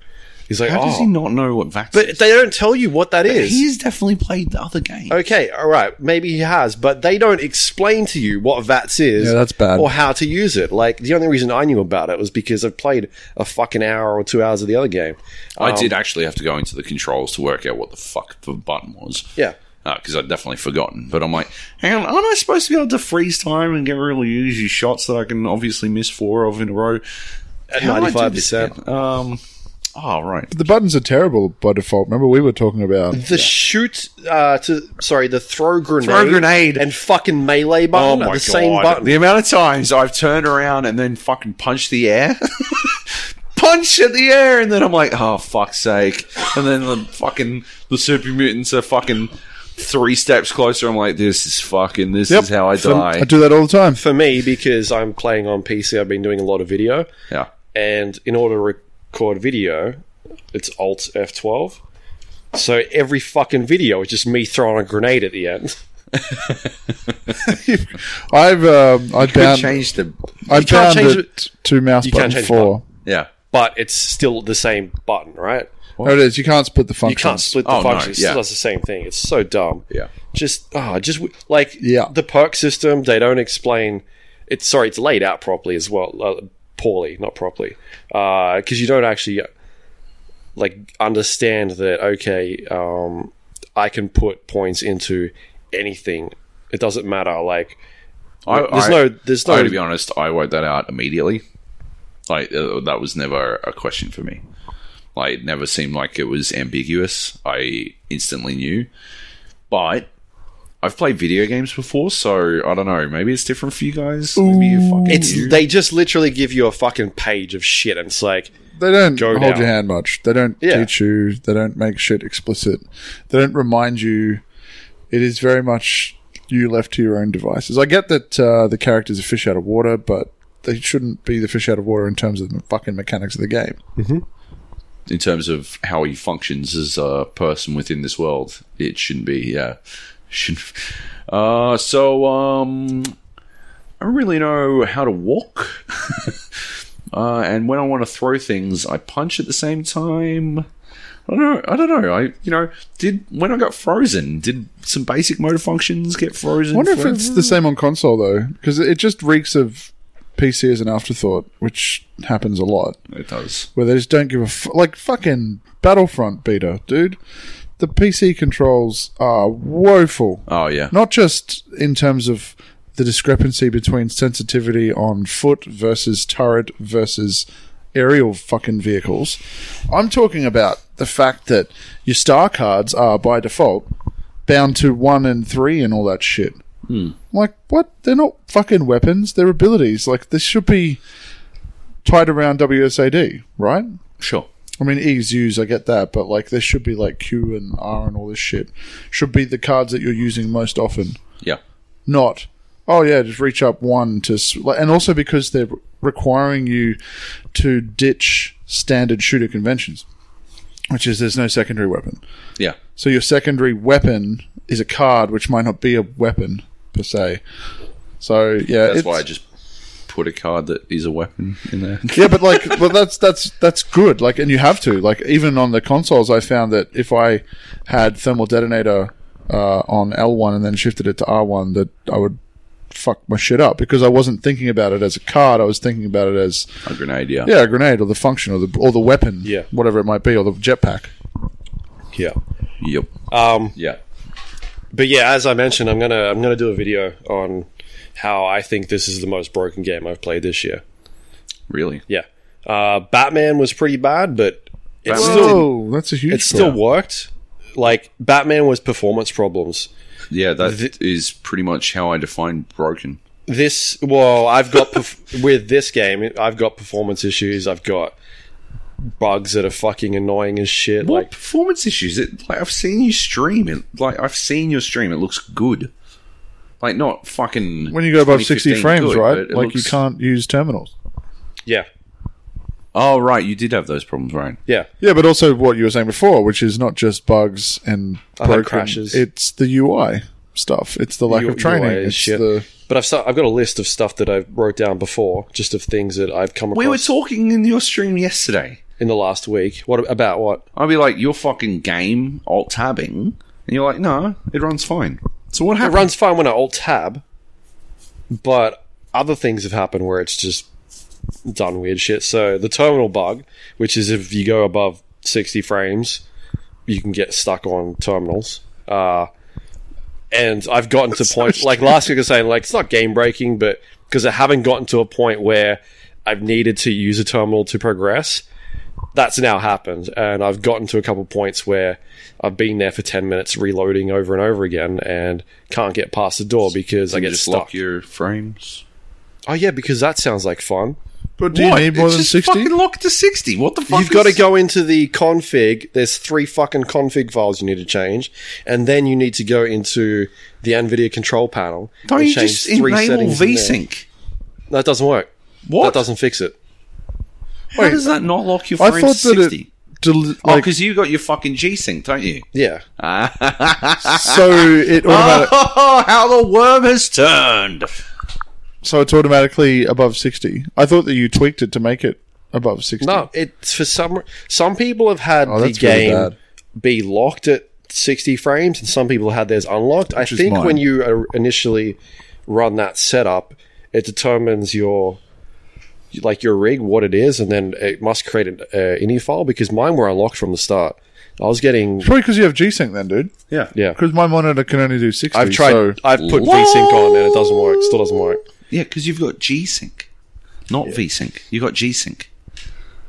He's like,
How
Oh.
does he not know what Vax
but
is?
they don't tell you what that is.
He's definitely played the other game.
Okay, all right, maybe he has, but they don't explain to you what VATS is.
Yeah, that's bad.
Or how to use it. Like, the only reason I knew about it was because I've played a fucking hour or two hours of the other game.
I
Oh.
did actually have to go into the controls to work out what the fuck the button was.
Yeah.
Because I'd definitely forgotten. But I'm like, hang on, aren't I supposed to be able to freeze time and get really easy shots that I can obviously miss four of in a row?
At
How do I do this
95%.
again? Um, oh, right.
The buttons are terrible by default. Remember, we were talking about.
The shoot, uh, to sorry, the throw grenade,
Throw grenade.
and fucking melee
Oh
button are the same button.
Oh The amount of times I've turned around and then fucking punched the air. <laughs> Punch at the air, and then I'm like, oh fuck's sake! And then the fucking the super mutants are fucking
Three steps closer, I'm like, this is fucking, this is how I
Some-
die.
I do that all the time.
For me, because I'm playing on PC, I've been doing a lot of video,
yeah.
and in order to record video, it's Alt F12. So every fucking video is just me throwing a grenade at the end. <laughs>
I've um, I
Could
bound
change the.
I
you can't
bound
change
it, to mouse
You can't
button
change
four.
Yeah.
but it's still the same button, right?
No, Oh, it is. You can't split the
You
functions.
can't split the
Oh, no,
functions. It
yeah.
still does the same thing. It's so dumb.
Yeah.
Just ah, just w- like
Yeah.
the perk system. They don't explain. It's sorry. It's laid out properly as well. Uh, poorly, not properly, because you don't actually uh, like understand that. Okay, um, I can put points into anything. It doesn't matter. Like
I,
there's
I-
no there's
I,
no
to be honest, I worked that out immediately. Like uh, that was never a question for me. Like it never seemed like it was ambiguous. I instantly knew. But I've played video games before, so I don't know. Maybe it's different for you guys. Maybe you fucking
It's
knew.
they just literally give you a fucking page of shit, and it's like
They don't
Go
hold
down.
your hand much. They don't
Yeah.
teach you. They don't make shit explicit. They don't remind you. It is very much you left to your own devices. I get that uh, the characters are fish out of water, but they shouldn't be the fish out of water in terms of the fucking mechanics of the game.
in terms of how he functions as a person within this world. It shouldn't be, yeah. <laughs> Shouldn't. Uh, so, um, I don't really know how to walk. <laughs> uh, and when I want to throw things, I punch at the same time. I don't know. I don't know. I you know did when I got frozen. Did some basic motor functions get frozen?
I wonder if
forever?
it's the same on console though, because it just reeks of PC as an afterthought, which happens a lot.
it does.
where they just don't give a f- like fucking Battlefront beta, dude. The PC controls are woeful.
Oh yeah.
Not just in terms of the discrepancy between sensitivity on foot versus turret versus aerial fucking vehicles. I'm talking about the fact that your star cards are by default bound to one and three and all that shit. Like what? They're not fucking weapons. They're abilities. Like this should be tied around WSAD, right?
Sure.
I mean, E's, U's, I get that, but like there should be like Q and R and all this shit. Should be the cards that you're using most often,
Yeah.
not oh yeah, just reach up one to. s- like- And also because they're requiring you to ditch standard shooter conventions, which is there's no secondary weapon.
Yeah.
So your secondary weapon is a card, which might not be a weapon per se. So yeah,
That's
it's-
why I just put a card that is a weapon in there. <laughs>
yeah, but like, <laughs> but that's that's that's good. Like, and you have to like even on the consoles, I found that if I had thermal detonator uh, on L one and then shifted it to R one, that I would fuck my shit up because I wasn't thinking about it as a card. I was thinking about it as
a grenade. Yeah.
yeah, a grenade or the function or the or the weapon,
Yeah.
whatever it might be, or the jetpack.
yeah.
Yep.
Um,
Yeah.
but yeah, as I mentioned, I'm gonna I'm gonna do a video on how I think this is the most broken game I've played this year.
Really?
Yeah, uh, Batman was pretty bad, but it
Batman
still
Whoa, that's a huge.
it still worked. Like Batman was performance problems.
Yeah, that is
Th-
pretty much how I define broken.
This well, I've got perf- <laughs> with this game, I've got performance issues. I've got bugs that are fucking annoying as shit.
What
Like
performance issues? It, like I've seen you stream it. Like I've seen your stream. It looks good. Like not fucking
when you go above sixty
2015
frames,
good,
right?
but it
Like you
looks-
can't use terminals.
yeah,
Oh right, you did have those problems, right?
yeah.
Yeah, but also what you were saying before, which is not just bugs and
I've had
broken
crashes.
It's the UI stuff. It's the lack
U-
of training.
UI is
It's
shit.
the
But I've start, I've got a list of stuff that I wrote down before, just of things that I've come across
We were talking in your stream yesterday.
in the last week. What about what?
I'd be like, "You're fucking game alt tabbing," and you're like, "No, it runs fine." So what
It
happened?
runs fine when I alt tab, but other things have happened where it's just done weird shit. So the terminal bug, which is if you go above sixty frames, you can get stuck on terminals. Uh, and I've gotten to point like last week I was saying like it's not game breaking, but because I haven't gotten to a point where I've needed to use a terminal to progress. That's now happened, and I've gotten to a couple points where I've been there for ten minutes reloading over and over again, and can't get past the door because I
you
get
just
stuck.
lock your frames.
Oh yeah, because that sounds like fun.
But do you need more
It's
than
just
sixty?
Fucking locked to sixty. What the fuck?
You've got to
is-
go into the config. There's three fucking config files you need to change, and then you need to go into the NVIDIA control panel.
Don't
and
you
change
just
three
enable
settings in there.
VSync?
That doesn't work.
What?
That doesn't fix it.
How does that not lock your
I
frame
thought
to
that
60?
it del-
Oh,
like
because you got your fucking G sync, don't you? <laughs>
Yeah. <laughs>
so it automatic-
Oh, how the worm has turned.
so it's automatically above sixty. I thought that you tweaked it to make it above sixty.
No, it's for some. Some people have had
Oh,
the
that's really
game
bad.
be locked at sixty frames, and some people had theirs unlocked. I
is
think
mine.
when you uh, initially run that setup, it determines your like your rig what it is, and then it must create an uh, ini file because mine were unlocked from the start. I was getting
Probably because you have G Sync then, dude.
Yeah.
yeah.
Because my monitor can only do 60.
I've tried.
So
I've put VSync on, and it doesn't work. Still doesn't work.
Yeah, because you've got G sync, not V sync. You got G sync.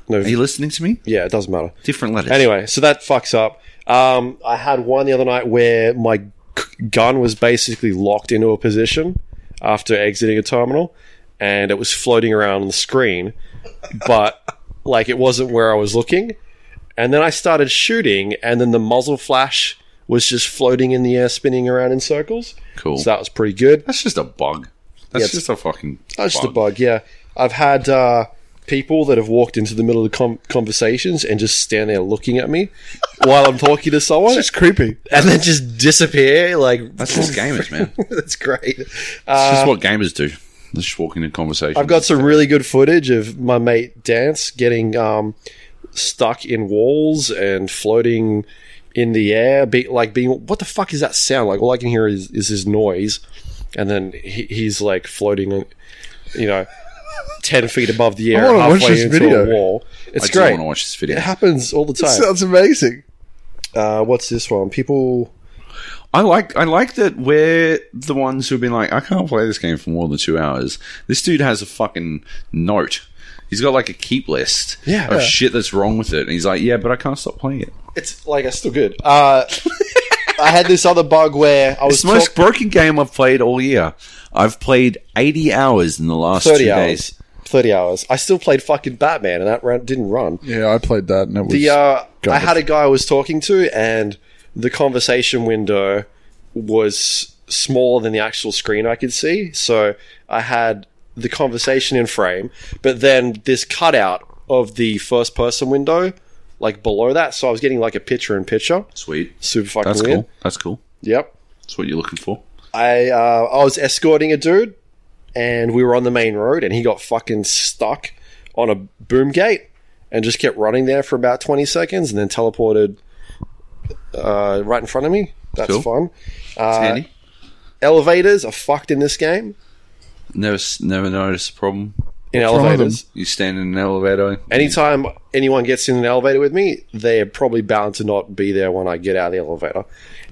No.
Are you listening to me?
Yeah, it doesn't matter.
Different letters.
Anyway, so that fucks up. Um, I had one the other night where my c- gun was basically locked into a position after exiting a terminal, and it was floating around on the screen, but like it wasn't where I was looking. And then I started shooting, and then the muzzle flash was just floating in the air, spinning around in circles.
Cool.
So that was pretty good.
That's just a bug. That's
it's-
just a fucking.
That's just a bug, yeah. I've had uh, people that have walked into the middle of the com- conversations and just stand there looking at me <laughs> while I'm talking to someone, <laughs>
it's creepy.
and then just disappear. Like
That's
<laughs>
just gamers, man. That's
that's great.
just what gamers do. They're just walking in conversation.
Uh, I've got some really good footage of my mate Dance getting um, stuck in walls and floating in the air, be, like being what the fuck is that sound? Like all I can hear is, is his noise, and then he, he's like floating, you know, ten feet above the air,
I wanna watch
halfway
this
into
video.
a wall.
I
It's
do want
great.
to watch this video.
It happens all the time.
Sounds amazing.
Uh, what's this one? People.
I like I like that we're the ones who've been like, I can't play this game for more than two hours. This dude has a fucking note. He's got like a keep list
Yeah.
of shit that's wrong with it. And he's like, Yeah, but I can't stop playing it.
It's like it's still good. Uh, I had this other bug where I was
It's the most
talk-
broken game I've played all year. I've played eighty hours in the last
thirty
two
hours.
days.
Thirty hours. I still played fucking Batman, and that ran- didn't run.
Yeah, I played that and it was.
the uh, I
garbage.
had a guy I was talking to, and the conversation window was smaller than the actual screen I could see. So I had the conversation in frame, but then this cutout of the first person window, like below that. So I was getting like a picture in picture.
Sweet.
Super fucking
That's
weird.
cool. That's cool.
Yep.
That's what you're looking for.
I uh, I was escorting a dude, and we were on the main road, and he got fucking stuck on a boom gate, and just kept running there for about twenty seconds, and then teleported uh, right in front of me. That's
Cool.
fun. Uh,
It's handy.
Elevators are fucked in this game.
Never s- never noticed a problem.
In
wrong with
elevators,
You stand in an elevator.
anytime anyone gets in an elevator with me, they're probably bound to not be there when I get out of the elevator.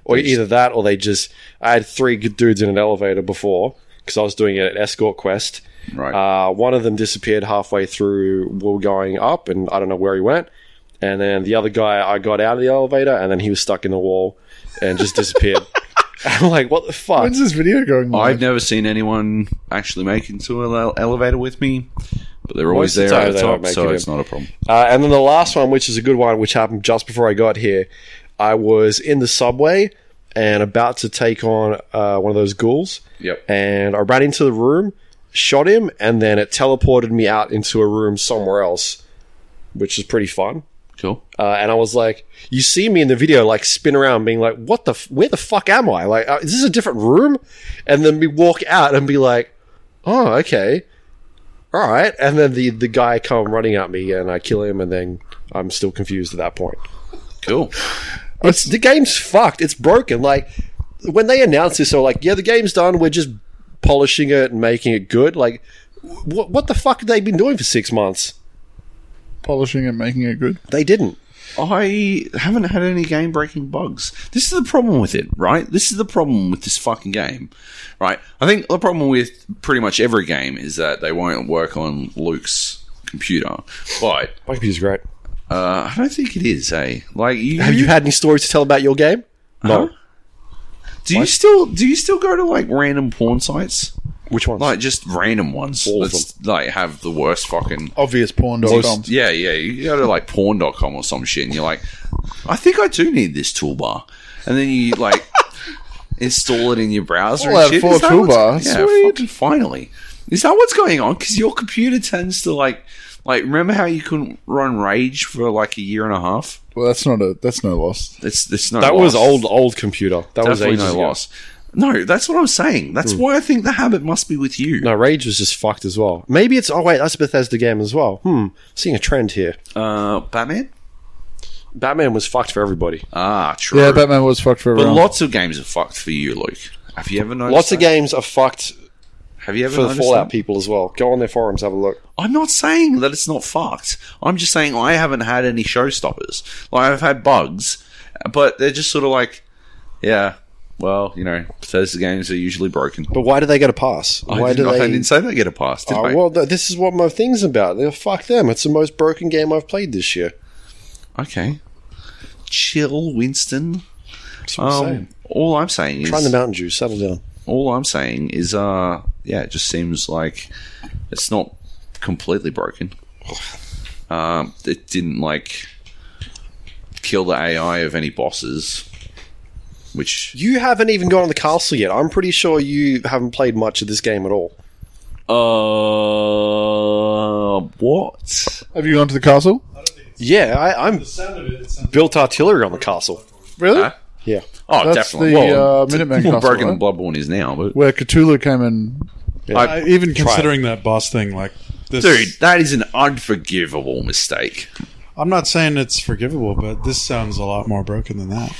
Or either that, or they just. I had three good dudes in an elevator before because I was doing an escort quest.
Right.
Uh, one of them disappeared halfway through. We were going up, and I don't know where he went. And then the other guy, I got out of the elevator, and then he was stuck in the wall and just disappeared. I'm like, what the fuck?
When's this video going
I've
live?
never seen anyone actually make into an ele- elevator with me, but they're always
Most of the
there at
time
the
they don't
top,
make
so
it
it's
in.
not a problem.
Uh, and then the last one, which is a good one, which happened just before I got here, I was in the subway and about to take on uh, one of those ghouls.
Yep.
And I ran into the room, shot him, and then it teleported me out into a room somewhere else, which is pretty fun.
Cool.
Uh, and I was like, "You see me in the video, like spin around, being like, what the, f- where the fuck am I? Like, uh, is this a different room?" And then we walk out and be like, "Oh, okay, all right." And then the the guy come running at me, and I kill him, and then I'm still confused at that point.
Cool.
It's, the game's fucked. It's broken. Like when they announced this, they were like, "Yeah, the game's done. We're just polishing it and making it good." Like, wh- what the fuck have they been doing for six months?
Polishing and making it good.
They didn't.
I haven't had any game breaking bugs. This is the problem with it, right? This is the problem with this fucking game, right? I think the problem with pretty much every game is that they won't work on Luke's computer. But
My computer's great.
uh, I don't think it is, eh? Like you,
Have you had any stories to tell about your game? No.
do you still do you still go to like random porn sites?
Which ones?
Like just random ones.
All of
that's, like have the worst fucking
Obvious porn.com.
Yeah, yeah. You go to like porn.com or some shit and you're like, I think I do need this toolbar. And then you like <laughs> install it in your browser
All
and
that
shit.
for
Is that
toolbar,
what's- Yeah,
sweet.
fucking finally. Is that what's going on? Because your computer tends to like Like, remember how you couldn't run Rage for like a year and a half?
Well, that's not a that's no loss.
It's it's no.
That was
loss.
old old computer. That
Definitely
was
no
ages ago. Hmm.
loss. No, that's what I'm saying. That's why I think the habit must be with you.
No, Rage was just fucked as well. Maybe it's oh wait, that's a Bethesda game as well. Hmm, seeing a trend here.
Uh, Batman.
Batman was fucked for everybody.
Ah, true.
Yeah, Batman was fucked for
but
everyone.
lots of games are fucked for you, Luke. Have you ever noticed?
Lots of
that?
games are fucked
Have you ever
for the
noticed
Fallout
that?
people as well. Go on their forums, have a look.
I'm not saying that it's not fucked. I'm just saying I haven't had any showstoppers. Like I've had bugs, but they're just sort of like, yeah. Well, you know, Bethesda games are usually broken.
But why do they get a pass?
I,
Why
didn't,
do
I
they?
didn't say they Ah, get a pass, did
Oh,
I?
well, th- this is what my thing's about. They're, fuck them. It's the most broken game I've played this year.
okay. Chill, Winston.
That's what I'm
Um,
saying.
all I'm saying is
Trying the Mountain Dew. Settle down.
all I'm saying is, uh, yeah, it just seems like it's not completely broken. Um, it didn't like kill the AI of any bosses, which
You haven't even gone on the castle yet. I'm pretty sure you haven't played much of this game at all.
uh, what?
Have you gone to the castle?
Yeah, I, I'm
sound of it, it sounds
built artillery on the castle.
Really?
Huh?
Yeah,
Oh,
That's
definitely.
the,
well,
uh, Minuteman
<laughs> more
Castle,
broken
right?
than Bloodborne is now, but
Where Cthulhu came and
I, even considering that boss thing, like this,
dude, that is an unforgivable mistake.
I'm not saying it's forgivable, but this sounds a lot more broken than that.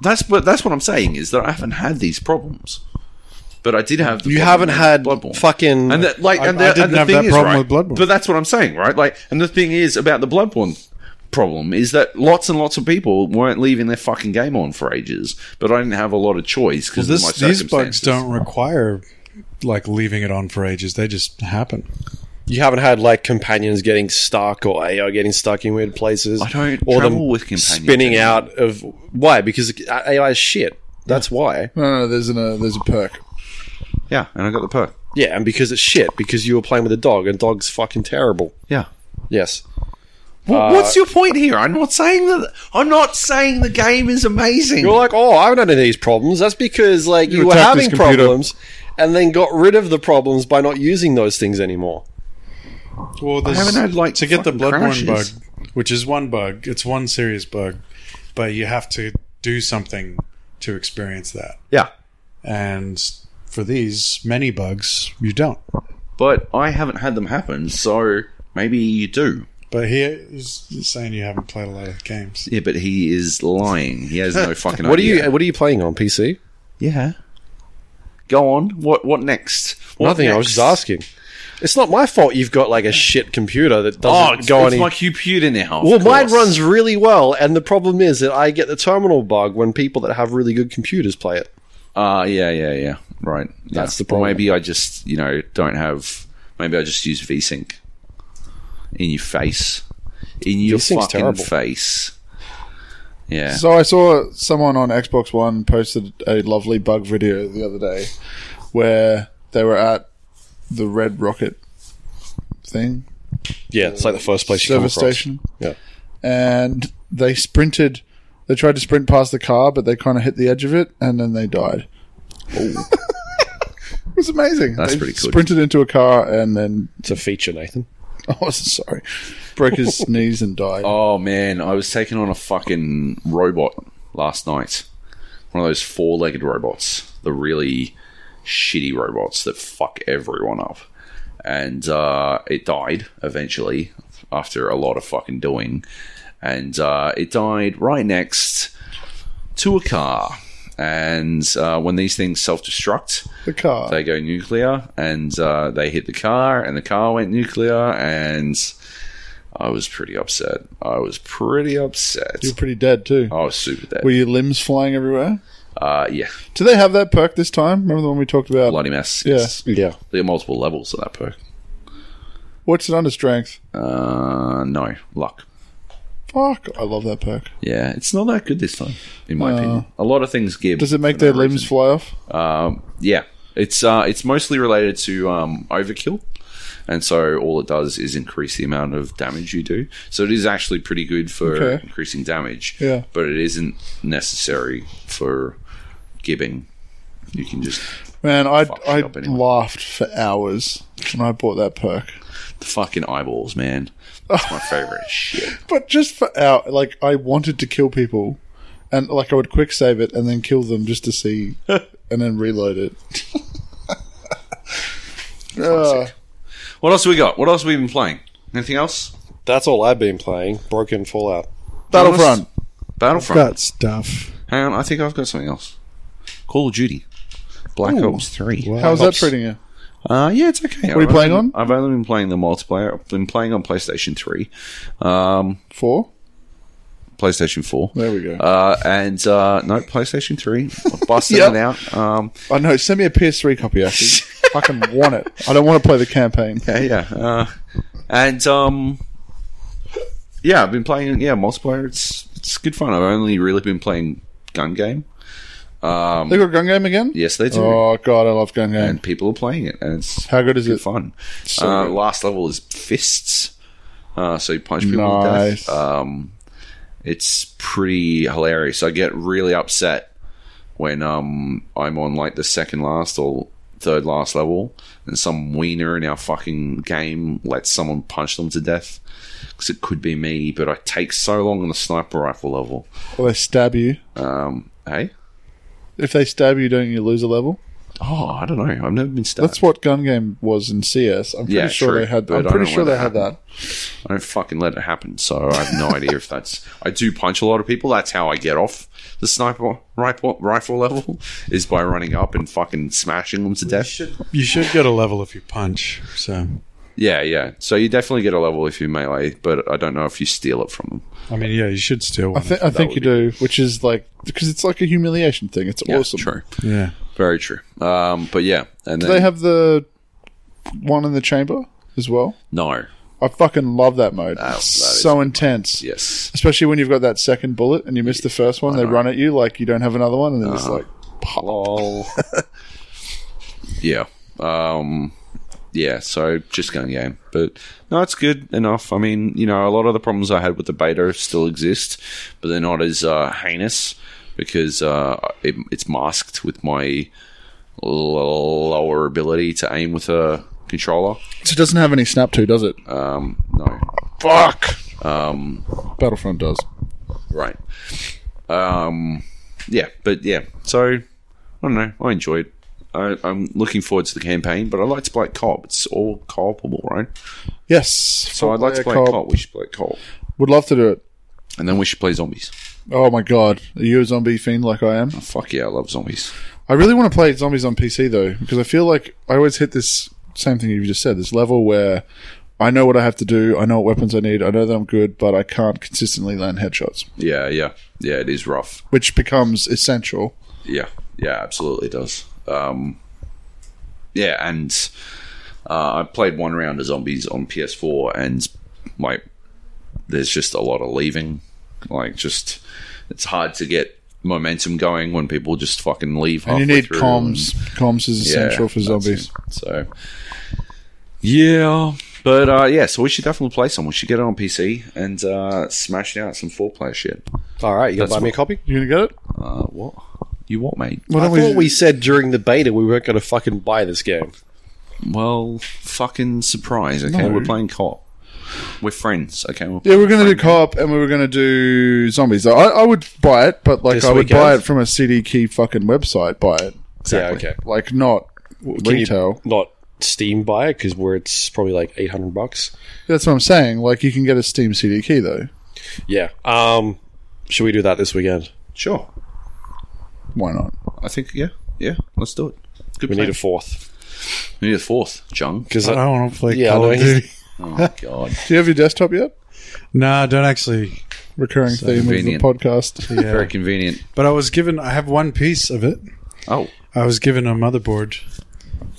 That's but that's what I'm saying is that I haven't had these problems, but I did have. The
you haven't
problem with
had
Bloodborne.
fucking.
And that, like,
I-
and
I
the,
didn't
and the
have
thing
that
is,
problem
right,
with Bloodborne.
But that's what I'm saying, right? Like, and the thing is about the Bloodborne problem is that lots and lots of people weren't leaving their fucking game on for ages, but I didn't have a lot of choice because
This,
my
these bugs
circumstances.
don't require like leaving it on for ages; they just happen.
you haven't had like companions getting stuck or AI getting stuck in weird places.
I don't
or them
travel with companions
Spinning
anymore.
out of why? Because AI is shit. That's why.
no, no, there's an, uh, there's a perk.
Yeah, and I got the perk.
Yeah, and because it's shit. Because you were playing with a dog, and dog's fucking terrible.
Yeah.
Yes.
Uh,
Wha- What's your point here? I'm not saying that. I'm not saying the game is amazing.
You're like, oh, I haven't had any of these problems. That's because like you, were
attacked this
having
computer.
problems, and then got rid of the problems by not using those things anymore.
Well,
I haven't had, like,
to get the
fucking
Bloodborne
crashes.
bug, which is one bug. It's one serious bug, but you have to do something to experience that.
yeah,
And for these many bugs, you don't.
but I haven't had them happen, so maybe you do.
But he is saying you haven't played a lot of games.
Yeah, but he is lying. He
<laughs>
has no fucking.
What are
idea.
you? What are you playing on PC?
Yeah. Go on. What? What next? What
Nothing. I was
next?
just asking. It's not my fault you've got like a shit computer that
Oh,
doesn't
it's,
go
it's
any.
my computer now. of
well, mine
course.
runs really well, and the problem is that I get the terminal bug when people that have really good computers play it.
Ah, yeah, yeah, yeah. Right. Yeah.
That's the
Or
problem.
maybe I just, you know, don't have. Maybe I just use VSync. In your face. In your
VSync's
fucking
terrible.
face. Yeah.
So I saw someone on Xbox One posted a lovely bug video the other day where they were at the Red Rocket thing
Yeah, it's like the first place you come
service
across.
station.
Yeah.
and they sprinted. They tried to sprint past the car, but they kind of hit the edge of it, and then they died.
Oh.
<laughs> it was amazing.
That's
They
pretty good.
Sprinted into a car and then <laughs>
It's a feature, Nathan.
oh, sorry, broke his <laughs> knees and died.
oh, man. I was taking on a fucking robot last night. One of those four legged robots. The really shitty robots that fuck everyone up. And uh, it died eventually after a lot of fucking doing. And uh, it died right next to a car. And uh, when these things self destruct,
The car.
they go nuclear and uh, they hit the car, and the car went nuclear. And I was pretty upset. I was pretty upset.
You're pretty dead too.
I was super dead.
Were your limbs flying everywhere?
uh, yeah,
Do they have that perk this time? Remember the one we talked about?
bloody mess.
Yeah.
Yes.
Yeah.
There are multiple levels of that perk.
What's it under strength?
Uh, no, luck.
Fuck, I love that perk.
Yeah, it's not that good this time, in my opinion. A lot of things give.
Uh, Does it make
for no
their limbs
reason.
fly off?
Um, yeah, it's uh, it's mostly related to um, overkill, and so all it does is increase the amount of damage you do. So it is actually pretty good for
Okay.
increasing damage.
Yeah.
but it isn't necessary for gibbing. You can just
Man, I
Fuck
I
shit up anyway.
laughed for hours when I bought that perk.
The fucking eyeballs, man. That's
<laughs>
my favorite shit.
But just for hour, like I wanted to kill people, and like I would quick save it and then kill them just to
<laughs>
see, and then reload it. <laughs> Uh,
What else we got? What else have we been playing? Anything else?
That's all I've been playing. Broken Fallout.
Ah, Battlefront.
Battlefront.
That stuff.
Hang on, I think I've got something else. Call of Duty. Black Ops 3.
How's that treating you?
Uh, yeah, it's okay.
What are you
I've
playing
only-
on?
I've only been playing the multiplayer. I've been playing on PlayStation 3, um,
Four.
PlayStation 4.
There we go.
Uh, and uh, no, PlayStation 3. I
<laughs>
busted
Yep.
it out. Um,
I know. Send me a PS3 copy. Actually,
<laughs>
fucking want it. I don't want to play the campaign.
yeah, yeah. Uh, and um, yeah, I've been playing. Yeah, multiplayer. It's it's good fun. I've only really been playing gun game. Um,
They got gun game again.
Yes, they do.
Oh god, I love gun game.
And people are playing it, and it's
How good is
good
it?
fun.
So
uh,
good.
Last level is fists. Uh, so you punch people to
Nice.
death. Um, it's pretty hilarious. I get really upset when um, I'm on like the second last or third last level, and some wiener in our fucking game lets someone punch them to death. Because it could be me, but I take so long on the sniper rifle level.
Or they stab you.
Um, hey,
If they stab you, don't you lose a level?
oh, I don't know. I've never been stabbed.
That's what gun game was in CS. I'm pretty
Yeah,
sure
true,
they had.
but
I'm
I
pretty
don't
sure
want
they
that
had that.
I don't fucking let it happen, so I have no idea if that's. I do punch a lot of people. That's how I get off the sniper rifle, rifle level is by running up and fucking smashing them to death.
You should get a level if you punch. So,
Yeah, yeah. So you definitely get a level if you melee, but I don't know if you steal it from them.
I mean, yeah, you should steal
I
one.
think I think you
would
do, which is like because it's like a humiliation thing. It's
Yeah,
awesome.
true,
yeah.
very true. Um, but yeah, and
Do
then
they have the one in the chamber as well?
no,
I fucking love that mode.
that
It's
is
so intense.
yes,
Especially when you've got that second bullet and you miss the first one, they run at you like you don't have another one, and they're
Uh-huh.
just like,
lol. yeah, um, yeah. So just gun game, but no, it's good enough. I mean, you know, a lot of the problems I had with the beta still exist, but they're not as uh, heinous because uh, it, it's masked with my l- lower ability to aim with a controller.
so it doesn't have any snap to, does it?
Um, no,
Fuck.
um,
Battlefront does.
right. Um, yeah, but yeah. So I don't know. I enjoy it. I, I'm looking forward to the campaign, but I like to play co-op. It's all co-opable, right?
Yes.
So I'd like to play
Four-player
co-op.
co-op.
We should play co-op,
Would love to do it.
and then we should play zombies.
Oh my god, are you a zombie fiend like I am?
Fuck yeah, I love zombies.
I really want to play zombies on PC though, because I feel like I always hit this same thing you just said, this level where I know what I have to do, I know what weapons I need, I know that I'm good, but I can't consistently land headshots,
Yeah, yeah, yeah. It is rough.
which becomes essential.
Yeah, yeah, absolutely does. Um, yeah, and uh, I played one round of zombies on PS4, and like, there's just a lot of leaving. Like, just it's hard to get momentum going when people just fucking leave.
And
Halfway
you need
through
comms. comms is
and-
essential
Yeah,
for
that's
zombies.
it. So, yeah, but uh, yeah, so we should definitely play some. We should get it on PC and uh, smash out some four player shit.
All right, you gonna
That's
buy me a copy?
You gonna get it?
Uh, what you what, mate?
Why
I
don't
thought we said during the beta we weren't gonna fucking buy this game.
Well, fucking surprise. Okay,
No.
we're playing co-op. We're friends. Okay, we're
Yeah, we're gonna do co-op and we were gonna do zombies. I, I would buy it, but like
This
I would
weekend?
buy it from a CD key fucking website. Buy it,
Yeah, okay.
like not
Can you
retail.
not Steam buy it because where it's probably like eight hundred bucks.
That's what I'm saying. Like you can get a Steam CD key though.
Yeah. Um, should we do that this weekend?
sure.
Why not?
I think yeah, yeah. Let's do it. Good.
We
plan.
need a fourth
we need a fourth.
<laughs>
Jung.
because
I don't want to play
Yeah,
Call
no,
of
he's-
Duty.
Oh god.
Do you have your desktop yet?
No, I don't
<laughs>
actually.
Recurring theme
convenient.
of the podcast.
<laughs> Yeah.
Very convenient.
But I was given. I have one piece of it.
Oh.
I was given a motherboard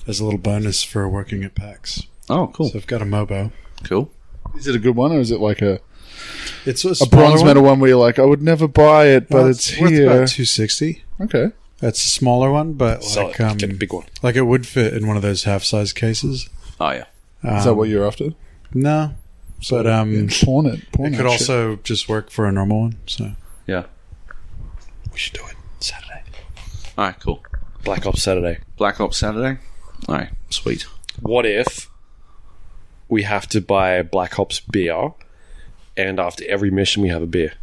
as a little bonus for working at PAX.
Oh, cool.
So I've got a Mobo.
cool.
Is it a good one or is it like a,
It's a,
a
smaller
bronze
one.
medal one where you're like, I would never buy it, but
Well,
it's,
worth
here?
about two sixty.
Okay.
That's a smaller one, but
Sell
like
it.
um,
Get a big one.
like it would fit in one of those half size cases.
Oh yeah.
Is
Um,
that what you're after?
No, but um,
Pawn it. Pawn
it
that
could
shit.
also just work for a normal one. So
Yeah.
we should do it Saturday.
All right. Cool.
Black Ops Saturday.
Black Ops Saturday. No, sweet.
What if we have to buy Black Ops beer, and after every mission we have a beer?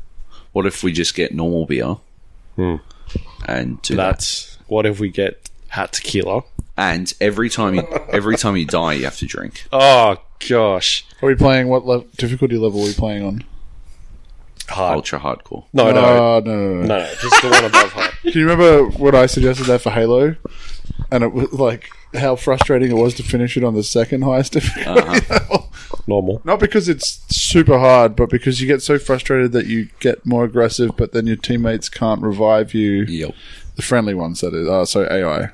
What if we just get normal beer and do that?
That's what if we get hat tequila?
And every time you every time you die, you have
<laughs>
to drink.
Oh gosh,
Are we playing what le- difficulty level are we playing on?
hard.
Ultra hardcore.
No, no,
Uh, no, no, no.
no, no, just the one above <laughs> hard.
Do you remember what I suggested there for Halo? And it was like how frustrating it was to finish it on the second highest difficulty. <laughs> level.
Normal.
Not because it's super hard, but because you get so frustrated that you get more aggressive, but then your teammates can't revive you.
Yep,
The friendly ones, that is. Uh, so AI.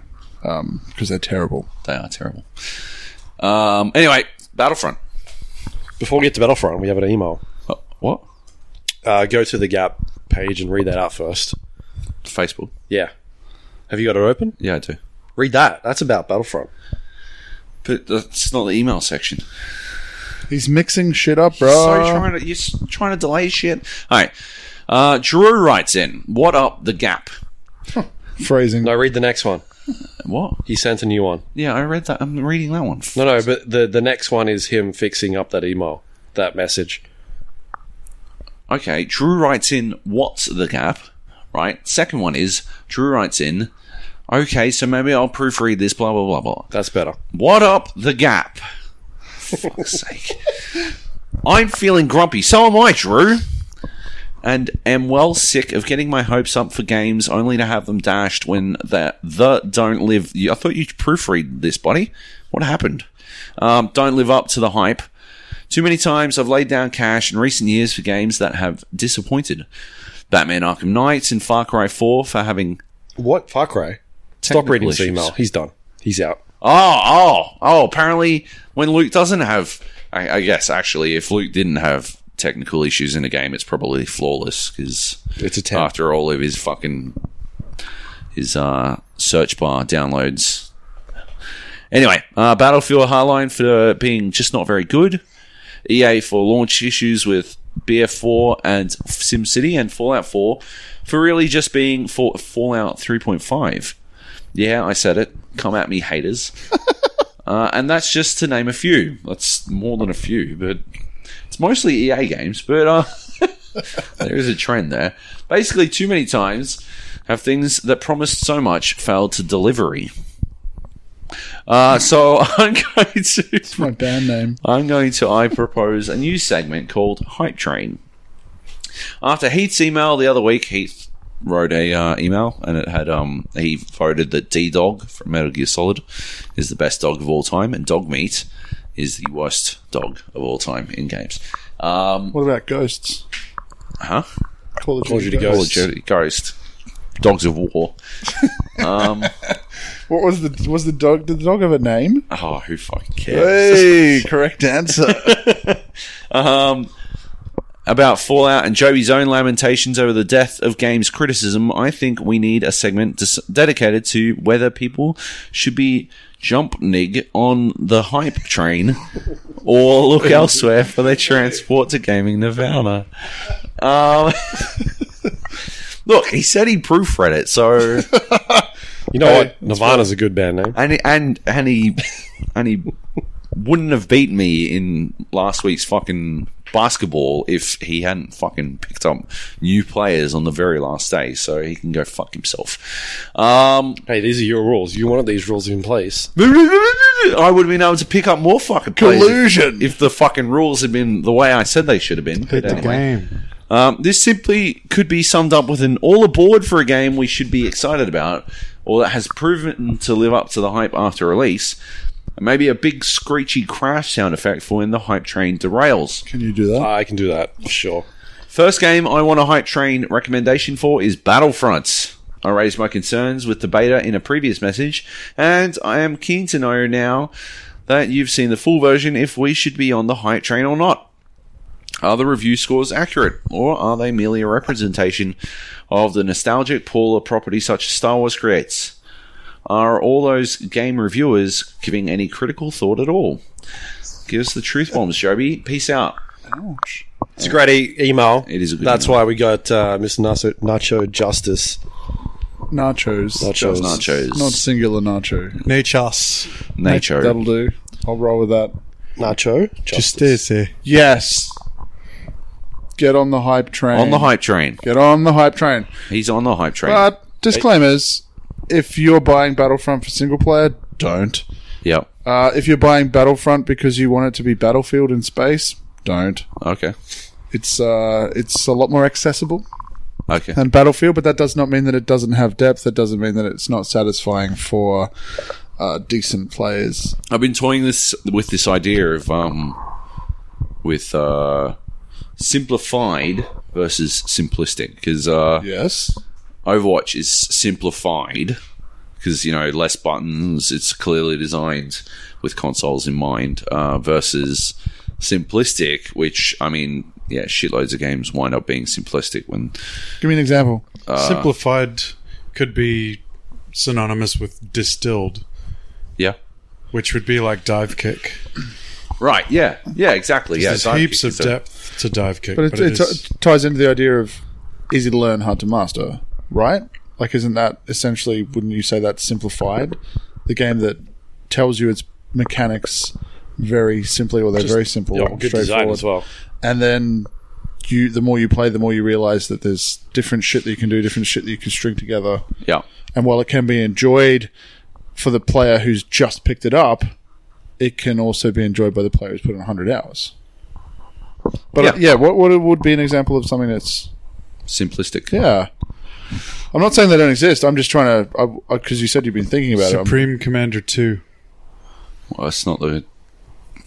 Um, because they're terrible.
they are terrible. Um. Anyway, Battlefront.
Before we get to Battlefront, we have an email.
Oh, what?
Uh, go to the Gap page and read that out first.
Facebook.
Yeah. Have you got it open?
Yeah, I do.
Read that. That's about Battlefront.
But that's not the email section.
He's mixing shit up, bro.
so trying to you're s- trying to delay shit. All right. Uh, Drew writes in, "What up the gap?
Phrasing.
No, read the next one.
What?
He sent a new one.
Yeah, I read that. I'm reading that one.
No, no, but the the next one is him fixing up that email, that message.
Okay, Drew writes in, What's the gap? Right? Second one is, Drew writes in, Okay, so maybe I'll proofread this, blah, blah, blah, blah.
That's better.
What up the gap? Fuck's sake. I'm feeling grumpy. So am I, Drew. And am well sick of getting my hopes up for games only to have them dashed when the, the don't live. I thought you proofread this, buddy. What happened? Um, don't live up to the hype. Too many times I've laid down cash in recent years for games that have disappointed. Batman Arkham Knights and Far Cry 4 for having.
What? Far Cry. Stop
Technical
reading his
issues.
email. He's done. He's out.
Oh, oh, oh, apparently when Luke doesn't have. I, I guess, actually, if Luke didn't have technical issues in a game, it's probably flawless because
It's a 10.
after all of his fucking. his uh, search bar downloads. Anyway, uh, Battlefield Hardline for being just not very good. EA for launch issues with BF4 and SimCity and Fallout 4 for really just being for Fallout 3.5. Yeah, I said it. Come at me, haters. uh, and that's just to name a few. That's more than a few, but it's mostly EA games. But uh, there is a trend there. Basically, too many times have things that promised so much failed to delivery. Uh, so <laughs> I'm going to
My band name.
I'm going to I propose a new segment called Hype Train. After Heath's email the other week, Heath wrote a uh, email and it had um he voted that D Dog from Metal Gear Solid is the best dog of all time and Dog Meat is the worst dog of all time in games. Uh-huh. Um,
What about ghosts?
huh?
Call of
Call of Duty
Duty Ghosts.
Call of Duty Ghost. Dogs of War.
What was the was the dog? Did the dog have a
<laughs>
name?
Oh, who fucking cares?
Hey, correct answer.
about Fallout and Joey's own lamentations over the death of games criticism, I think we need a segment dis- dedicated to whether people should be jumpnig on the hype train or look elsewhere for their transport to gaming nirvana. Um, <laughs> look, he said he proofread it, so
You
oh,
know what? Nirvana's a good band name.
and and and he and he wouldn't have beaten me in last week's fucking basketball if he hadn't fucking picked up new players on the very last day. So he can go fuck himself. Um,
Hey, these are your rules. You wanted these rules in place.
I would have been able to pick up more fucking players if-
Collusion.
if the fucking rules had been the way I said they should have been. But
the
anyway.
game.
Um, this simply could be summed up with an all aboard for a game we should be excited about, or that has proven to live up to the hype after release, and maybe a big screechy crash sound effect for when the hype train derails.
Can you do that?
I can do that. Sure.
First game I want a hype train recommendation for is Battlefront. I raised my concerns with the beta in a previous message, and I am keen to know now that you've seen the full version if we should be on the hype train or not. Are the review scores accurate, or are they merely a representation of the nostalgic pool a property such as Star Wars creates? Are all those game reviewers giving any critical thought at all? Give us the truth bombs, Joby. Peace out.
Oh,
It's a great e- email.
It is a good
That's
email.
why we got uh, Mr. Nacho, Nacho Justice
nachos.
Nachos.
Just
Nachos.
Not singular nacho.
Nachos.
Nacho.
That'll do. I'll roll with that.
Nacho.
Justese.
Yes. Get on the hype train.
on the hype train.
Get on the hype train.
He's on the hype train.
Uh,
But disclaimers: if you're buying Battlefront for single player, don't.
yep.
Uh, if you're buying Battlefront because you want it to be Battlefield in space, don't.
Okay.
It's uh, it's a lot more accessible
Okay.
than Battlefield, but that does not mean that it doesn't have depth. That doesn't mean that it's not satisfying for uh, decent players.
I've been toying this with this idea of um, with uh, simplified versus simplistic because uh,
Yes.
Overwatch is simplified because you know less buttons. It's clearly designed with consoles in mind uh, versus simplistic, which I mean, yeah, shitloads of games wind up being simplistic when
Give me an example.
Uh,
Simplified could be synonymous with distilled,
yeah.
which would be like dive kick.
Right, yeah, yeah, exactly. Yeah,
There's
Dive
heaps
Kick
of
is a-
depth to dive kick,
But it,
it
it,
is-
t- ties into the idea of easy to learn, hard to master, right? Like, isn't that essentially, wouldn't you say that's simplified? The game that tells you its mechanics very simply, or they're very simple,
Yeah, good design
straightforward.
as well.
And then you, the more you play, the more you realize that there's different shit that you can do, different shit that you can string together.
Yeah,
And while it can be enjoyed for the player who's just picked it up, it can also be enjoyed by the player who's put in 100 hours. But yeah, yeah what, what would be an example of something that's.
simplistic.
Yeah. I'm not saying they don't exist. I'm just trying to. Because you said you've been thinking about it.
Supreme Commander Two.
Well, that's not the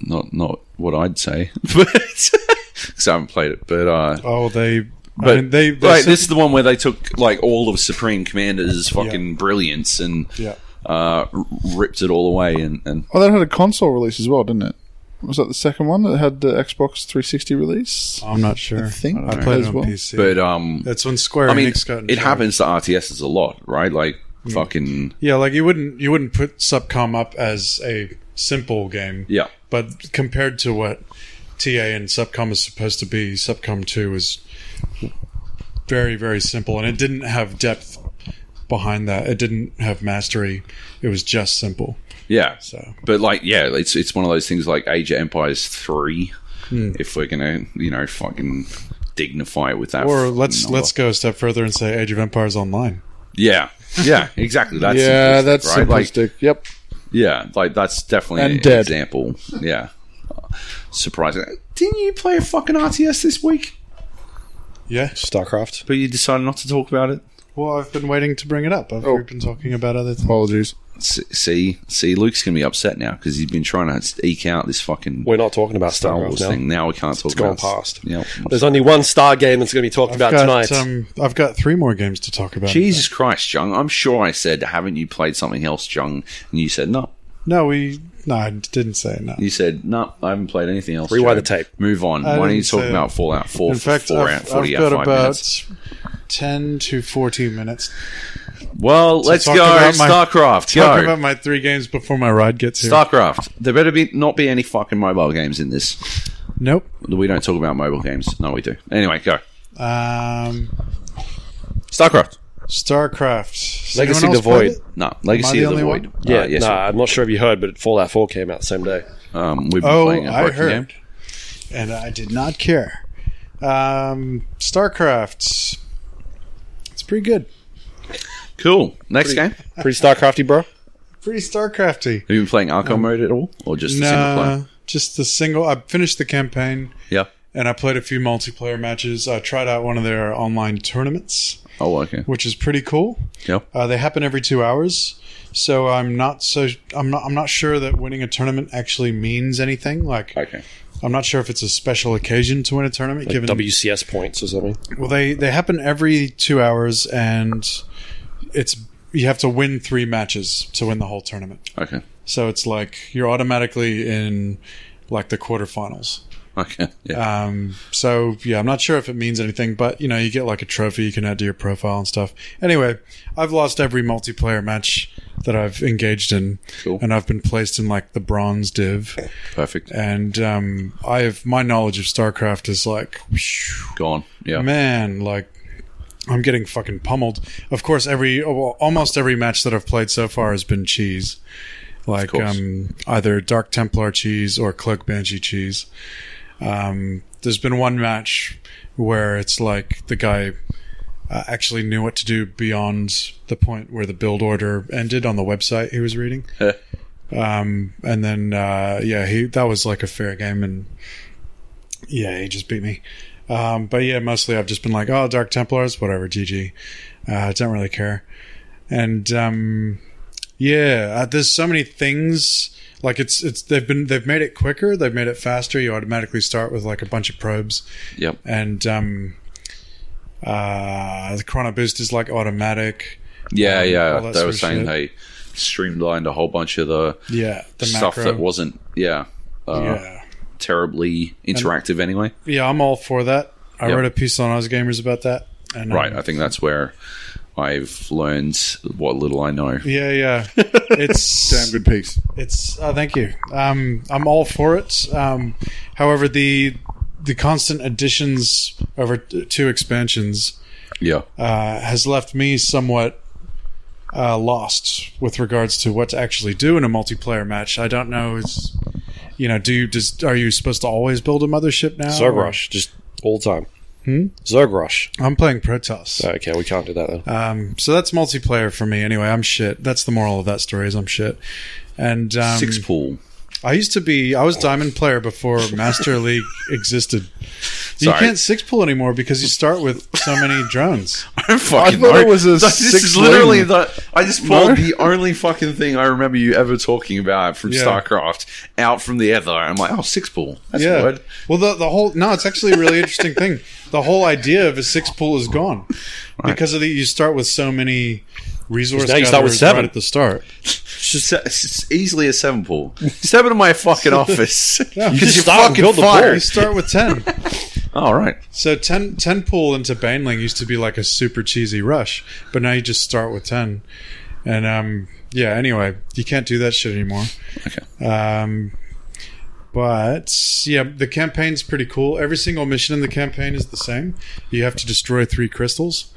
not not what I'd say, <laughs> but because I haven't played it. But uh,
Oh, they.
but
I mean, they. they
right,
said-
this is the one where they took like all of Supreme Commander's fucking brilliance and
Yeah.
uh, r- ripped it all away. And, and
Oh, that had a console release as well, didn't it? Was that the second one that had the Xbox 360 release?
I'm not sure.
I think
I played
as
it on
well.
PC.
but um,
That's when Square
I mean,
Enix got in
it
trouble.
happens to RTSs a lot, right? Like
Mm.
fucking
Yeah, like you wouldn't you wouldn't put Subcom up as a simple game,
yeah,
but compared to what TA and Subcom is supposed to be, Subcom Two was very very simple, and it didn't have depth behind that. It didn't have mastery. It was just simple.
yeah.
So
But like, yeah, it's it's one of those things like Age of Empires three.
Hmm.
If we're gonna, you know, fucking dignify it with that,
or
f-
let's
number.
let's go a step further and say Age of Empires Online.
yeah, yeah, exactly. That's
yeah,
simplistic,
that's
right? Like,
simplistic. yep.
yeah, like that's definitely
And
an
dead.
example. Yeah, surprising. Didn't you play a fucking RTS this week?
Yeah.
Starcraft.
But you decided not to talk about it.
Well, I've been waiting to bring it up. I've
Oh.
we've been talking about other things.
Apologies.
S- See, see, Luke's gonna be upset now because he's been trying to s- eke out this fucking
We're not talking about
Star
Starcraft
Wars
now.
thing. Now we can't talk
gone
about
past.
Yeah,
There's only one Star game that's going to be talked about
Got,
tonight.
um, I've got three more games to talk about.
Jesus Christ, Jung. I'm sure I said, haven't you played something else, Jung? And you said, no.
No, we no, I didn't say no.
You said, no, I haven't played anything else.
Rewind
Joe.
the tape.
Move on. Why don't
didn't
you talk
say
about Fallout 4
In
for
fact,
4
I've,
out 40
I've
out
got
5
about
minutes?
10 to 14 minutes.
Well, let's go.
talk about my-
StarCraft.
Talk
Go.
about my three games before my ride gets here.
StarCraft. There better be not be any fucking mobile games in this.
Nope.
We don't talk about mobile games. No, we do. Anyway, go.
Um,
StarCraft.
StarCraft. Has
Legacy
anyone else played
Devoid.
it?
No, Legacy
the
of the
only
Void.
one?
Uh,
Yeah,
yes.
nah, I'm not sure if you heard, but Fallout 4 came out the same day.
Um, we've been
Oh,
playing a
I
broken
heard.
game.
And I did not care. Um, StarCraft. It's pretty good.
Cool. Next game. Have
Pretty StarCrafty, bro.
Pretty StarCrafty.
you been playing Arkham mode at all, or just the single player?
Um, Nah, just the single. I finished the campaign
Yeah.
and I played a few multiplayer matches. I tried out one of their online tournaments,
Oh, okay.
which is pretty cool.
Yeah.
Uh, they happen every two hours, so I'm not so I'm not I'm not sure that winning a tournament actually means anything. Like
Okay.
I'm not sure if it's a special occasion to win a tournament. given
WCS points or something.
well, they they happen every two hours, and it's you have to win three matches to win the whole tournament.
Okay. <laughs>
So it's like you're automatically in like the quarterfinals.
Okay. Yeah.
Um, so yeah, I'm not sure if it means anything, but you know, you get like a trophy you can add to your profile and stuff. Anyway, I've lost every multiplayer match that I've engaged in,
Cool.
and I've been placed in like the bronze div.
Perfect.
And um, I have my knowledge of StarCraft is like, whew,
Gone. Yeah.
man, like I'm getting fucking pummeled. Of course, every well, almost every match that I've played so far has been cheese, like
course.
um, either Dark Templar cheese or Cloak Banshee cheese. Um, there's been one match where it's like the guy uh, actually knew what to do beyond the point where the build order ended on the website he was reading. um, and then uh, yeah, he that was like a fair game, and yeah, he just beat me. Um, but yeah, mostly I've just been like, oh, Dark Templars, whatever, GG. Uh, don't really care. And um, yeah, uh, there's so many things. Like it's it's they've been they've made it quicker, they've made it faster. You automatically start with like a bunch of probes.
Yep.
And um, uh, the Chrono Boost is like automatic.
Yeah,
Um, all
yeah.
that
They
sort
were
of
saying
shit.
they streamlined a whole bunch of the,
Yeah, the
stuff
macro.
that wasn't, yeah, uh,
yeah.
terribly interactive anyway.
Yeah, I'm all for that. I
Yep.
wrote a piece on Oz Gamers about that. And, um,
Right. uh, I think that's where I've learned what little I know. <laughs>
Yeah, yeah. It's
Damn good piece.
It's oh, thank you. Um, I'm all for it. Um, however, the the constant additions over t- two expansions
Yeah.
uh, has left me somewhat uh, lost with regards to what to actually do in a multiplayer match. I don't know. Is you know, do you just are you supposed to always build a mothership now?
Zerg Rush, just all time.
Oh. Hmm?
Zerg Rush.
I'm playing Protoss.
Okay, we can't do that then.
Um, so that's multiplayer for me anyway. I'm shit. That's the moral of that story is I'm shit. And um,
Six pool.
I used to be I was diamond
<laughs>
player before Master League existed. You
Sorry.
can't six pull anymore because you start with so many drones.
I don't fucking
thought
know.
it was a
this is
six
literally
lane.
the. I just pulled the only fucking thing I remember you ever talking about from
Yeah.
StarCraft out from the ether. I'm like, oh, six pool. That's
<laughs> yeah.
good.
Well, the the whole no, it's actually a really interesting thing. The whole idea of a six pull is gone because of the you start with so many resources.
Now you start with seven.
right at the start.
It's just it's just easily a seven pool. Step into my fucking office. <laughs>
You
just stop and build the
You start with ten.
All Oh, right.
So 10, 10 pool into Baneling used to be like a super cheesy rush, but now you just start with 10. And um, yeah, anyway, you can't do that shit anymore. Okay. Um, but yeah, the campaign's pretty cool. Every single mission in the campaign is the same. You have to destroy three crystals.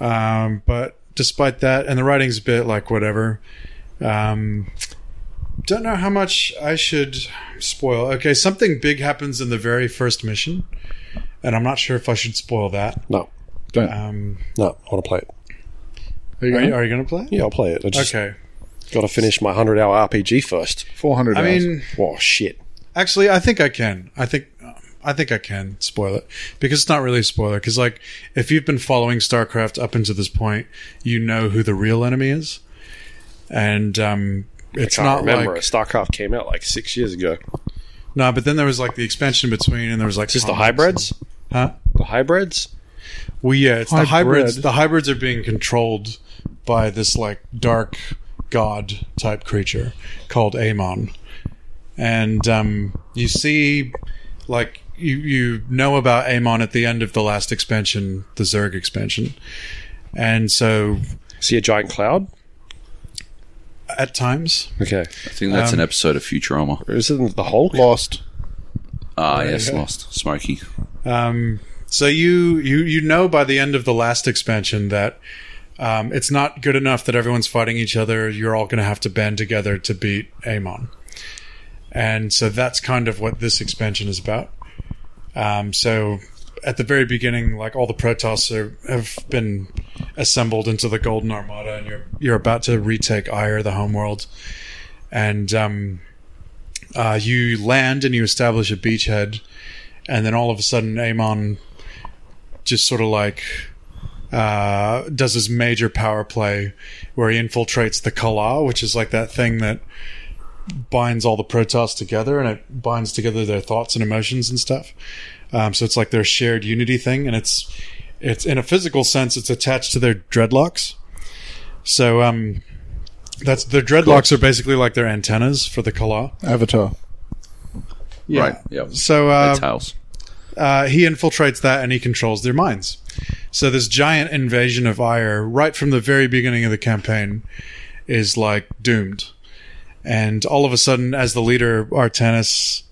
Um, but despite that, and the writing's a bit like whatever. Um, don't know how much I should spoil. Okay, something big happens in the very first mission and I'm not sure if I should spoil that.
No,
Don't.
Um,
no, I want to play it.
There you
are
go.
you, are you going to play?
Yeah, I'll play it. I just
Okay.
got to finish my 100 hour RPG first.
400
I
hours.
mean,
Oh, shit.
actually, I think I can. I think I think I can spoil it because it's not really a spoiler. Because like, if you've been following StarCraft up until this point, you know who the real enemy is, and um, it's
I can't
not
remember.
like
StarCraft came out like six years ago.
no. But then there was like the expansion between, and there was like
Is this the
comics and-
hybrids?
Oh, Huh?
The hybrids?
Well, yeah, it's the
Hybrid.
hybrids. The hybrids are being controlled by this like dark god type creature called Amon, and um, you see, like you you know about Amon at the end of the last expansion, the Zerg expansion, and so
See a giant cloud?
at times,
Okay.
I think that's
Um,
an episode of Futurama.
Isn't the Hulk?
Lost.
Ah, yes,
okay.
lost. Smoky.
Um, so you you you know by the end of the last expansion that um, it's not good enough that everyone's fighting each other. You're all going to have to band together to beat Amon, and so that's kind of what this expansion is about. Um, so at the very beginning, like all the Protoss are, have been assembled into the Golden Armada, and you're you're about to retake Ire, the homeworld, and um, uh, you land and you establish a beachhead and then all of a sudden Amon just sort of like uh, does his major power play where he infiltrates the Kala, which is like that thing that binds all the Protoss together and it binds together their thoughts and emotions and stuff. Um, so it's like their shared unity thing, and it's it's in a physical sense it's attached to their dreadlocks. So um, that's their dreadlocks are basically like their antennas for the Kala.
Avatar.
Right. Yep.
So uh,
Tails.
uh, he infiltrates that and he controls their minds. So this giant invasion of Ire, right from the very beginning of the campaign, is like doomed. And all of a sudden, as the leader, Artanis,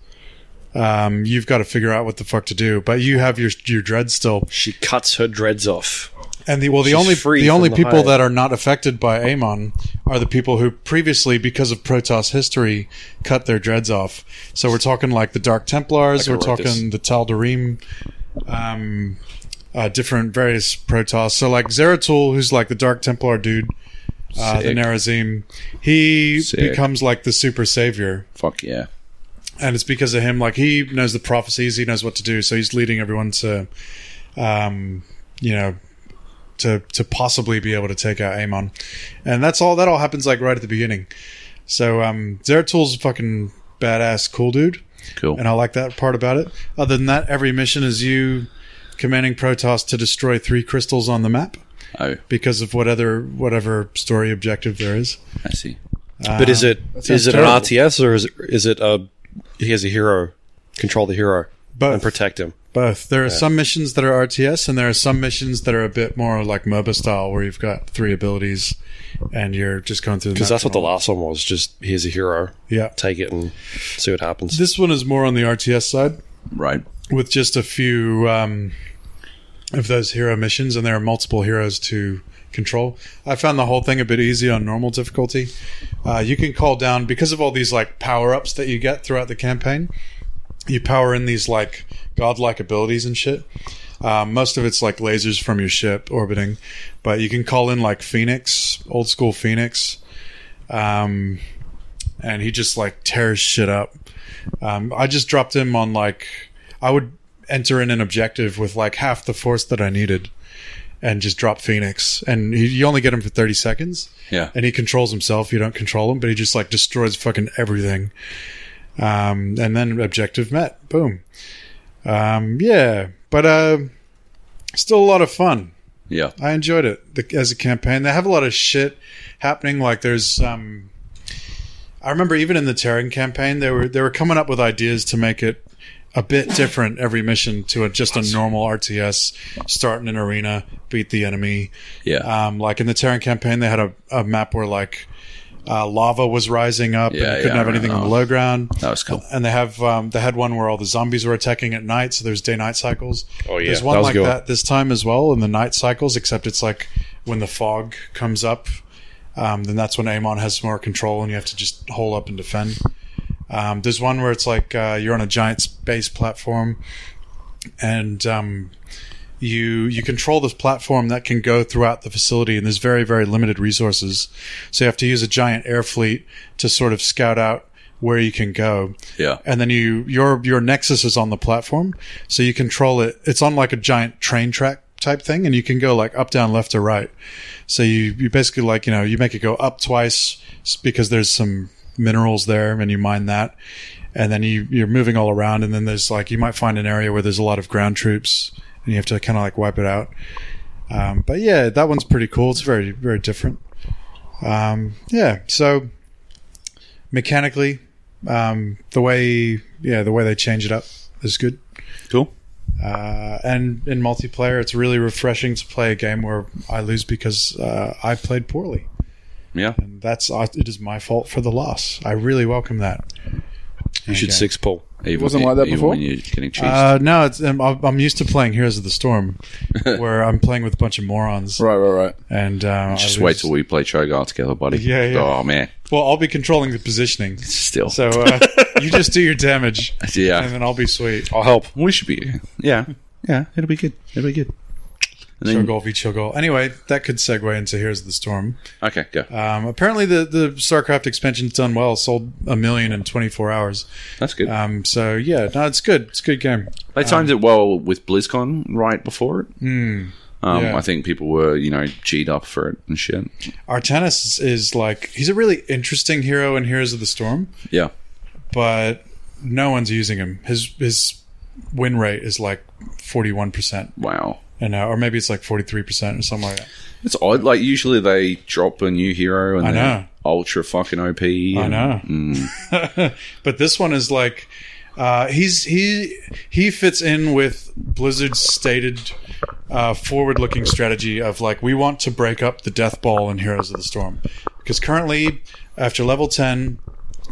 um, you've got to figure out what the fuck to do. But you have your your dread still.
She cuts her dreads off.
And the well, the
She's
only
free
the
from
only
the
people
hive.
that are not affected by Amon are the people who previously, because of Protoss history, cut their dreads off. So we're talking like the Dark Templars.
Like
we're
Erectus.
talking the Tal'Darim, um, uh, different various Protoss. So like Zeratul, who's like the Dark Templar dude, uh, the
Sick.
Narazim, he
Sick.
becomes like the super savior,
Fuck yeah.
and it's because of him. Like he knows the prophecies, he knows what to do, so he's leading everyone to, um, you know, to to possibly be able to take out Amon, and that's all. That all happens like right at the beginning. So um, Zeratul's a fucking badass, cool dude,
Cool.
and I like that part about it. Other than that, every mission is you commanding Protoss to destroy three crystals on the map
Oh,
because of what other whatever story objective there is.
I see.
Ah,
but is it is it
terrible.
an RTS or is it, is it a he has a hero control the hero
Both.
and protect him?
Both. There are some missions that are RTS, and there are some missions that are a bit more like MOBA style, where you've got three abilities, and you're just going through.
Because that's what the last one was. Just he is a hero.
yeah.
Take it and see what happens.
This one is more on the RTS side,
Right.
with just a few um, of those hero missions, and there are multiple heroes to control. I found the whole thing a bit easy on normal difficulty. Uh, you can call down because of all these like power ups that you get throughout the campaign. You power in these like godlike abilities and shit. Um, most of it's like lasers from your ship orbiting, but you can call in like Phoenix, old school Phoenix, um, and he just like tears shit up. Um, I just dropped him on like I would enter in an objective with like half the force that I needed, and just drop Phoenix, and he, you only get him for thirty seconds.
Yeah.
and he controls himself. You don't control him, but he just like destroys fucking everything. Um, and then objective met. Boom. Um, yeah, but uh, still a lot of fun.
Yeah.
I enjoyed it the, as a campaign. They have a lot of shit happening. Like there's, um, I remember even in the Terran campaign, they were they were coming up with ideas to make it a bit different every mission to a, just a normal RTS. Start in an arena, beat the enemy.
Yeah.
Um, like in the Terran campaign, they had a, a map where like uh, lava was rising up and
Yeah,
you couldn't
yeah,
have
I
anything on the
know.
low ground.
that was cool.
And they have um, they had one where all the zombies were attacking at night, so there's day night cycles.
Oh, yeah.
there's
That
one
was
like
good.
that this time as well in the night cycles, except it's like when the fog comes up, um, then that's when Amon has more control, and you have to just hole up and defend. Um, there's one where it's like uh, you're on a giant space platform, and um, you you control this platform that can go throughout the facility, and there's very very limited resources, so you have to use a giant air fleet to sort of scout out where you can go
Yeah.
and then you your your nexus is on the platform so you control it it's on like a giant train track type thing and you can go like up down left or right so you you basically like you know you make it go up twice s- because there's some minerals there and you mine that and then you you're moving all around and then there's like you might find an area where there's a lot of ground troops and you have to kind of like wipe it out um, but yeah that one's pretty cool it's very very different um, yeah so mechanically um, the way yeah the way they change it up is good
Cool.
uh, and in multiplayer it's really refreshing to play a game where i lose because uh, i played poorly
Yeah.
and that's uh, it is my fault for the loss i really welcome that
You should
Okay.
six pull.
Even,
Wasn't like that
even
before?
When you're getting cheesed.
uh, no it's, I'm, I'm used to playing heroes of the
<laughs>
storm where i'm playing with a bunch of morons
Right, right, right.
and uh,
just
I
wait
lose-
till we play Chogar together, buddy.
Yeah, yeah.
Oh man,
well i'll be controlling the positioning
still.
so uh, you just do your damage and
<laughs> yeah,
then i'll be sweet
I'll help.
we should be. Yeah, yeah, it'll be good. It'll be good. And then,
Chugol v Chugol. Anyway, that could segue into Heroes of the Storm.
okay, go.
Um, apparently, the, the StarCraft expansion's done well, sold a million in 24 hours.
That's good.
Um, so, yeah, no, it's good. It's a good game.
They timed it well with BlizzCon right before it. um,
Hmm. yeah.
I think people were, you know, G'd up for it and shit.
Artanis is, is like, he's a really interesting hero in Heroes of the Storm,
Yeah,
but no one's using him. His, his win rate is like 41%,
wow.
and, uh, or maybe it's like 43% or something like that.
It's odd. Like usually they drop a new hero and
I
they're
know.
ultra fucking OP.
I know. <laughs> but this one is like uh, he's he he fits in with Blizzard's stated uh, forward-looking strategy of like we want to break up the death ball in Heroes of the Storm because currently after level 10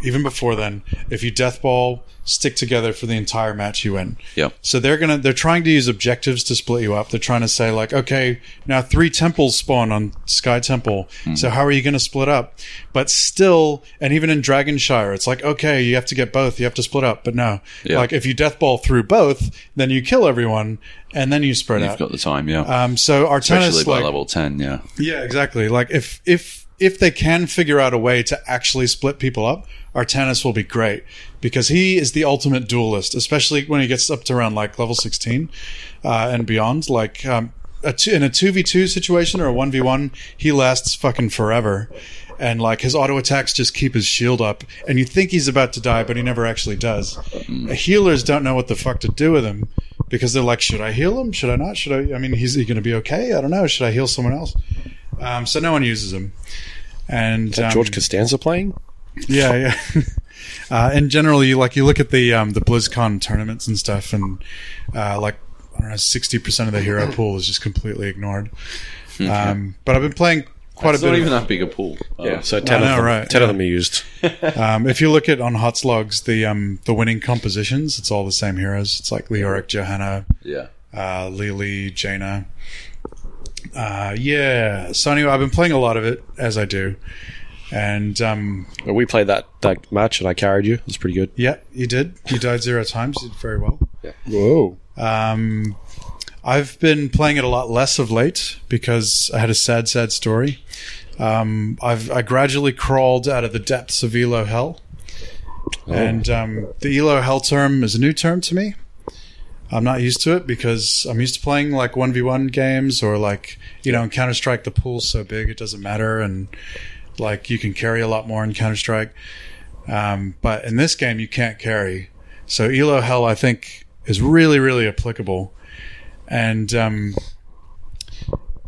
even before then, if you death ball stick together for the entire match, you win.
Yep.
So they're gonna they're trying to use objectives to split you up. They're trying to say like, okay, now three temples spawn on Sky Temple. So how are you gonna split up? But still, and even in Dragonshire, it's like, okay, you have to get both. You have to split up. But no,
Yeah.
like if you death ball through both, then you kill everyone, and then you spread
You've
out.
got the time, yeah.
um, so Artanis
Especially by
like
level ten, yeah.
yeah, exactly. Like if if if they can figure out a way to actually split people up, Artanis will be great because he is the ultimate duelist, especially when he gets up to around like level sixteen uh, and beyond. Like um, a two, in a two v two situation or a one v one, he lasts fucking forever, and like his auto attacks just keep his shield up, and you think he's about to die, but he never actually does. Healers don't know what the fuck to do with him because they're like, should I heal him? Should I not? Should I? I mean, he's he going to be okay? I don't know. Should I heal someone else? Um, so no one uses him. And um,
George Costanza playing?
yeah, yeah. <laughs> uh, and generally, you like you look at the um, the BlizzCon tournaments and stuff, and uh, like I don't know, sixty percent of the hero
Mm-hmm.
pool is just completely ignored. Um, but I've been playing quite
It's
a bit.
not
of-
even that big a pool. Um,
Yeah, so ten
I
of
know,
them,
right,
ten
yeah.
of them are used.
Um, if you look at on Hot Slogs, the um, the winning compositions, it's all the same heroes. It's like
Mm-hmm.
Leoric, Johanna,
Yeah.
uh, Lily, Jaina. Uh, yeah. So anyway, I've been playing a lot of it as I do, and um,
We played that that match, and I carried you. It was pretty good.
yeah, you did. You died zero times. You did very well.
Whoa.
Um, I've been playing it a lot less of late because I had a sad, sad story. Um, I've I gradually crawled out of the depths of Elo Hell, and um, the Elo Hell term is a new term to me. I'm not used to it because I'm used to playing like one v one games or like you know in Counter Strike the pool's so big it doesn't matter and like you can carry a lot more in Counter Strike, um, but in this game you can't carry. So Elo Hell, I think, is really, really applicable, and um,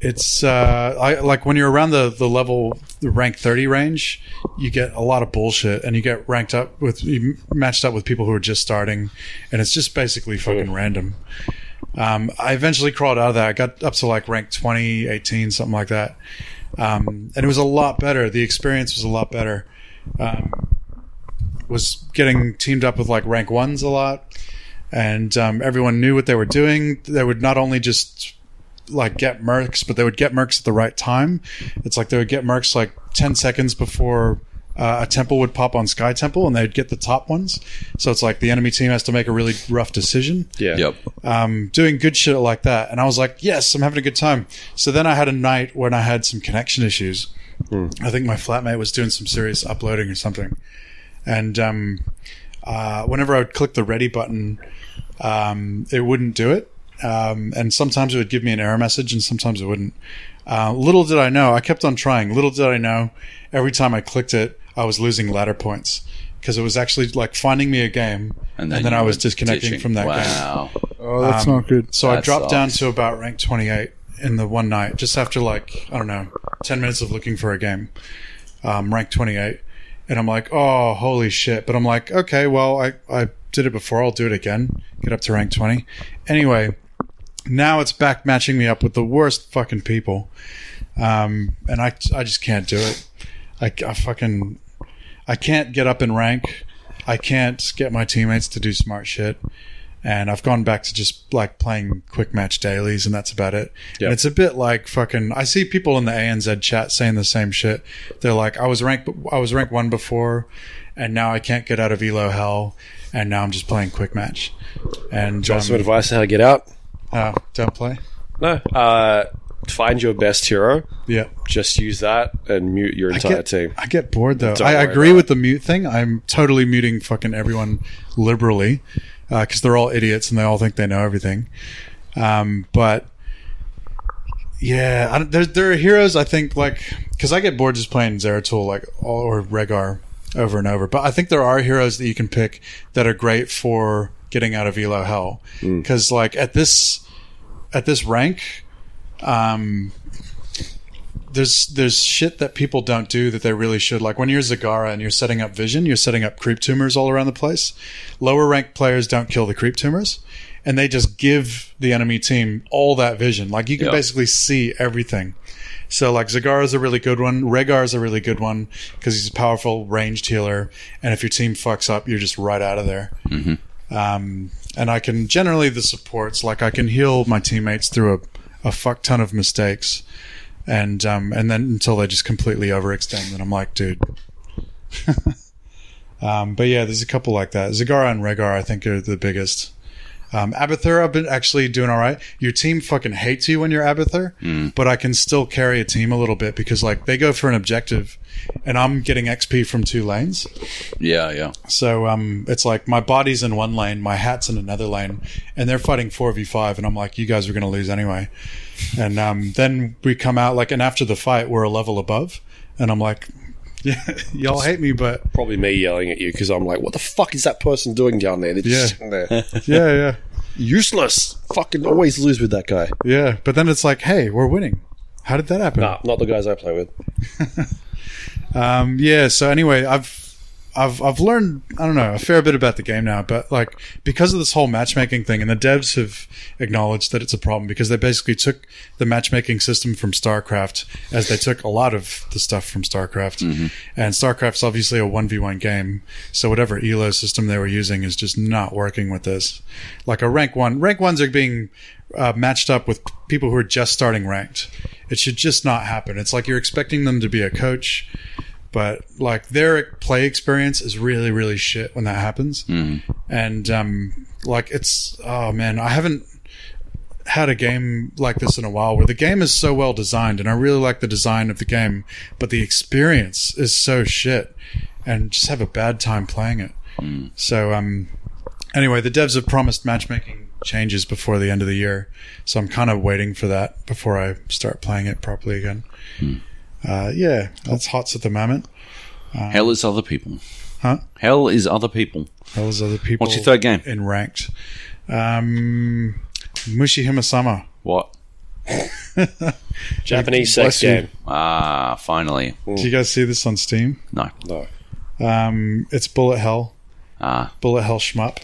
it's uh, I, like when you're around the the level the rank thirty range, you get a lot of bullshit, and you get ranked up with you matched up with people who are just starting, and it's just basically fucking random. Um, I eventually crawled out of that. I got up to like rank 20, 18, something like that. Um, and it was a lot better. The experience was a lot better. Um, was getting teamed up with like rank ones a lot, and um, everyone knew what they were doing. They would not only just like get mercs, but they would get mercs at the right time. It's like they would get mercs like ten seconds before. Uh, a temple would pop on Sky Temple, and they'd get the top ones. So it's like the enemy team has to make a really rough decision
Yeah,
Yep.
um, doing good shit like that. And I was like, yes, I'm having a good time. So then I had a night when I had some connection issues.
Hmm.
I think my flatmate was doing some serious uploading or something. And um, uh, whenever I would click the ready button, um, it wouldn't do it. Um, and sometimes it would give me an error message and sometimes it wouldn't. Uh, little did I know, I kept on trying. Little did I know, every time I clicked it, I was losing ladder points because it was actually like finding me a game and then, I
you
was
were
disconnecting
ditching.
from that game.
Wow.
Oh, that's not good.
So I
That
dropped
sucks.
down to about rank 28 in the one night, just after like, I don't know, 10 minutes of looking for a game, um, rank 28. And I'm like, oh, holy shit. But I'm like, okay, well, I, I did it before. I'll do it again. Get up to rank 20. Anyway, now it's back matching me up with the worst fucking people. Um, and I, I just can't do it. I, I fucking, I can't get up in rank. I can't get my teammates to do smart shit and I've gone back to just like playing quick match dailies, and that's about it.
Yeah.
And it's a bit like fucking. I see people in the ANZ chat saying the same shit. They're like, "I was ranked, I was ranked one before, and now I can't get out of Elo hell, and now I'm just playing quick match." And um,
Some advice on how to get out?
oh, don't play.
No, uh, find your best hero.
Yeah,
Just use that and mute your entire
get,
team.
I get bored though.
Don't
I
worry
agree
about
with the mute thing. I'm totally muting fucking everyone liberally because they're all idiots and they all think they know everything. Um, but yeah, I don't, there, there are heroes I think like because I get bored just playing Zeratul like or Regar over and over. But I think there are heroes that you can pick that are great for getting out of Elo hell
Hmm.
because like at this at this rank. Um, there's there's shit that people don't do that they really should. Like when you're Zagara and you're setting up vision, you're setting up creep tumors all around the place. Lower ranked players don't kill the creep tumors, and they just give the enemy team all that vision. Like you can
Yeah.
basically see everything. So like Zagara's a really good one. Regar's a really good one because he's a powerful ranged healer, and if your team fucks up, you're just right out of there. Um, and I can generally the supports like I can heal my teammates through a, a fuck ton of mistakes, and um, and then until they just completely overextend, then I'm like, dude. <laughs> um, but yeah, there's a couple like that. Zagara and Regar, I think, are the biggest. Um, Abathur, I've been actually doing all right. Your team fucking hates you when you're Abathur, but I can still carry a team a little bit because like they go for an objective, and I'm getting XP from two lanes.
Yeah, yeah.
So um, it's like my body's in one lane, my hat's in another lane, and they're fighting four v five, and I'm like, you guys are going to lose anyway. And um, then we come out like, and after the fight, we're a level above, and I'm like, <laughs> yeah, y'all hate me, but
Probably me yelling at you because I'm like, what the fuck is that person doing down there? They're just sitting there. <laughs>
yeah, yeah,
Useless. Fucking always lose with that guy.
<laughs> yeah. But then it's like, hey, we're winning. How did that happen?
Nah, not the guys I play with.
Um, yeah. So anyway, I've. I've, I've learned I don't know a fair bit about the game now, but like because of this whole matchmaking thing, and the devs have acknowledged that it's a problem because they basically took the matchmaking system from StarCraft, as they took a lot of the stuff from StarCraft, and StarCraft's obviously a one v one game, so whatever Elo system they were using is just not working with this. Like a rank one, rank ones are being uh, matched up with people who are just starting ranked. It should just not happen. It's like you're expecting them to be a coach but like their play experience is really really shit when that happens and um like it's oh man i haven't had a game like this in a while where the game is so well designed and i really like the design of the game but the experience is so shit and just have a bad time playing it so um anyway the devs have promised matchmaking changes before the end of the year so i'm kind of waiting for that before i start playing it properly again uh, yeah that's hots at the moment
Hell is other people.
Um, Huh? Oh.
Hell is other people.
Those other people.
What's your third game?
In ranked. Um, Mushihima Sama.
What?
Japanese
Bless
sex
you.
game.
Ah, finally.
Do you guys see this on Steam?
No.
No.
Um, it's Bullet Hell.
Ah.
Bullet Hell Shmup.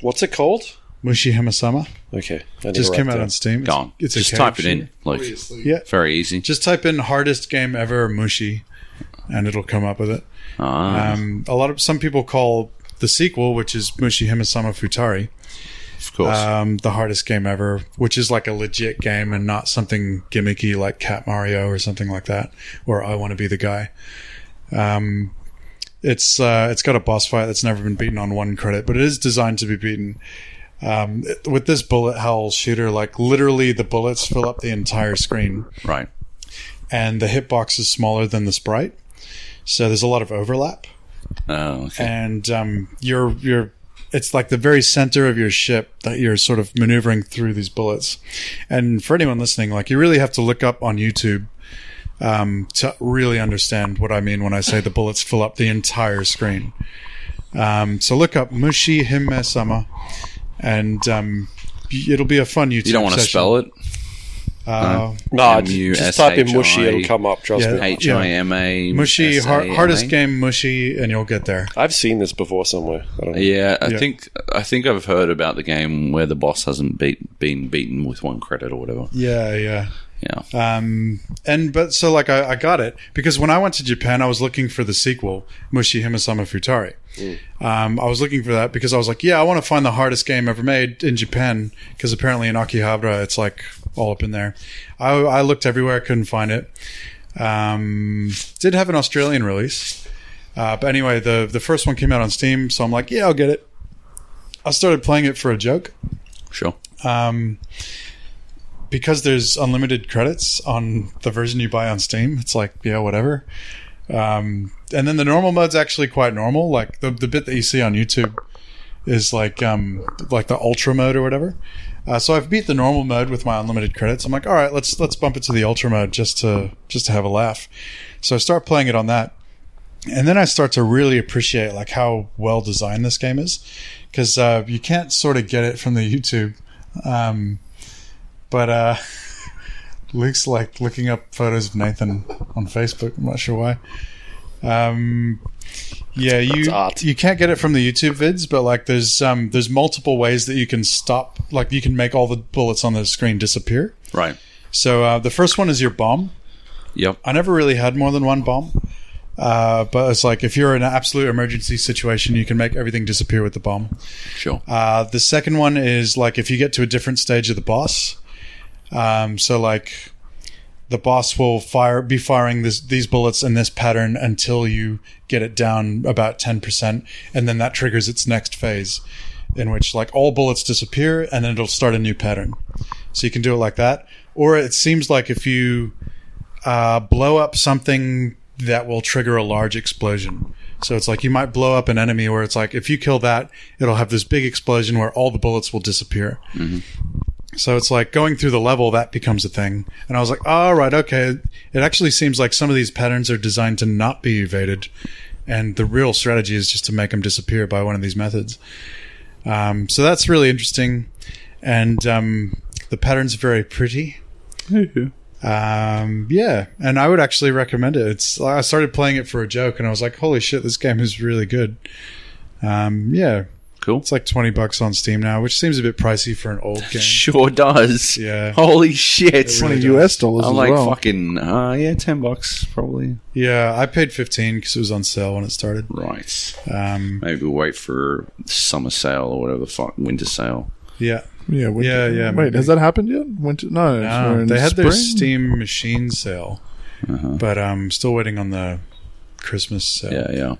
What's it called?
Mushihima Sama.
Okay. I need to
Just
write
came out
that.
on Steam.
Go on.
It's, it's a
Just
cave
type it in.
shooter.
Like,
Yeah.
very easy.
Just type in hardest game ever Mushi and it'll come up with it.
Ah,
Um, a lot of some people call the sequel, which is Mushihima Sama Futari,
of course.
um, the hardest game ever, which is like a legit game and not something gimmicky like Cat Mario or something like that, or I want to be the guy. Um, it's uh, it's got a boss fight that's never been beaten on one credit, but it is designed to be beaten. Um, it- with this bullet hell shooter, like literally the bullets fill up the entire screen,
right.
and the hitbox is smaller than the sprite, so there's a lot of overlap
Oh, okay.
and um, you're you're it's like the very center of your ship that you're sort of maneuvering through these bullets. And for anyone listening, like you really have to look up on YouTube um, to really understand what I mean when I say the bullets fill up the entire screen. Um, so look up Mushi Hime Sama, and um, y- it'll be a fun YouTube.
You don't want to spell it?
Uh,
Nah, just, just type in mushy, it'll come up. Trust me.
Yeah.
H I M A.
Mushi
S A
har-
M E? A?
hardest game Mushi, and you'll get there.
I've seen this before somewhere. I don't know.
Yeah, I
Yeah.
think I think I've heard about the game where the boss hasn't beat, been beaten with one credit or whatever.
Yeah, yeah.
Yeah,
Um, and but so like I, I got it because when I went to Japan, I was looking for the sequel Mushi Himasama Futari. Um, I was looking for that because I was like, yeah, I want to find the hardest game ever made in Japan because apparently in Akihabara it's like all up in there. I, I looked everywhere, couldn't find it. Um, did have an Australian release, uh, but anyway, the the first one came out on Steam, so I'm like, yeah, I'll get it. I started playing it for a joke
sure.
um, because there's unlimited credits on the version you buy on Steam. It's like yeah, whatever. Um, and then the normal mode's actually quite normal. Like the the bit that you see on YouTube is like um, like the ultra mode or whatever. Uh, so I've beat the normal mode with my unlimited credits. I'm like, all right, let's let's bump it to the ultra mode just to just to have a laugh. So I start playing it on that, and then I start to really appreciate like how well designed this game is, because uh, you can't sort of get it from the YouTube. Um, but uh, <laughs> Luke's like looking up photos of Nathan on Facebook. I'm not sure why. Um, yeah, you
art.
you can't get it from the YouTube vids, but like there's um, there's multiple ways that you can stop. Like you can make all the bullets on the screen disappear.
Right.
So uh, the first one is your bomb.
Yep.
I never really had more than one bomb. Uh, but it's like if you're in an absolute emergency situation, you can make everything disappear with the bomb.
Sure.
Uh, the second one is like if you get to a different stage of the boss. Um, so like the boss will fire be firing this, these bullets in this pattern until you get it down about ten percent, and then that triggers its next phase, in which like all bullets disappear and then it'll start a new pattern. So you can do it like that, or it seems like if you uh, blow up something that will trigger a large explosion. So it's like you might blow up an enemy where it's like if you kill that, it'll have this big explosion where all the bullets will disappear. So it's like going through the level that becomes a thing. And I was like, all right, okay. It actually seems like some of these patterns are designed to not be evaded, and the real strategy is just to make them disappear by one of these methods. Um, so that's really interesting, and um, the patterns are very pretty. Um, yeah, and I would actually recommend it. It's I started playing it for a joke, and I was like, "Holy shit, this game is really good." Um, yeah,
Cool.
It's like twenty bucks on Steam now, which seems a bit pricey for an old game.
<laughs> <laughs> Sure does.
Yeah.
Holy shit.
Twenty US dollars
I'm
as
like
well.
fucking uh yeah, ten bucks probably.
Yeah, I paid fifteen because it was on sale when it started.
Right.
Um,
Maybe we'll wait for summer sale or whatever the fuck winter sale.
yeah,
Yeah, winter.
Yeah, yeah,
Wait,
maybe.
has that happened yet? Winter? No, it's-
No,
we're in
um, they had their
spring?
Steam machine sale, but I'm um, still waiting on the Christmas sale.
Yeah,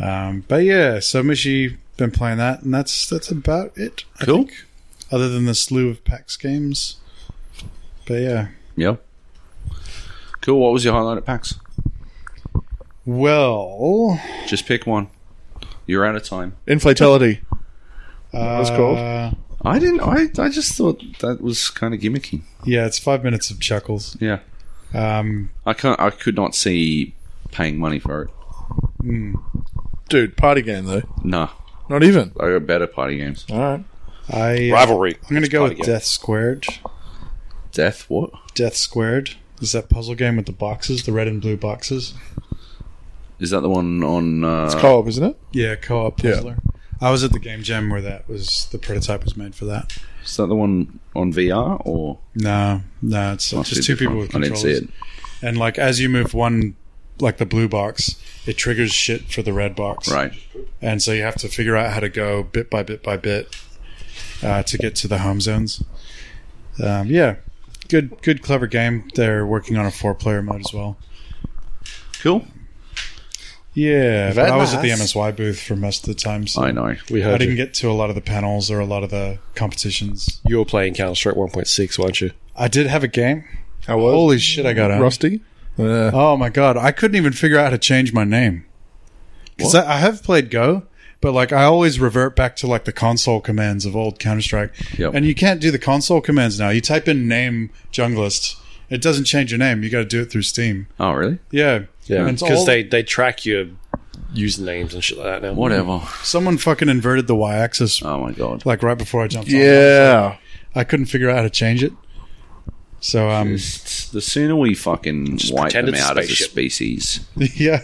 yeah.
Um, but yeah, so Mishi been playing that, and that's that's about it. I
Cool.
think, other than the slew of PAX games. But yeah,
Yeah. Cool. What was your highlight at PAX?
well,
Just pick one. You're out of time.
Inflatility.
uh,
was called?
I didn't I, I just thought that was kind of gimmicky.
Yeah, it's five minutes of chuckles.
Yeah.
Um,
I can't I could not see paying money for it.
hmm,
Dude, party game though.
No.
Not even.
I got better party games.
All right.
I
Rivalry.
I'm gonna go with
again.
Death Squared.
Death what?
Death Squared is that puzzle game with the boxes, the red and blue boxes.
Is that the one on uh
It's co-op, isn't it?
Yeah, co-op
Yeah.
puzzler. I was at the game jam where that was the prototype was made for that.
is that the one on VR or
No, no, it's
Must
just
be
two
different.
people with
I
controllers.
didn't see it.
And like as you move one, like the blue box, it triggers shit for the red box.
Right.
And so you have to figure out how to go bit by bit by bit uh, to get to the home zones. Um, yeah, good, good, clever game. They're working on a four-player mode as well.
Cool.
Yeah, but
Very
I was at the
nice.
MSY booth for most of the time, so
I know.
We
I
heard
didn't
you.
get to a lot of the panels or a lot of the competitions.
you were playing Counter Strike 1.6, weren't you?
I did have a game.
How was
Holy shit, I got on.
Rusty? Yeah.
Oh my god, I couldn't even figure out how to change my name. Because I, I have played Go, but like I always revert back to like the console commands of old Counter Strike,
Yep.
and you can't do the console commands now. You type in name junglist, it doesn't change your name. You got to do it through Steam.
Oh really?
Yeah,
Yeah.
And it's
Because
all-
they, they track your usernames and shit like that now.
Whatever.
someone fucking inverted the y-axis
Oh my god.
like right before I jumped. on.
yeah.
I couldn't figure out how to change it. So um,
The sooner we fucking wipe
pretend
them
it's a
out as a
spaceship.
species,
<laughs> yeah,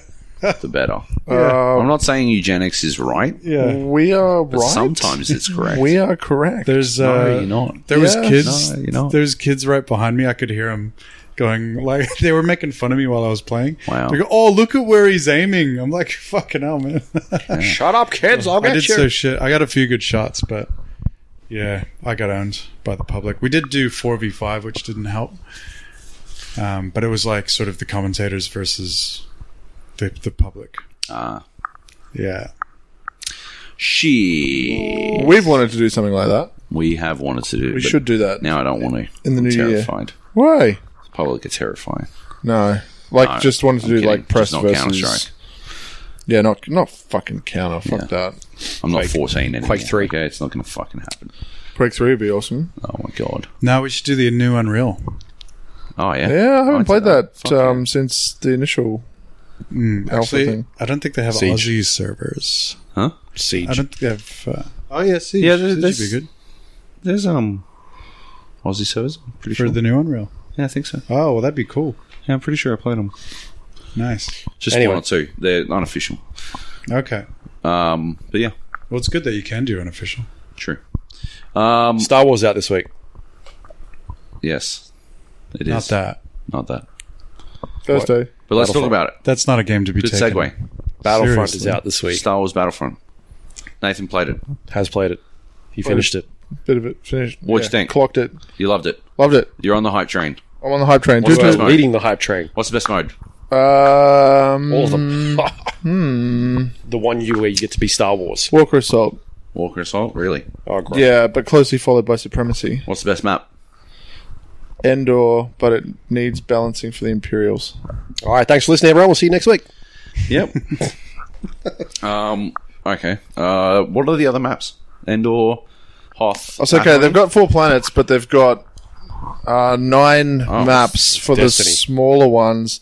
the better.
<laughs> Uh,
I'm not saying eugenics is right,
yeah.
we are
but
right.
sometimes it's correct.
we uh, are correct.
There's
no,
uh,
you're not.
There was
Yeah.
kids.
No, you're not.
There was kids right behind me. I could hear them going like <laughs> they were making fun of me while I was playing.
Wow.
They go, "Oh, look at where he's aiming!" I'm like, <laughs> "Fucking hell, man!"
Shut up, kids. I'll
I
get
did
you.
so shit. I got a few good shots, but yeah, I got owned by the public. We did do four v five, which didn't help. Um, but it was like sort of the commentators versus the the public.
Ah.
Yeah.
She.
We've wanted to do something like that.
We have wanted to do.
We
but
should do that.
Now I don't want to.
In the
I'm
new year.
terrified.
Why?
Public are terrifying.
No. Like,
No,
just wanted to
I'm
do
kidding.
like press
Just not
versus.
Counter-Strike.
Yeah, not not fucking counter. Fuck that.
I'm not 14 anymore.
Quake three.
Okay, it's not going to fucking happen.
Quake three would be awesome.
Oh my god.
Now we should do the new Unreal.
Oh yeah.
Yeah, I haven't
I'd
played
say
that,
Fuck
um, since the initial alpha
Mm, Actually,
thing.
I don't think they have
Siege.
Aussie servers.
Huh?
Siege.
I don't think they have. Uh, oh yeah, Siege.
Yeah,
Yeah, Siege
there's-
would be
there's-
good
There's um. Aussie servers. I'm pretty
for
sure.
the new Unreal.
Yeah, I think so.
Oh, well, that'd be cool.
Yeah, I'm pretty sure I played them.
Nice.
Just
Anyway.
one or two. They're unofficial.
Okay.
Um, but yeah,
Well, it's good that you can do an official.
true. Um,
Star Wars out this week.
yes, it is
Not that.
Not that.
Thursday.
But let's talk
Battlefront.
about it.
That's not a game to be
Good
taken.
segue.
Battlefront is
Seriously?
out this week.
Star Wars Battlefront. Nathan played it.
Has played it.
Oh,
He finished it.
Bit of it finished.
What'd you think?
Clocked it.
You loved it.
Loved it.
You're on the hype train.
I'm on the hype train.
What's
Dude,
the best
Well,
mode?
leading the hype train.
What's the best mode?
um,
All of them.
Mm-hmm.
<laughs> The one you where you get to be Star Wars.
Walker Assault.
Walker Assault. Really?
Oh, great.
Yeah, but closely followed by Supremacy.
What's the best map?
Endor, but it needs balancing for the Imperials. Oh,
All right. Thanks for listening, everyone. We'll see you next week.
Yep. <laughs> um. Okay. Uh. What are the other maps? Endor, Hoth.
That's okay. They've got four planets, but they've got uh, nine
Oh,
maps for
Destiny.
the smaller ones,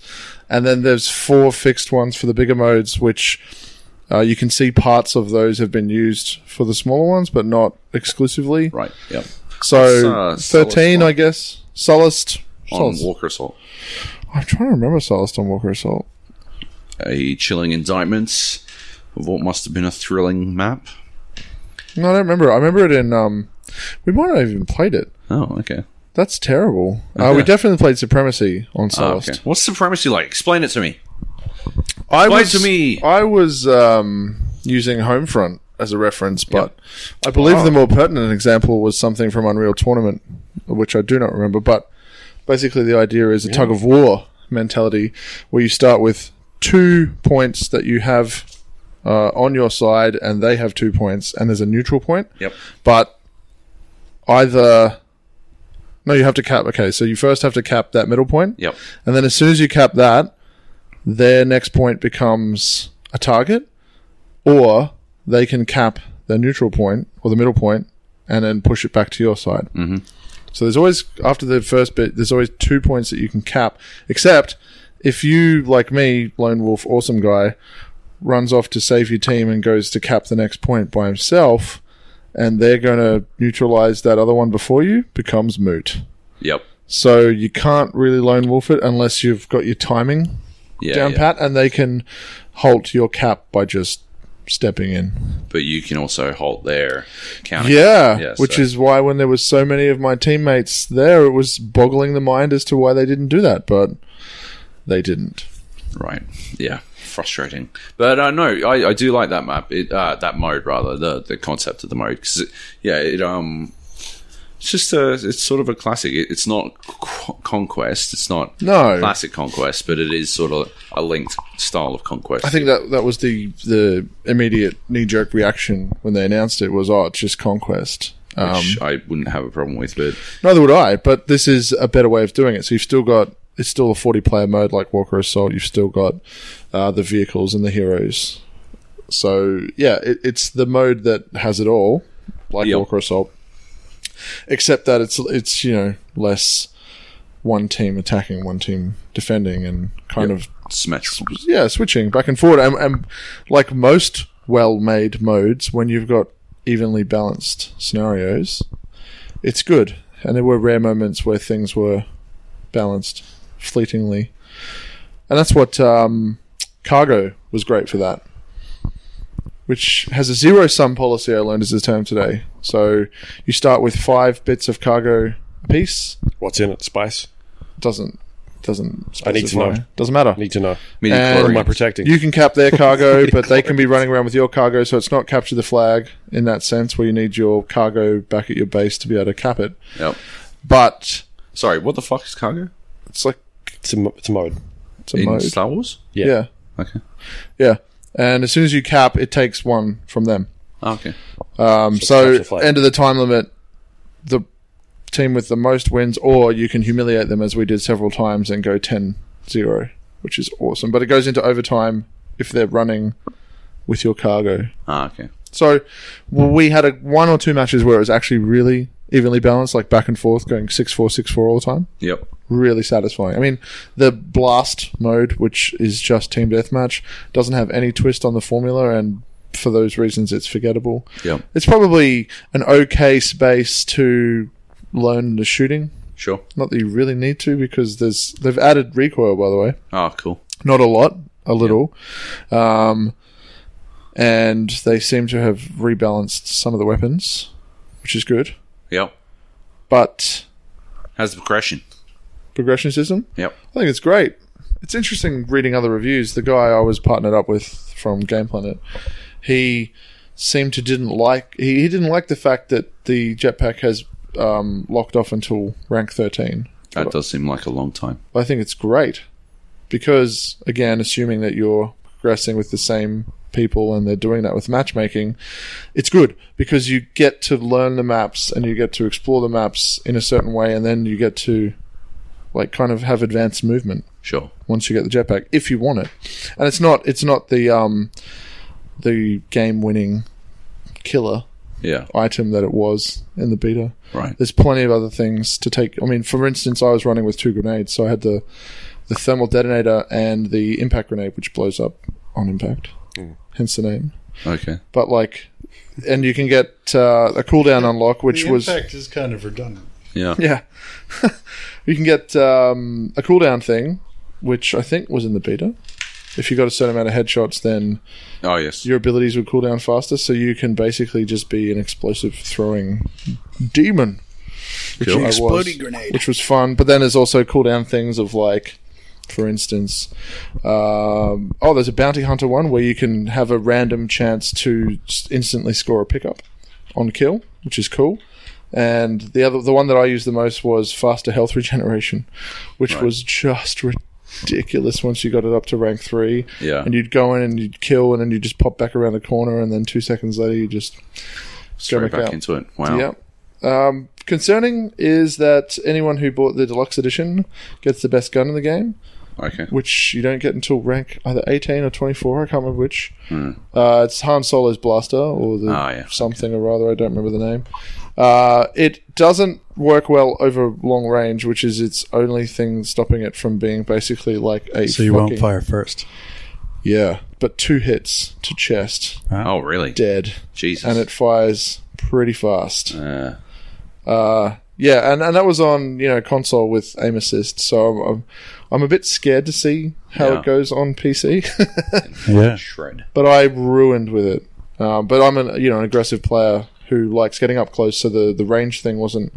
and then there's four fixed ones for the bigger modes, which uh, you can see parts of those have been used for the smaller ones, but not exclusively.
Right. Yep.
So
What's, uh,
thirteen,
Solaced on?
I guess. Sullust.
On
Sullust.
Walker Assault.
I'm trying to remember Sullust on Walker Assault.
A chilling indictment of what must have been a thrilling map.
No, I don't remember. I remember it in. Um, we might not have even played it.
Oh, okay.
That's terrible. Uh, we definitely played Supremacy on
Oh,
Sullust.
okay. What's supremacy like? Explain it to me.
I
Explain
was,
to me.
I was um, using Homefront as a reference, but I believe the more pertinent example was something from Unreal Tournament, which I do not remember. But basically, the idea is a tug of war mentality where you start with two points that you have uh, on your side, and they have two points, and there's a neutral point.
Yep.
But either. No, you have to cap. Okay, so you first have to cap that middle point.
Yep.
And then as soon as you cap that, their next point becomes a target, or they can cap their neutral point or the middle point and then push it back to your side. Mm-hmm. So there's always, after the first bit, there's always two points that you can cap, except if you, like me, Lone Wolf, awesome guy, runs off to save your team and goes to cap the next point by himself. And they're going to neutralize that other one before you becomes moot.
Yep.
So you can't really lone wolf it unless you've got your timing
Yeah.
down
yeah.
pat, and they can halt your cap by just stepping in.
But you can also halt there. Counting.
Yeah,
Yeah,
which
so-
is why when there was so many of my teammates there, it was boggling the mind as to why they didn't do that, but they didn't.
Right. Yeah. Frustrating. But uh, no, I, I do like that map. It, uh, that mode rather the the concept of the mode because yeah, it um. It's just a, it's sort of a classic. It, it's not co- conquest. It's not
No.
classic conquest, but it is sort of a linked style of conquest.
I think that that was the the immediate knee jerk reaction when they announced it was oh it's just conquest. Um,
which I wouldn't have a problem with, but
Neither would I, but this is a better way of doing it. So you've still got it's still a forty player mode like Walker Assault. You've still got uh, the vehicles and the heroes. So yeah, it, it's the mode that has it all, like
Yep.
Walker Assault. Except that it's it's you know less one team attacking, one team defending, and kind of
symmetrical.
yeah, switching back and forward. And, and like most well made modes, when you've got evenly balanced scenarios, it's good. And there were rare moments where things were balanced fleetingly. And that's what um, Cargo was great for that, which has a zero sum policy, I learned is the term today. So you start with five bits of cargo a piece.
What's in it? Spice.
Doesn't. Doesn't
I need to
specify.
know.
Doesn't matter.
Need to know. Who
And-
am I protecting?
You can cap their
<laughs>
cargo, but they can be running around with your cargo, so it's not capture the flag in that sense, where you need your cargo back at your base to be able to cap it.
Yep.
But
Sorry, what the fuck is cargo
it's like
it's, a, mo- it's a mode.
it's a
in
mode.
Star Wars?
Yeah.
Yeah,
Okay.
yeah. And as soon as you cap, it takes one from them.
Oh, okay.
Um,
So
so
capture flag.
end of the time limit, the team with the most wins, or you can humiliate them as we did several times and go 10-0, which is awesome. But it goes into overtime if they're running with your cargo.
Ah, okay.
So well, we had a one or two matches where it was actually really evenly balanced, like back and forth, going 6-4, 6-4 all the time.
Yep.
Really satisfying. I mean, the blast mode, which is just team deathmatch, doesn't have any twist on the formula, and for those reasons, it's forgettable.
Yep.
It's probably an okay space to learn the shooting
Sure.
Not that you really need to because there's they've added recoil by the way.
Oh, cool.
Not a lot, a little. Um, and they seem to have rebalanced some of the weapons, which is good.
Yep.
But
How's the progression?
progression system.
Yep.
I think it's great. It's interesting reading other reviews. The guy I was partnered up with from Game Planet, he seemed to didn't like he, he didn't like the fact that the jetpack has um, locked off until rank thirteen.
That does seem like a long time.
But I think it's great because again, assuming that you're progressing with the same people and they're doing that with matchmaking, it's good because you get to learn the maps and you get to explore the maps in a certain way, and then you get to like kind of have advanced movement
Sure.
once you get the jetpack if you want it. And it's not it's not the um the game winning killer
Yeah.
item that it was in the beta.
Right.
There's plenty of other things to take. I mean, for instance, I was running with two grenades, so I had the the thermal detonator and the impact grenade which blows up on impact. Hence the name.
Okay.
But like and you can get uh, a cooldown unlock which
the
was
impact is kind of redundant.
Yeah.
<laughs> yeah. you can get um, a cooldown thing, which I think was in the beta. If you got a certain amount of headshots, then
Oh, yes.
your abilities would cool down faster, so you can basically just be an explosive throwing demon. Which
Cool.
I was,
Exploding grenade.
Which was fun. But then there's also cooldown things of like for instance, um, oh, there's a bounty hunter one where you can have a random chance to s- instantly score a pickup on kill, which is cool. And the other, the one that I used the most was faster health <laughs> regeneration, which was just ridiculous once you got it up to rank three.
Yeah.
And you'd go in and you'd kill, and then you just pop back around the corner, and then two seconds later you just back
Straight back
out.
into it. Wow.
yeah. Um, concerning is that anyone who bought the deluxe edition gets the best gun in the game
Okay.
which you don't get until rank either 18 or 24. I can't remember which. Uh, it's Han Solo's blaster or the
Hmm. Ah, yeah.
something or other. I don't remember the name. Uh, it doesn't work well over long range, which is its only thing stopping it from being basically like a.
So you won't
fucking-
fire first.
Yeah, but two hits to chest,
Oh, really?
dead,
Jesus.
and it fires pretty fast.
uh,
Uh, yeah, and, and that was on you know console with aim assist, so I'm I'm, I'm a bit scared to see how
Yeah.
it goes on <laughs> PC.
Yeah.
shred.
but I ruined with it. Um, but I'm an you know an aggressive player who likes getting up close, so the the range thing wasn't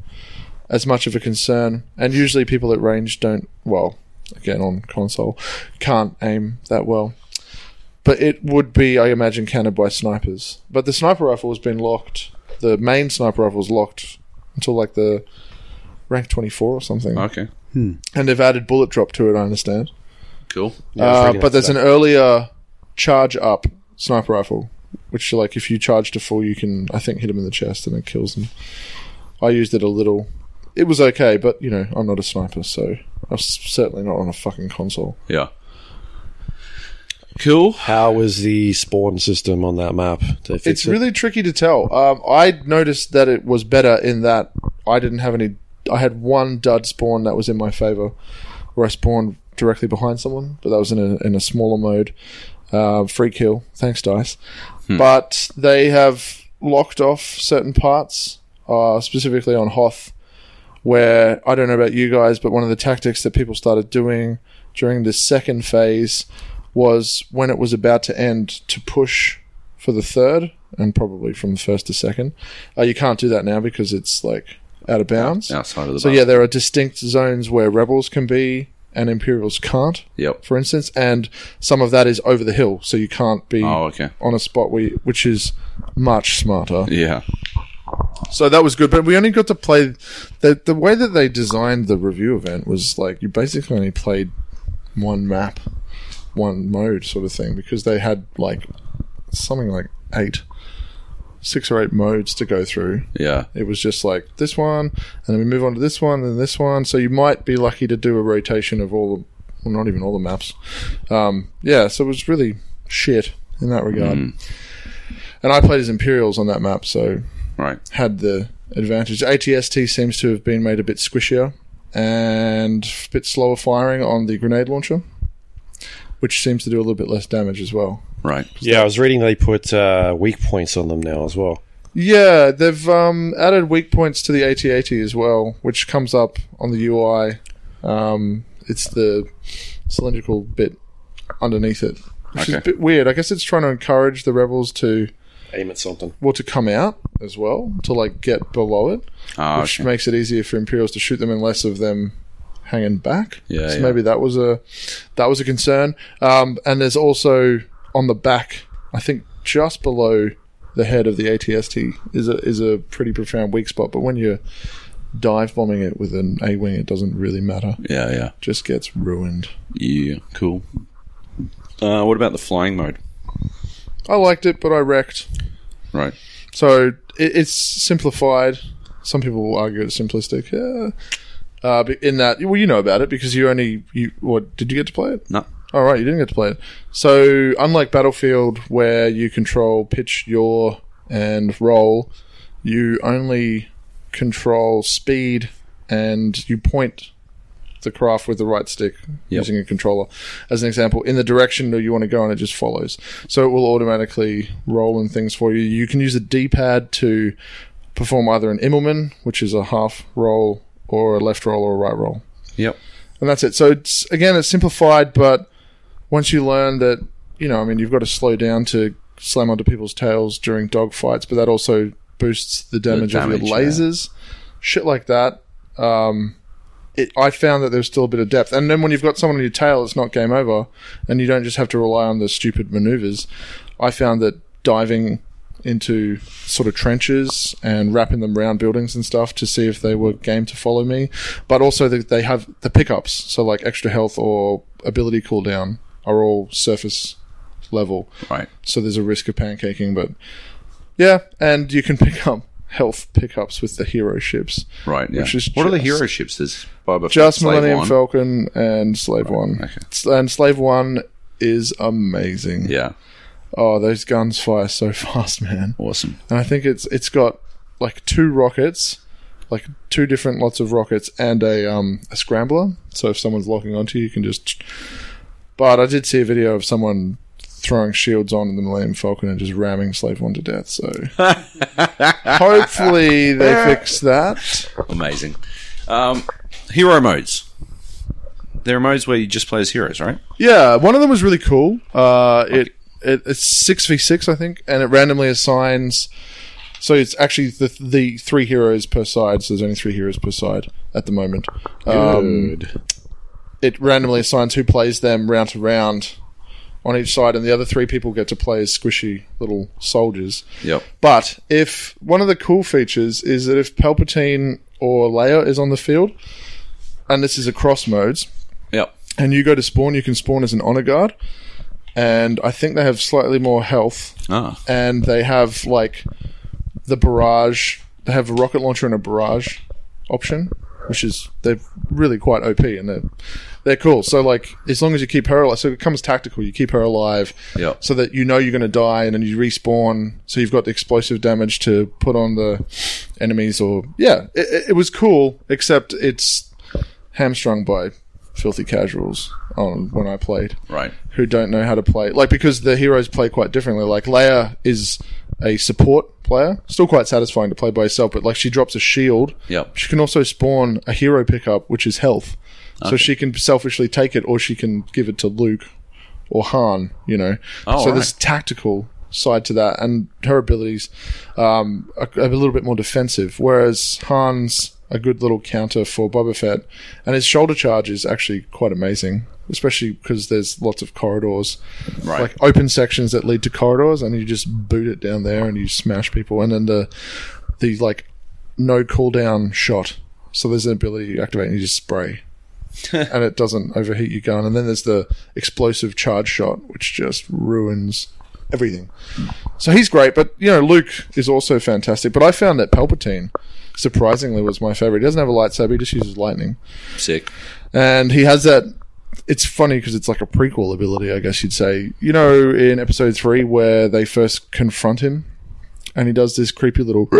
as much of a concern. And usually people at range don't well, again on console, can't aim that well. But it would be, I imagine, countered by snipers. But the sniper rifle has been locked. The main sniper rifle is locked until like the rank 24 or something.
Okay.
And they've added bullet drop to it, I understand.
Cool.
Yeah, I was
Uh,
reading
but
about
there's
that.
an earlier charge up sniper rifle, which like if you charge to full, you can I think hit him in the chest and it kills him. I used it a little. It was okay, but you know I'm not a sniper, so I'm s- certainly not on a fucking console.
Yeah. Cool.
How was the spawn system on that map? Did they fix
It's
it?
really tricky to tell. Um, I noticed that it was better in that I didn't have any. I had one dud spawn that was in my favor, where I spawned directly behind someone, but that was in a, in a smaller mode. Uh, free kill, thanks dice. But they have locked off certain parts, uh, specifically on Hoth, where I don't know about you guys, but one of the tactics that people started doing during the second phase was when it was about to end to push for the third and probably from the first to second. Uh, you can't do that now because it's like out of bounds.
Outside of the.
So
bar.
yeah, there are distinct zones where rebels can be and Imperials can't,
Yep.
for instance, and some of that is over the hill, so you can't be
Oh, okay.
on a spot where you- which is much smarter.
Yeah.
So that was good, but we only got to play the the way that they designed the review event was like you basically only played one map, one mode sort of thing because they had like something like eight, six or eight modes to go through.
Yeah.
It was just like this one, and then we move on to this one, then this one. So you might be lucky to do a rotation of all the, well, not even all the maps. Um, yeah, so it was really shit in that regard.
Mm.
And I played as Imperials on that map, so
Right.
had the advantage. ATST seems to have been made a bit squishier and a bit slower firing on the grenade launcher, which seems to do a little bit less damage as well.
Right.
yeah, I was reading they put uh, weak points on them now as well.
Yeah, they've um, added weak points to the AT80 as well, which comes up on the UI. Um, it's the cylindrical bit underneath it, which is a
Okay.
bit weird. I guess it's trying to encourage the rebels to
Aim at something.
well to come out as well to like get below it,
Ah,
which
okay.
makes it easier for Imperials to shoot them and less of them hanging back.
Yeah,
so
yeah.
maybe that was a that was a concern. Um, and there's also on the back, I think just below the head of the ATST is a is a pretty profound weak spot. But when you're dive bombing it with an A wing, it doesn't really matter.
yeah, yeah.
Just gets ruined.
Yeah, cool. Uh, what about the flying mode?
I liked it, but I wrecked.
Right.
So it, it's simplified. Some people will argue it's simplistic. Yeah. Uh, but in that, well, you know about it because you only you. What did you get to play it?
No.
All right, you didn't get to play it. So unlike Battlefield, where you control pitch, yaw, and roll, you only control speed, and you point the craft with the right stick using a controller. As an example, in the direction that you want to go, and it just follows. So it will automatically roll and things for you. You can use a D-pad to perform either an Immelman, which is a half roll, or a left roll or a right roll
Yep.
and that's it. So it's again, it's simplified, but once you learn that, you know, I mean, you've got to slow down to slam onto people's tails during dogfights, but that also boosts the damage, of
damage,
your lasers, shit like that. Um, it, I found that there's still a bit of depth, and then when you've got someone on your tail, it's not game over, and you don't just have to rely on the stupid maneuvers. I found that diving into sort of trenches and wrapping them round buildings and stuff to see if they were game to follow me. But also that they have the pickups, so like extra health or ability cooldown are all surface level.
Right.
So there's a risk of pancaking, but yeah, and you can pick up health pickups with the hero ships.
Right. Yeah.
Which is
what are the
just-
hero ships? There's Boba Fett,
Just
Slave
Millennium
One.
Falcon and Slave One. S- And Slave One is amazing.
Yeah.
Oh, those guns fire so <laughs> fast, man.
Awesome.
and I think it's it's got like two rockets, like two different lots of rockets, and a um a scrambler. So if someone's locking onto you, you can just. But I did see a video of someone throwing shields on the Millennium Falcon and just ramming Slave One to death. So hopefully they fix that.
Amazing. Um, hero modes. There are modes where you just play as heroes, right?
Yeah, one of them was really cool. Uh, it, it it's six v six, I think, and it randomly assigns. So it's actually the the three heroes per side. So there's only three heroes per side at the moment. Um, it randomly assigns who plays them round to round on each side, and the other three people get to play as squishy little soldiers.
Yep.
But if one of the cool features is that if Palpatine or Leia is on the field, and this is across modes,
Yep.
and you go to spawn, you can spawn as an honor guard, and I think they have slightly more health,
Ah.
and they have like the barrage. They have a rocket launcher and a barrage option, which is they're really quite OP and they're they're cool. So like as long as you keep her alive, so it becomes tactical. You keep her alive,
Yep.
so that you know you're going to die, and then you respawn. So you've got the explosive damage to put on the enemies. Or yeah, it- it, it was cool, except it's hamstrung by filthy casuals on when I played
Right.
who don't know how to play. Like because the heroes play quite differently. Like Leia is a support player, still quite satisfying to play by herself. But like she drops a shield.
Yep.
She can also spawn a hero pickup, which is health. So she can selfishly take it, or she can give it to Luke or Han. You know.
Oh,
so
right.
there's tactical side to that, and her abilities um, are, are a little bit more defensive. Whereas Han's a good little counter for Boba Fett, and his shoulder charge is actually quite amazing, especially because there's lots of corridors,
Right.
like open sections that lead to corridors, and you just boot it down there and you smash people, and then the the like no cooldown shot. So there's an ability you activate and you just spray. and it doesn't overheat your gun. And then there's the explosive charge shot, which just ruins everything. So he's great, but you know, Luke is also fantastic. But I found that Palpatine, surprisingly, was my favorite. He doesn't have a lightsaber, he just uses lightning.
Sick.
And he has that. It's funny because it's like a prequel ability, I guess you'd say. You know, in episode three, where they first confront him and he does this creepy little <laughs>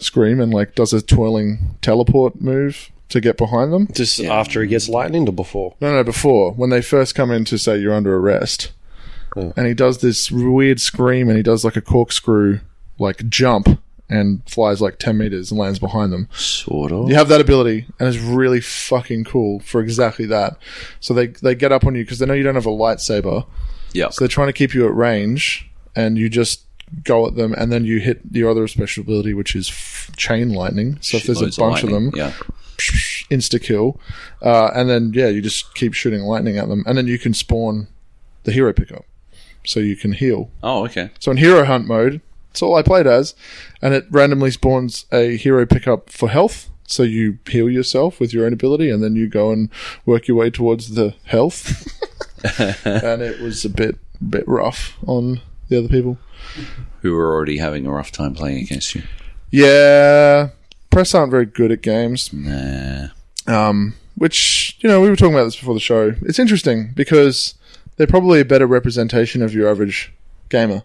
scream and like does a twirling teleport move to get behind them.
Just after he gets lightning to before.
No, no, before when they first come in to say you're under arrest, and he does this weird scream and he does like a corkscrew like jump and flies like 10 meters and lands behind them.
Sort of.
You have that ability, and it's really fucking cool for exactly that. So they they get up on you because they know you don't have a lightsaber.
Yeah.
So they're trying to keep you at range, and you just go at them, and then you hit your other special ability, which is f- chain lightning. So if there's
Loads
a bunch of,
lightning,
them,
Yeah.
<sniffs> insta kill, uh, and then yeah, you just keep shooting lightning at them, and then you can spawn the hero pickup, so you can heal.
Oh, okay.
So in hero hunt mode, it's all I played as, and it randomly spawns a hero pickup for health. So you heal yourself with your own ability, and then you go and work your way towards the health. and it was a bit bit rough on the other people.
Who were already having a rough time playing against you?
Yeah, press aren't very good at games.
Nah.
um, which you know we were talking about this before the show. It's interesting because they're probably a better representation of your average gamer,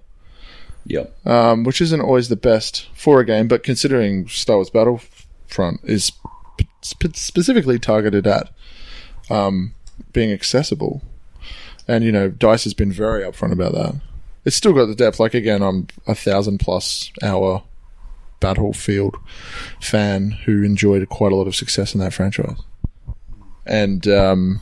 Yep.
um, which isn't always the best for a game. But considering Star Wars Battlefront is p- sp- specifically targeted at um, being accessible, and you know Dice has been very upfront about that. It's still got the depth. Like again, I'm a thousand plus hour Battlefield fan who enjoyed quite a lot of success in that franchise. And um,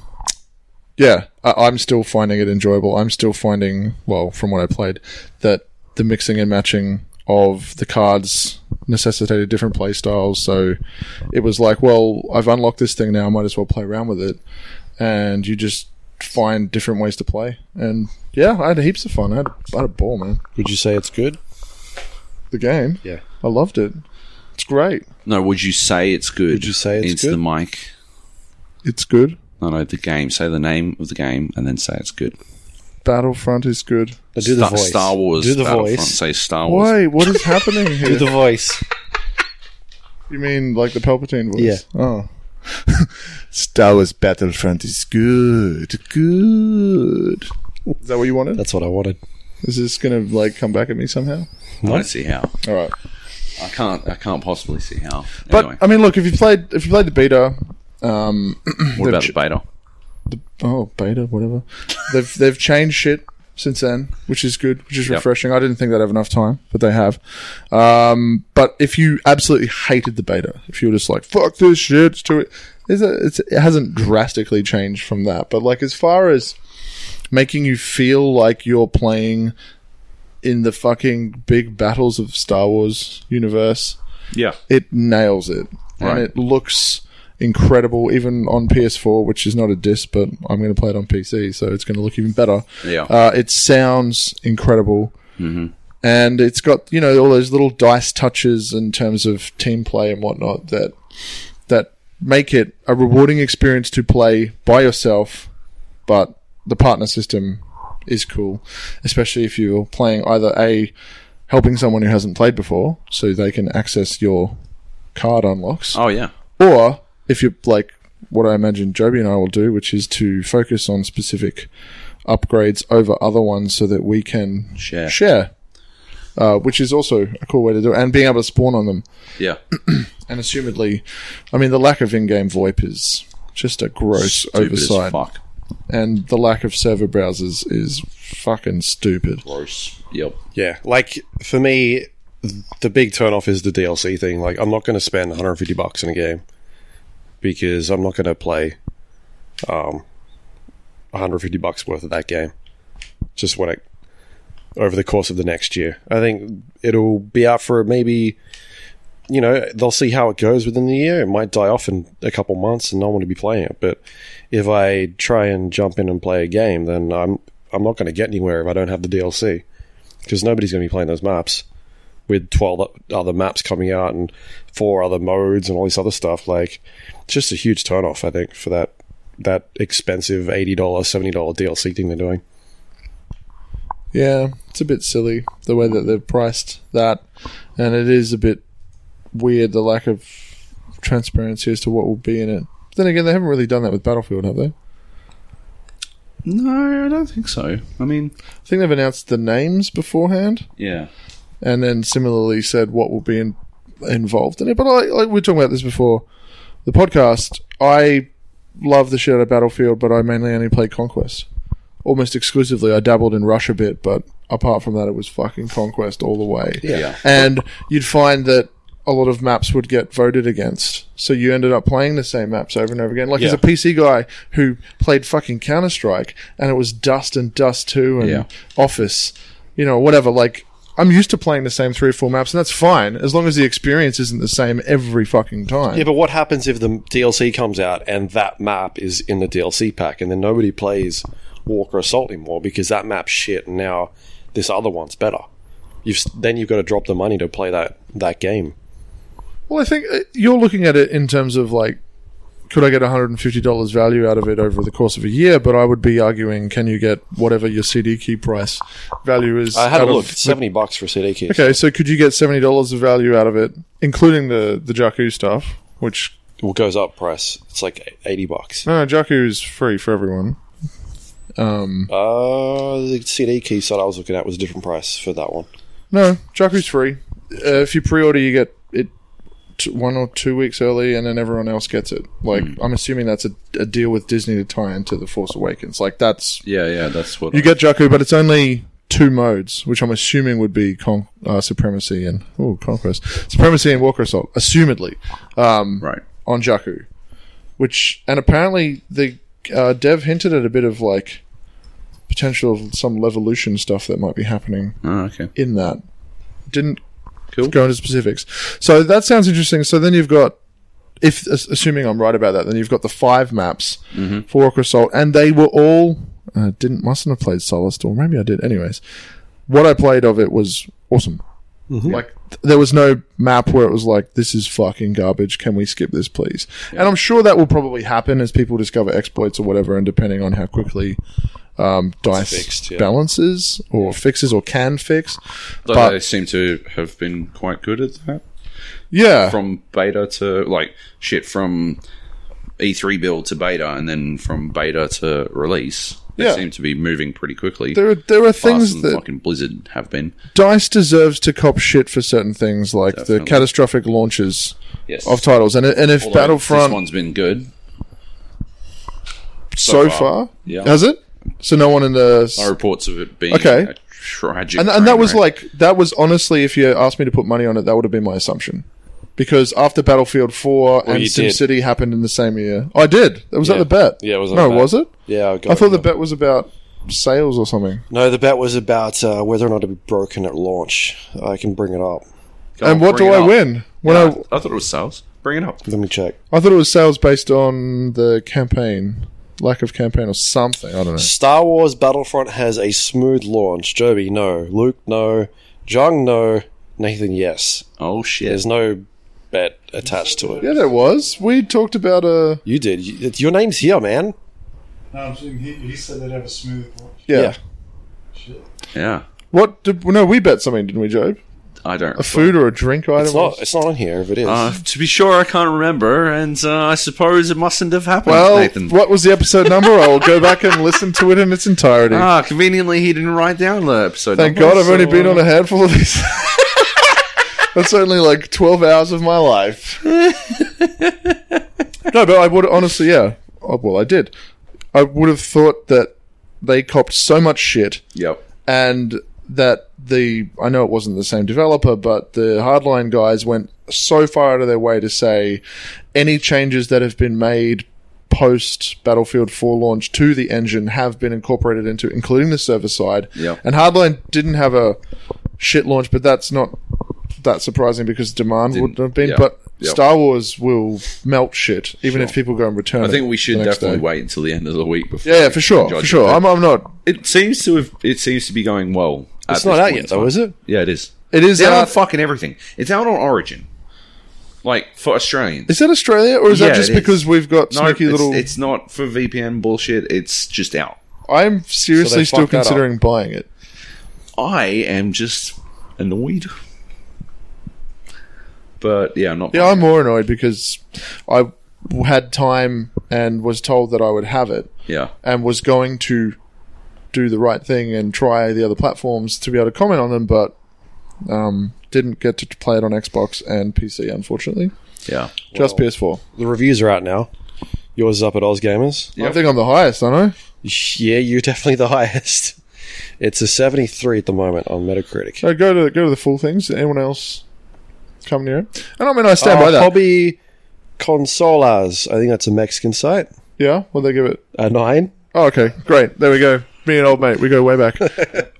yeah, I- I'm still finding it enjoyable. I'm still finding, well, from what I played, that the mixing and matching of the cards necessitated different play styles. So it was like, well, I've unlocked this thing now. I might as well play around with it. And you just find different ways to play. And yeah, I had heaps of fun. I had, I had a ball, man.
Would you say it's good?
The game.
Yeah.
I loved it. It's great.
No, would you say it's good?
Would you say it's
the
good?
mic.
It's good.
No, no, the game. Say the name of the game and then say it's good.
Battlefront is good.
Now do the
Star,
voice.
Star Wars.
Do the
Battlefront,
voice.
Say Star Wars.
Why? What is <laughs> happening
Do
here?
the voice.
you mean like the Palpatine voice?
Yeah.
Oh. Star Wars Battlefront is good. Good. Is that what you wanted?
That's what I wanted.
Is this gonna like come back at me somehow?
I don't see how.
All right.
I can't. I can't possibly see how.
But
anyway,
I mean, look if you played if you played the beta, um,
what about the beta?
oh beta <laughs> whatever, they've they've changed shit since then, which is good, which is
Yep.
refreshing. I didn't think they'd have enough time, but they have. Um, but if you absolutely hated the beta, if you were just like fuck this shit, it's too, it's a, it's, it hasn't drastically changed from that. But like as far as making you feel like you're playing in the fucking big battles of Star Wars universe,
Yeah.
it nails it and
Right.
it looks incredible even on ps4 which is not a disc but i'm going to play it on pc so it's going to look even better
Yeah.
uh, it sounds incredible and it's got you know all those little dice touches in terms of team play and whatnot that that make it a rewarding experience to play by yourself but the partner system is cool especially if you're playing either a helping someone who hasn't played before so they can access your card unlocks
oh yeah.
or if you like what I imagine Joby and I will do, which is to focus on specific upgrades over other ones so that we can
Share.
share, uh, which is also a cool way to do it, and being able to spawn on them.
Yeah.
And assumedly, I mean, the lack of in game VoIP is just a gross
Stupid as
oversight,
Fuck.
and the lack of server browsers is fucking stupid.
Gross. Yep.
Yeah, like for me, th- the big turnoff is the DLC thing. Like, I'm not going to spend 150 bucks in a game because I'm not going to play um, 150 bucks worth of that game just when it over the course of the next year. I think it'll be out for maybe you know they'll see how it goes within the year. It might die off in a couple months, and no one will be playing it. But if I try and jump in and play a game, then I'm I'm not going to get anywhere if I don't have the DLC because nobody's going to be playing those maps with 12 o- other maps coming out and four other modes and all this other stuff like it's just a huge turnoff i think for that that expensive $80 $70 dlc thing they're doing
Yeah, it's a bit silly the way that they've priced that, and it is a bit weird the lack of transparency as to what will be in it. Then again, they haven't really done that with Battlefield, have they?
No, I don't think so. I mean,
I think they've announced the names beforehand,
yeah.
and then similarly said what will be in, involved in it. But like, like we were talking about this before the podcast, I love the shit out of Battlefield, but I mainly only play Conquest. almost exclusively. I dabbled in Rush a bit, but apart from that, it was fucking Conquest all the way.
Yeah.
And you'd find that a lot of maps would get voted against. So you ended up playing the same maps over and over again. Like, there's a PC guy who played fucking Counter Strike, and it was Dust and Dust 2 and
Yeah.
Office, you know, whatever. Like, I'm used to playing the same three or four maps, and that's fine, as long as the experience isn't the same every fucking time.
Yeah, but what happens if the DLC comes out and that map is in the DLC pack and then nobody plays Walker Assault anymore because that map's shit and now this other one's better? You've s- then you've got to drop the money to play that that game.
Well, I think uh, you're looking at it in terms of like, could I get $150 value out of it over the course of a year? But I would be arguing, can you get whatever your CD key price value is?
I had a
out of
look,
the-
seventy bucks for CD keys.
Okay, so could you get seventy dollars of value out of it, including the the Jakku stuff? Which
Well, goes up price. It's like eighty bucks.
no, no Jakku is free for everyone. Um,
Uh, the CD key site I was looking at was a different price for that one.
No, Jakku's free. Uh, if you pre-order, you get it t- one or two weeks early, and then everyone else gets it. Like I'm assuming that's a, a deal with Disney to tie into the Force Awakens. Like that's
Yeah, yeah, that's what.
you get Jakku, but it's only two modes, which I'm assuming would be con- uh, Supremacy and oh Conquest, Supremacy and Walker Assault, assumedly. Um,
right.
on Jakku, which and apparently the uh, dev hinted at a bit of like potential of some levolution stuff that might be happening
Oh, okay.
in that. Didn't
Cool.
go into specifics. So that sounds interesting. So then you've got. If ass- assuming I'm right about that, then you've got the five maps
Mm-hmm.
for Aqua Assault, and they were all uh, didn't mustn't have played Solar Storm. Maybe I did. Anyways, what I played of it was awesome. Like th- there was no map where it was like this is fucking garbage. Can we skip this, please? And I'm sure that will probably happen as people discover exploits or whatever, and depending on how quickly um, dice
fixed, yeah.
balances or fixes or can fix.
Though
But-
they seem to have been quite good at that.
Yeah,
From beta to like shit from E3 build to beta, and then from beta to release, they
Yeah.
seem to be moving pretty quickly.
there are there are
Faster
things
than
that
fucking Blizzard have been.
Dice deserves to cop shit for certain things like the catastrophic launches
Yes.
of titles, and and if
Although This
Battlefront
one's been good.
so,
so
far,
far. Yeah.
has it, so no one in the
No reports of it being
Okay.
a tragic.
and, and that
train
was
wreck.
like that was honestly, if you asked me to put money on it, that would have been my assumption. Because after Battlefield Four and
you did.
SimCity happened in the same year, I did. That was at
Yeah.
the bet.
Yeah, it was on
no,
the bet.
was it?
Yeah, got
I thought
it.
the bet was about sales or something.
No, the bet was about uh, whether or not it'd be broken at launch. I can bring it up.
Go
and
on,
what do
bring it
I
up.
win? When
Yeah, I, I thought it was sales. Bring it up.
Let me check.
I I thought it was sales based on the campaign, lack of campaign or something. I don't know.
Star Wars Battlefront has a smooth launch. Joby, no. Luke, no. Jung, no. Nathan, yes.
Oh shit!
There's no bet attached to it.
Yeah, there was. We talked about a
You did. You- it's- Your name's here, man.
No, I'm saying he, he said they'd have a smooth launch.
yeah.
Yeah.
Yeah,
What? Did, no, we bet something, didn't we, Job?
I don't.
A food or a drink item?
It's
or-
not. It's not on here. If it is,
Uh, to be sure, I can't remember, and uh, I suppose it mustn't have happened.
well,
Nathan.
what was the episode number? I'll go back and listen to it in its entirety.
Ah, conveniently, he didn't write down the episode.
Thank
number,
God, I've only
so,
been
uh,
on a handful of these. <laughs> That's only like twelve hours of my life. no, but I would honestly, yeah. Oh, well, I did. I would have thought that they copped so much shit
Yep.
and that the I know it wasn't the same developer, but the hardline guys went so far out of their way to say any changes that have been made post Battlefield 4 launch to the engine have been incorporated into, including the server side.
Yep.
And Hardline didn't have a shit launch, but that's not that surprising because demand wouldn't have been.
yeah,
But
yeah.
Star Wars will melt shit, even if people go and return
I
it
think we
the
should
next
definitely
day.
wait until the end of the week before.
Yeah, yeah,
we
for sure,
judge
for sure.
it.
I'm, I'm not.
it seems to have. It seems to be going well. at
it's
this
not out
point
yet,
in
though,
time.
is it?
Yeah, it is.
It is
It's out on
out.
fucking everything. It's out on Origin, like for Australians.
Is that Australia, or is
Yeah,
that just
it is.
because we've got
no,
sneaky
it's,
little?
it's not for VPN bullshit. It's just out.
I'm
So
seriously
they
still
fucked that up.
considering buying it.
I am just annoyed. But yeah, I'm not.
Yeah, I'm more annoyed because I w- had time and was told that I would have it
yeah,
and was going to do the right thing and try the other platforms to be able to comment on them, but um, didn't get to play it on Xbox and PC, unfortunately.
yeah.
Just PS4.
The reviews are out now. Yours is up at Oz Gamers.
I think I'm the highest, aren't I?
Yeah, you're definitely the <laughs> highest. It's a 73 at the moment on Metacritic.
So go to go to the full things. Anyone else come near it? And I mean, I stand
Uh,
by that.
Hobby Consolas. I think that's a Mexican site.
yeah, what they give it?
A nine.
Oh, okay, great. There we go. Me and old mate, we go way back.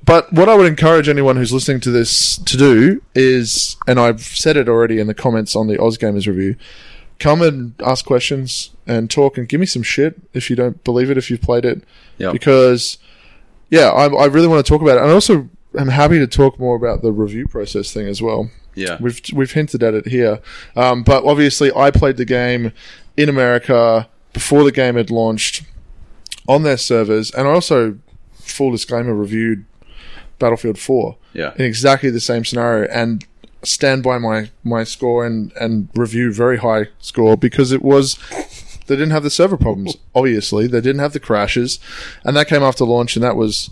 but what I would encourage anyone who's listening to this to do is, and I've said it already in the comments on the Ozgamers review, come and ask questions and talk and give me some shit if you don't believe it, if you've played it.
Yeah.
Because, yeah, I, I really want to talk about it. And I also am happy to talk more about the review process thing as well.
Yeah.
We've we've hinted at it here, um, but obviously I played the game in America before the game had launched on their servers, and I also full disclaimer reviewed Battlefield Four
Yeah.
in exactly the same scenario, and stand by my my score and and review very high score because it was. They didn't have the server problems, obviously. They didn't have the crashes. And that came after launch, and that was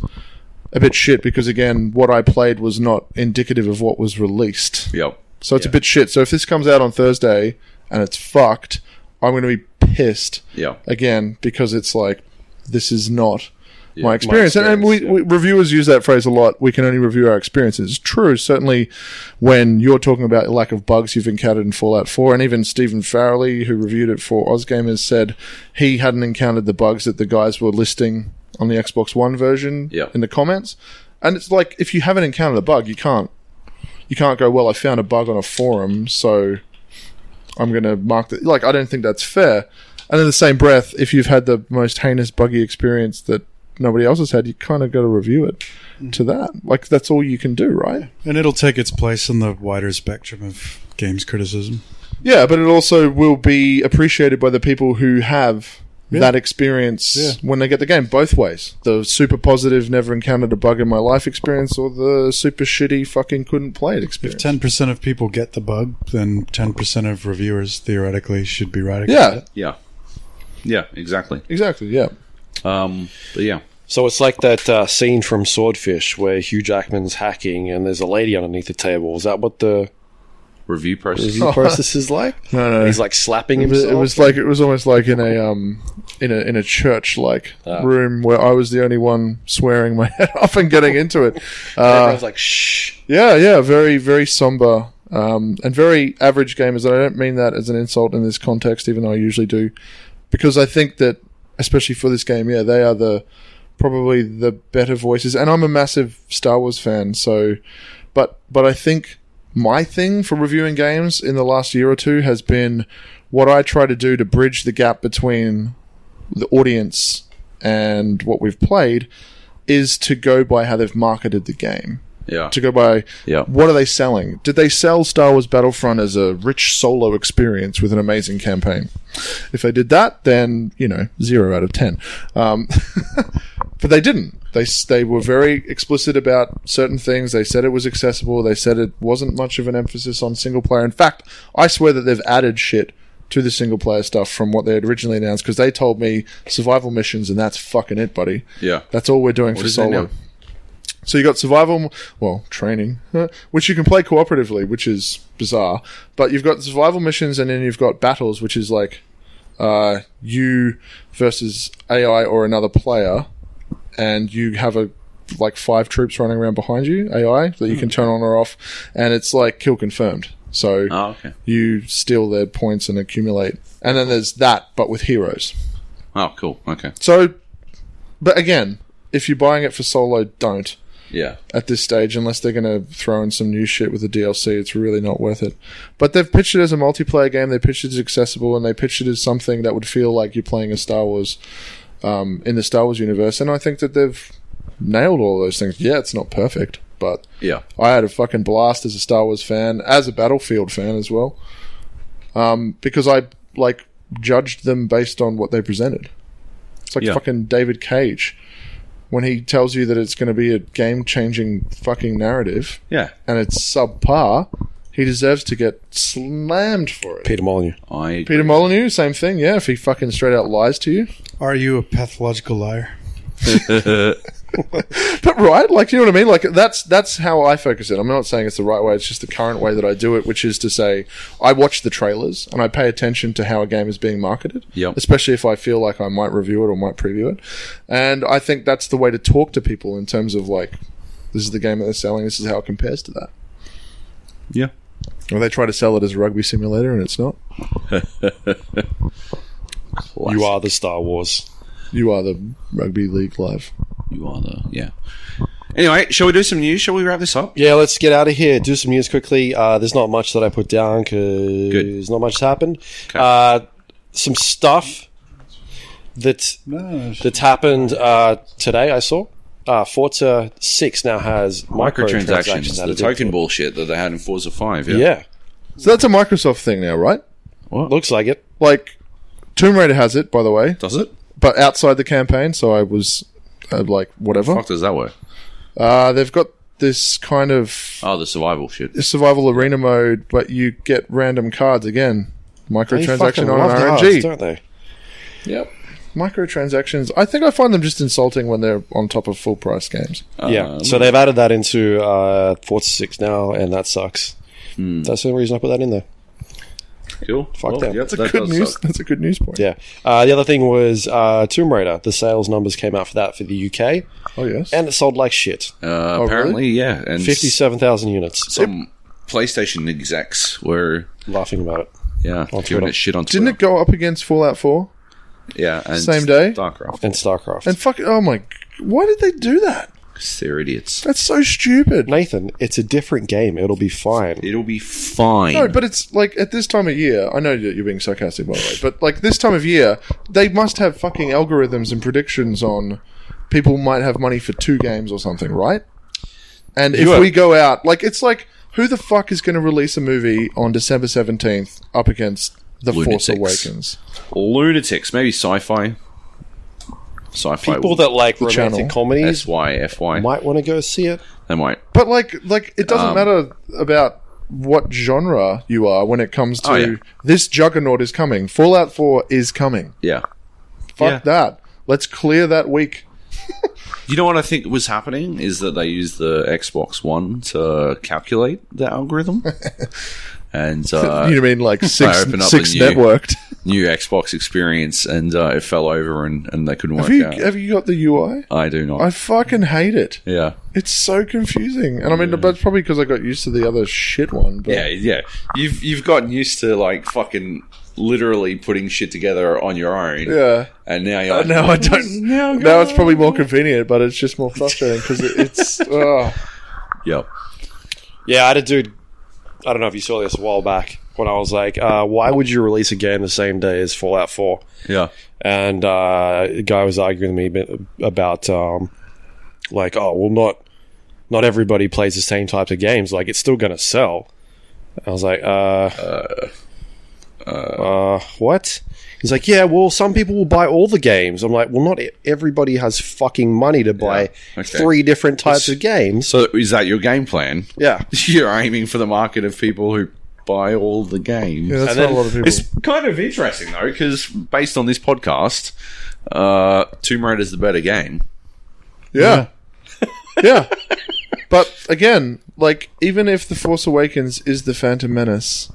a bit shit because, again, what I played was not indicative of what was released.
Yep.
So it's a bit shit. So if this comes out on Thursday and it's fucked, I'm going to be pissed
Yeah.
again because it's like this is not my experience.
my
and and we, we reviewers use that phrase a lot. We can only review our experiences. It's true, certainly when you're talking about lack of bugs you've encountered in Fallout 4, and even Stephen Farrelly, who reviewed it for Ozgamers, said he hadn't encountered the bugs that the guys were listing on the Xbox One version
Yeah.
in the comments. And it's like if you haven't encountered a bug, you can't you can't go, well, I found a bug on a forum, so I'm going to mark that. Like, I don't think that's fair. And in the same breath, if you've had the most heinous buggy experience that nobody else has had, you kind of got to review it to that. Like, that's all you can do, right?
And it'll take its place in the wider spectrum of games criticism.
Yeah, but it also will be appreciated by the people who have
Yeah.
that experience
Yeah.
when they get the game both ways. The super positive, never encountered a bug in my life experience, or the super shitty, fucking couldn't play it
If
experience.
ten percent of people get the bug, then ten percent of reviewers theoretically should be right. against
yeah,
it.
Yeah. Yeah. Exactly.
exactly. Yeah.
Um. But yeah.
So it's like that uh, scene from Swordfish where Hugh Jackman's hacking and there's a lady underneath the table. Is that what the
Review
<laughs>
process.
review process is like?
No, no.
He's like slapping
It was,
himself.
it was like it was almost like in a um in a in a church like room where I was the only one swearing my <laughs> head off and getting into <laughs> it. Uh,
Everyone's like, shh.
yeah, yeah, very very somber um, and very average gamers. And I don't mean that as an insult in this context, even though I usually do, because I think that especially for this game, yeah, they are the probably the better voices. And I'm a massive Star Wars fan, so but but I think my thing for reviewing games in the last year or two has been what I try to do to bridge the gap between the audience and what we've played is to go by how they've marketed the game.
Yeah.
To go by
Yeah.
what are they selling? Did they sell Star Wars Battlefront as a rich solo experience with an amazing campaign? If they did that, then you know zero out of ten. Um, <laughs> but they didn't. They s- they were very explicit about certain things. They said it was accessible. They said it wasn't much of an emphasis on single player. In fact, I swear that they've added shit to the single player stuff from what they had originally announced because they told me survival missions and that's fucking it, buddy.
Yeah.
That's all we're doing for
is it
solo.
now?
So you got survival, well, training, huh, which you can play cooperatively, which is bizarre. But you've got survival missions, and then you've got battles, which is like uh, you versus AI or another player, and you have a like five troops running around behind you, AI that
Hmm.
you can turn on or off, and it's like kill confirmed. So
Oh, okay.
you steal their points and accumulate, and then there's that, but with heroes.
Oh, cool. Okay.
So, but again, if you're buying it for solo, don't
Yeah.
at this stage unless they're going to throw in some new shit with the DLC. It's really not worth it. But they've pitched it as a multiplayer game. They pitched it as accessible, and they pitched it as something that would feel like you're playing a Star Wars um, in the Star Wars universe. And I think that they've nailed all those things. Yeah, it's not perfect, but
Yeah.
I had a fucking blast as a Star Wars fan, as a Battlefield fan as well, um, because I like judged them based on what they presented. It's like
Yeah.
fucking David Cage when he tells you that it's going to be a game-changing fucking narrative
Yeah.
and it's subpar. He deserves to get slammed for it.
Peter Molyneux.
I.
Peter Molyneux, same thing. Yeah, if he fucking straight out lies to you,
Are you a pathological liar?
but right, like you know what I mean. Like that's that's how I focus it. I'm not saying it's the right way. It's just the current way that I do it, which is to say, I watch the trailers and I pay attention to how a game is being marketed.
Yep.
Especially if I feel like I might review it or might preview it, and I think that's the way to talk to people in terms of like, this is the game that they're selling. This is how it compares to that.
Yeah.
Or they try to sell it as a rugby simulator and it's not.
You are the Star Wars.
You are the rugby league live.
You are the yeah. Anyway, shall we do some news? Shall we wrap this up?
Yeah, let's get out of here. Do some news quickly. Uh, there's not much that I put down because
Good.
not much happened. Uh, some stuff that
No,
that's happened uh, today. I saw uh, Forza Six now has microtransactions.
Microtransactions, the
added
token
into
bullshit that they had in Forza Five.
it. Yeah,
So that's a Microsoft thing now, right?
looks like it.
Like Tomb Raider has it, by the way,
does it?
but outside the campaign. So I was uh, like, whatever.
Fuck, does that work?
Uh, they've got this kind of
Oh, the survival shit.
survival arena mode, but you get random cards again.
They fucking
Microtransaction on
love the
RNG.
arts, don't they?
Yep. Microtransactions. I think I find them just insulting when they're on top of full price games.
Uh,
yeah. So they've added that into uh, Forza Six now, and that sucks.
Hmm.
That's the only reason I put that in there.
Cool.
Fuck them.
yep,
That's a
that
good
does
news.
suck.
That's a good news point.
Yeah. Uh, the other thing was uh, Tomb Raider. The sales numbers came out for that for the UK,
Oh yes.
and it sold like shit.
Uh, apparently, yeah. And
Fifty-seven thousand units.
some PlayStation execs were
Laughing about it.
yeah
Twitter.
doing it shit on Twitter.
Didn't it go up against Fallout Four?
yeah, and
same day?
Starcraft.
And StarCraft.
And fuck. Oh my. Why did they do that?
'Cause They're idiots.
That's so stupid.
Nathan, it's a different game. It'll be fine.
It'll be fine.
No, but it's like at this time of year. I know that you're being sarcastic, by the way, but like this time of year, they must have fucking algorithms and predictions on people might have money for two games or something, right? And if
You are-
we go out, like it's like who the fuck is going to release a movie on December seventeenth up against The Force
Lunatics.
Awakens?
Lunatics, maybe sci-fi. Sci-fi.
People that like romantic
channel.
comedies
SY, FY.
might want to go see it.
They might.
But like, like it doesn't
Um,
matter about what genre you are when it comes to
Oh, yeah.
this juggernaut is coming. Fallout Four is coming.
Yeah.
Fuck
Yeah.
that. Let's clear that week.
You know what I think was happening is that they used the Xbox One to calculate the
<laughs>
algorithm, and uh,
you mean
<laughs>
like six,
open up
six
a new- <laughs>
networked?
new Xbox experience, and uh, it fell over, and, and they couldn't work
Have you,
out.
have you got the UI?
I do not.
I fucking hate it.
yeah.
It's so confusing, and I mean that's probably because I got used to the other shit one. But
Yeah, yeah. You've you've gotten used to like fucking literally putting shit together on your own.
Yeah.
And now you're like, <laughs>
now I don't. Now, it's probably more convenient, but it's just more frustrating because it,
<laughs>
it's. oh.
Yep.
Yeah, I had a dude. I don't know if you saw this a while back when I was like, uh, "Why would you release a game the same day as Fallout 4?
Yeah.
And uh, the guy was arguing with me a bit about, um, like, "Oh, well, not not everybody plays the same types of games. Like, it's still going to sell." I was like, uh, uh, what? He's like, yeah, well, some people will buy all the games. I'm like, well, not e- everybody has fucking money to buy
Yeah, okay.
three different types of games.
So is that your game plan? <laughs>
Yeah.
You're aiming for the market of people who buy all the games.
Yeah, that's
And
not
then
a lot of people.
It's kind of interesting though, because based on this podcast, uh, Tomb Raider's the better game.
Yeah. <laughs> yeah. But again, like, even if The Force Awakens is the Phantom Menace,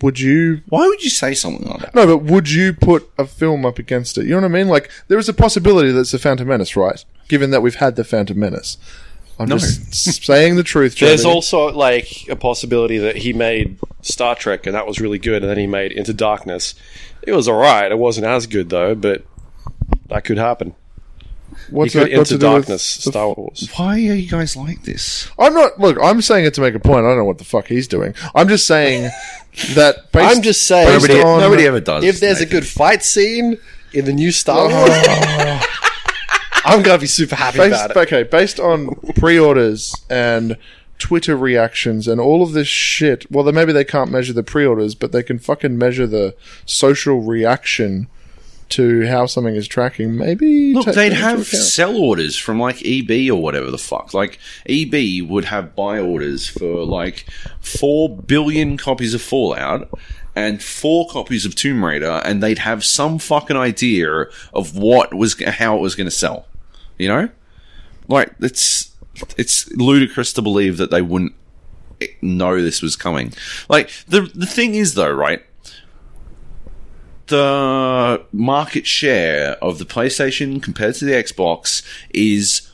would you.
Why would you say something like that?
No, but would you put a film up against it? You know what I mean? Like, there is a possibility that it's The Phantom Menace, right? Given that we've had The Phantom Menace. I'm just saying the truth,
<laughs>
Jamie.
There's also like a possibility that he made Star Trek and that was really good, and then he made Into Darkness. It was all right. It wasn't as good though, but that could happen.
What's
he could
that got to
Into
do with
Darkness,
the-
Star Wars.
Why are you guys like this?
I'm not. Look, I'm saying it to make a point. I don't know what the fuck he's doing. I'm
<laughs>
just saying that. Based,
I'm just saying-
based
Nobody-
on-
Nobody ever does.
If there's a
Nathan.
good fight scene in the new Star Wars, Oh. <laughs> I'm gonna be super happy
based,
about it.
okay, based on pre-orders and Twitter reactions and all of this shit. Well, then maybe they can't measure the pre-orders, but they can fucking measure the social reaction to how something is tracking. Maybe
Look,
take
they'd
that into
have
account.
sell orders from like EB or whatever the fuck. Like EB would have buy orders for like four billion copies of Fallout and four copies of Tomb Raider, and they'd have some fucking idea of what was how it was going to sell. You know, like it's it's ludicrous to believe that they wouldn't know this was coming. Like the the thing is though, right? The market share of the PlayStation compared to the Xbox is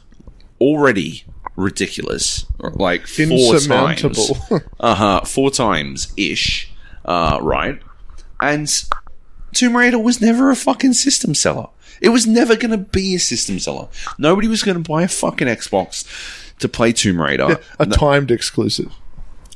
already ridiculous. Like four times.
Insurmountable.
Uh huh. Four times ish. Uh, right. And Tomb Raider was never a fucking system seller. It was never going to be a system seller. Nobody was going to buy a fucking Xbox to play Tomb Raider.
<laughs> a timed exclusive,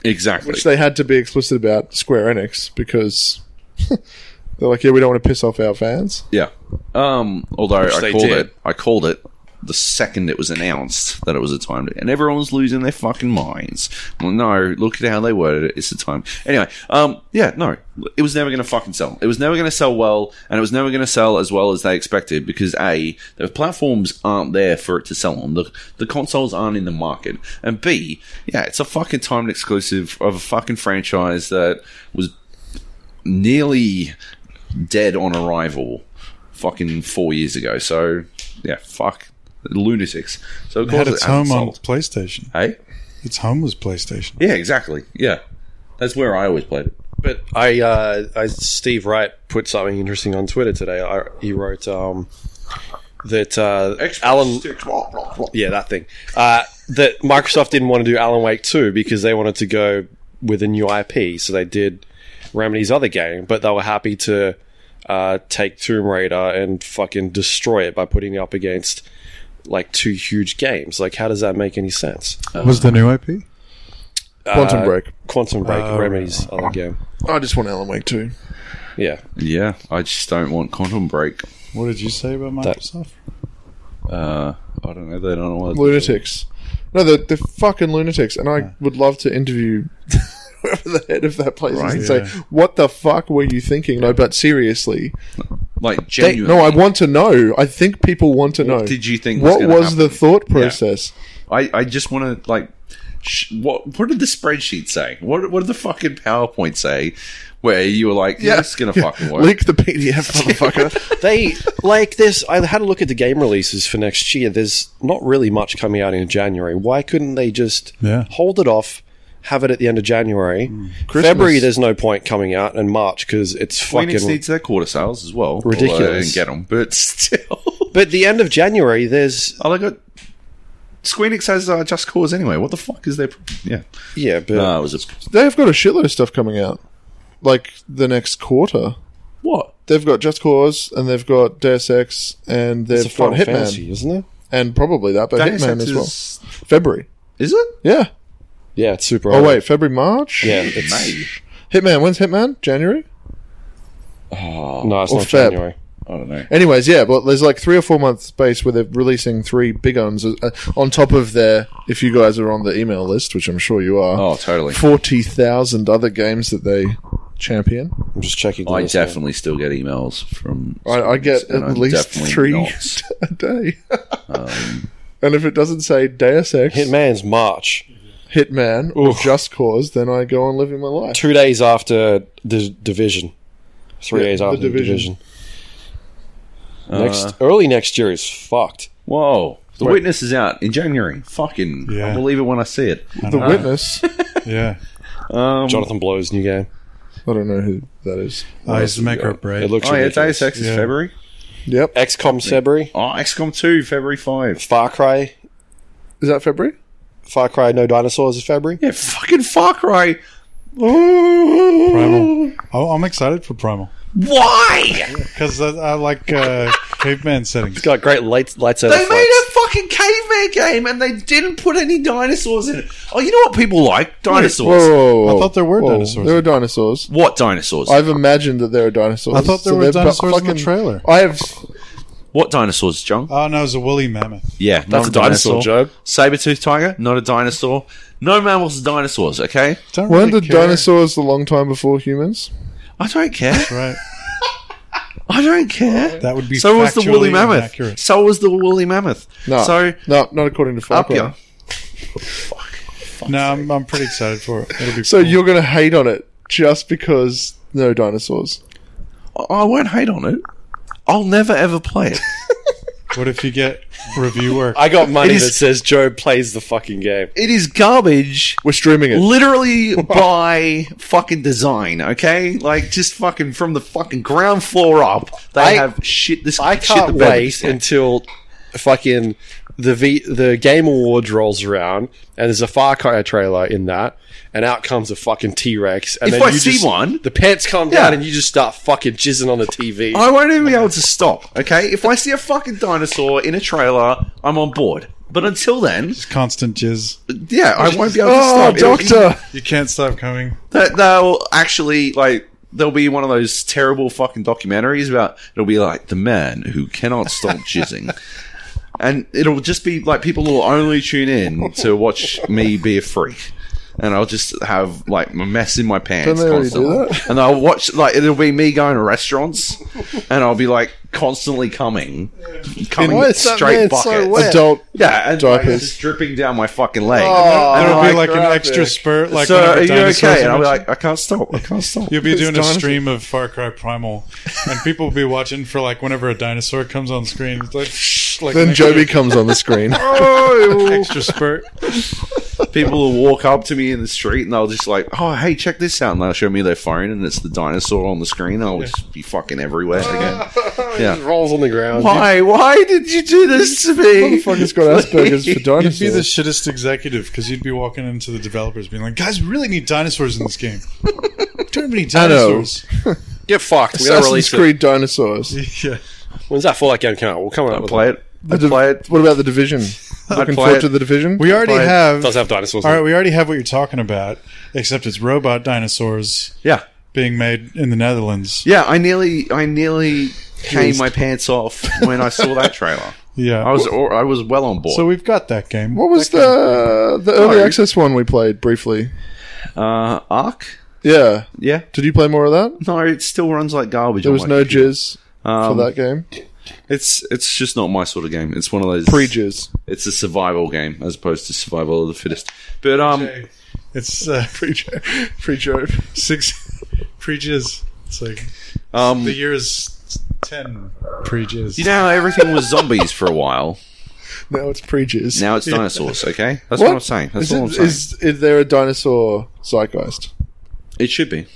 exactly.
which they had to be explicit about Square Enix because <laughs> they're like, yeah, we don't want to piss off our fans.
yeah. Um. Although
Which
I
they
called
did.
it. I called it the second it was announced that it was a time, and everyone was losing their fucking minds. Well, no, look at how they worded it. It's a time. Anyway, um, yeah, no, it was never going to fucking sell. It was never going to sell well, and it was never going to sell as well as they expected because a the platforms aren't there for it to sell on. The the consoles aren't in the market, and b yeah, it's a fucking timed exclusive of a fucking franchise that was nearly dead on arrival fucking four years ago. So yeah, fuck lunatics. So of
It had
course
its
it hasn't
home on
sold.
PlayStation.
Hey,
Its home was PlayStation.
yeah, exactly. Yeah, that's where I always played it.
But I, uh, I Steve Wright put something interesting on Twitter today. I, he wrote um, that uh, Alan, yeah, that thing uh, that Microsoft didn't want to do Alan Wake two because they wanted to go with a new IP, so they did Remedy's other game, but they were happy to uh, take Tomb Raider and fucking destroy it by putting it up against like two huge games. Like, how does that make any sense?
Uh,
was the new IP?
Quantum
Uh,
Break.
Quantum Break,
Oh,
Remedy's other game.
I just want Alan Wake too.
Yeah,
Yeah, I just don't want Quantum Break.
What did you say about
That-
Microsoft?
Uh, I don't know. They don't know what.
Lunatics. No, they're, they're fucking lunatics, and I would love to interview <laughs> whoever the head of that place is and say,
Yeah.
"What the fuck were you thinking?" No, but seriously,
Like
They-
genuinely.
no, I want to know. I think people want to know.
did you think?
What
was,
was,
gonna
the
happen?
thought process?
I, I just want to like. Sh- what What did the spreadsheet say? What What did the fucking PowerPoint say? Where you were like, yeah, it's
<laughs>
gonna fucking work.
Leak the
<laughs>
PDF, motherfucker.
they like this. I had a look at the game releases for next year. There's not really much coming out in January. Why couldn't they just
Yeah.
hold it off? Have it at the end of January. February, there's no point coming out, and March because it's
Phoenix
fucking.
needs their quarter sales as well.
Ridiculous.
although They didn't get them, but <laughs> still.
but the end of January, there's
Oh, they got. Squeenix has uh, Just Cause anyway. What the fuck is their? pro- Yeah,
yeah, but
no, it was a
They've got a shitload of stuff coming out, like the next quarter.
what?
They've got Just Cause, and they've got Deus Ex, and they've
it's a
got
Final
Hitman,
Fantasy, isn't it?
and probably that, but
Deus
Hitman
Ex
as well.
is-
February,
Is it?
yeah.
Yeah, it's super.
Oh
early.
wait, February, March.
yeah, it's
May.
Hitman. When's Hitman? January.
no, it's
Or
not
Feb.
January.
I don't know.
Anyways, yeah, but there's like three or four month space where they're releasing three big guns uh, on top of their. If you guys are on the email list, which I'm sure you are,
Oh, totally.
forty thousand other games that they champion. <laughs>
I'm just checking. the
I
list now.
definitely still get emails from.
I, I get
and
at
I'm
least
definitely
three
not.
a day.
Um.
and if it doesn't say Deus Ex,
Hitman's March,
Hitman, or Just Cause, then I go on living my life.
two days after the division, three
Yeah,
days
The
after the division.
Division.
Next, early next year is fucked.
Whoa, The Witness is out in January. Fucking,
Yeah.
I believe it when I see it.
The
Ah.
Witness. I
Yeah.
Jonathan Blow's new game.
don't know who that is.
I used Uh, to make her braid.
It looks
Oh yeah,
ridiculous.
Deus Ex is
Yeah.
February.
Yep.
XCOM February,
Oh, XCOM two February five.
Far Cry,
Is that February?
Far Cry No Dinosaurs is February.
Yeah, fucking Far Cry.
Primal. Oh, I'm excited for Primal.
Why?
Because I, I like uh, caveman settings.
It's got great light lightsaber
They made
fights.
a fucking caveman game and they didn't put any dinosaurs in it. Oh, you know what people like? Dinosaurs.
Whoa, whoa, whoa, whoa.
I thought there were dinosaurs.
There were dinosaurs.
What dinosaurs?
I've imagined that there are dinosaurs.
I thought there
So
were
they've got
dinosaurs in the
fucking-
trailer.
I have.
what dinosaurs, John?
Oh, no, it was a woolly mammoth.
yeah, that's
a dinosaur, Joe.
Saber-toothed tiger, not a dinosaur. No mammals are dinosaurs, okay?
Don't
Weren't
really
the
care.
dinosaurs a long time before humans?
I don't care.
Right.
I don't care.
That would be
so was the woolly
factually
mammoth.
inaccurate.
So was the woolly mammoth.
No.
So
no, not according to Far
up
Cry.
ya.
No, I'm, I'm pretty excited for it. It'll be
So
cool.
you're going to hate on it just because no dinosaurs.
I I won't hate on it. I'll never ever play it.
What if you get review work?
I <laughs> got money
It is-
that says Joe plays the fucking game.
It is garbage.
We're streaming it.
<laughs> Literally by fucking design, okay? Like just fucking from the fucking ground floor up, they
I-
have shit. This
I
shit
can't
the bed.
wait until fucking the v- the Game Awards rolls around and there's a Far Cry trailer in that, and out comes a fucking T Rex. And
If
then
I
you
see
just-
one-
the pants come
Yeah.
down and you just start fucking jizzing on the TV.
I won't even be able to stop. Okay, if I see a fucking dinosaur in a trailer, I'm on board. But until then,
Constant jizz.
yeah, I won't be able to
Oh,
stop. It'll be-
doctor.
<laughs> You can't stop coming.
that they'll actually like there'll be one of those terrible fucking documentaries about it'll be like the man who cannot stop
<laughs>
jizzing. And it'll just be like people will only tune in to watch me be a freak. And I'll just have like a mess in my pants
Don't they already do
constantly. And I'll watch like it'll be me going to restaurants and I'll be like constantly coming. Coming
Why is that man
straight
so
buckets.
wet?
Adult.
Yeah, and like,
Diapers.
it's just dripping down my fucking leg.
Oh,
and
It'll
I'm
be like an
graphic.
extra spurt. Like
so
whenever
are you
dinosaurs
okay? And
are
I'll be
mentioned.
like, I can't stop. I can't stop.
You'll be
It's
doing
dinosaur-
a stream of Far Cry Primal, and people will be watching for like whenever a dinosaur comes on screen. It's like, like <laughs> an
Then
extra-
Joby comes on the screen. <laughs>
extra spurt.
People will walk up to me in the street and they'll just like, oh, hey, check this out. And they'll show me their phone and it's the dinosaur on the screen. I'll just be fucking everywhere again.
<laughs>
It rolls on the ground.
Why? Why did you do this to me?
Motherfucker's got Asperger's for
You'd be the
dinosaurs.
shittest executive because you'd be walking into the developers being like, "Guys, we really need dinosaurs in this game. Too many dinosaurs." <laughs>
Get fucked. We gotta
Assassin's
release it.
Creed dinosaurs.
yeah,
When's that Fallout game come out? We'll come out
I'd
with
play
it.
it. I'd play it.
What about the division? Looking
play
forward
it.
to the division.
we already
But-
have.
Does have dinosaurs? in
All
it.
right, we already have what you're talking about, except it's robot dinosaurs
Yeah.
being made in the Netherlands.
Yeah, I nearly, I nearly came my pants off when I saw that trailer.
Yeah.
I was, or, I was well on board.
so we've got that game.
What was the the early access one we played briefly?
uh, Ark.
Yeah.
Yeah.
Did you play more of that?
No, it still runs like garbage.
There
on
was
my
no
computer.
jizz
Um,
for that
<laughs>
game.
It's, it's just not my sort of game. It's one of those
Pre <laughs> jizz.
It's a survival game as opposed to survival of the fittest. But um,
It's uh, <laughs>
Pre joke.
six <laughs> pre-jizz. It's like
um,
the year is ten pre-jizz.
You know how everything was zombies for a while.
Now it's pre jizz.
Now it's dinosaurs. Okay, that's what, I'm saying. That's
is
all
it-
I'm saying.
Is, is there a dinosaur zeitgeist?
it should be.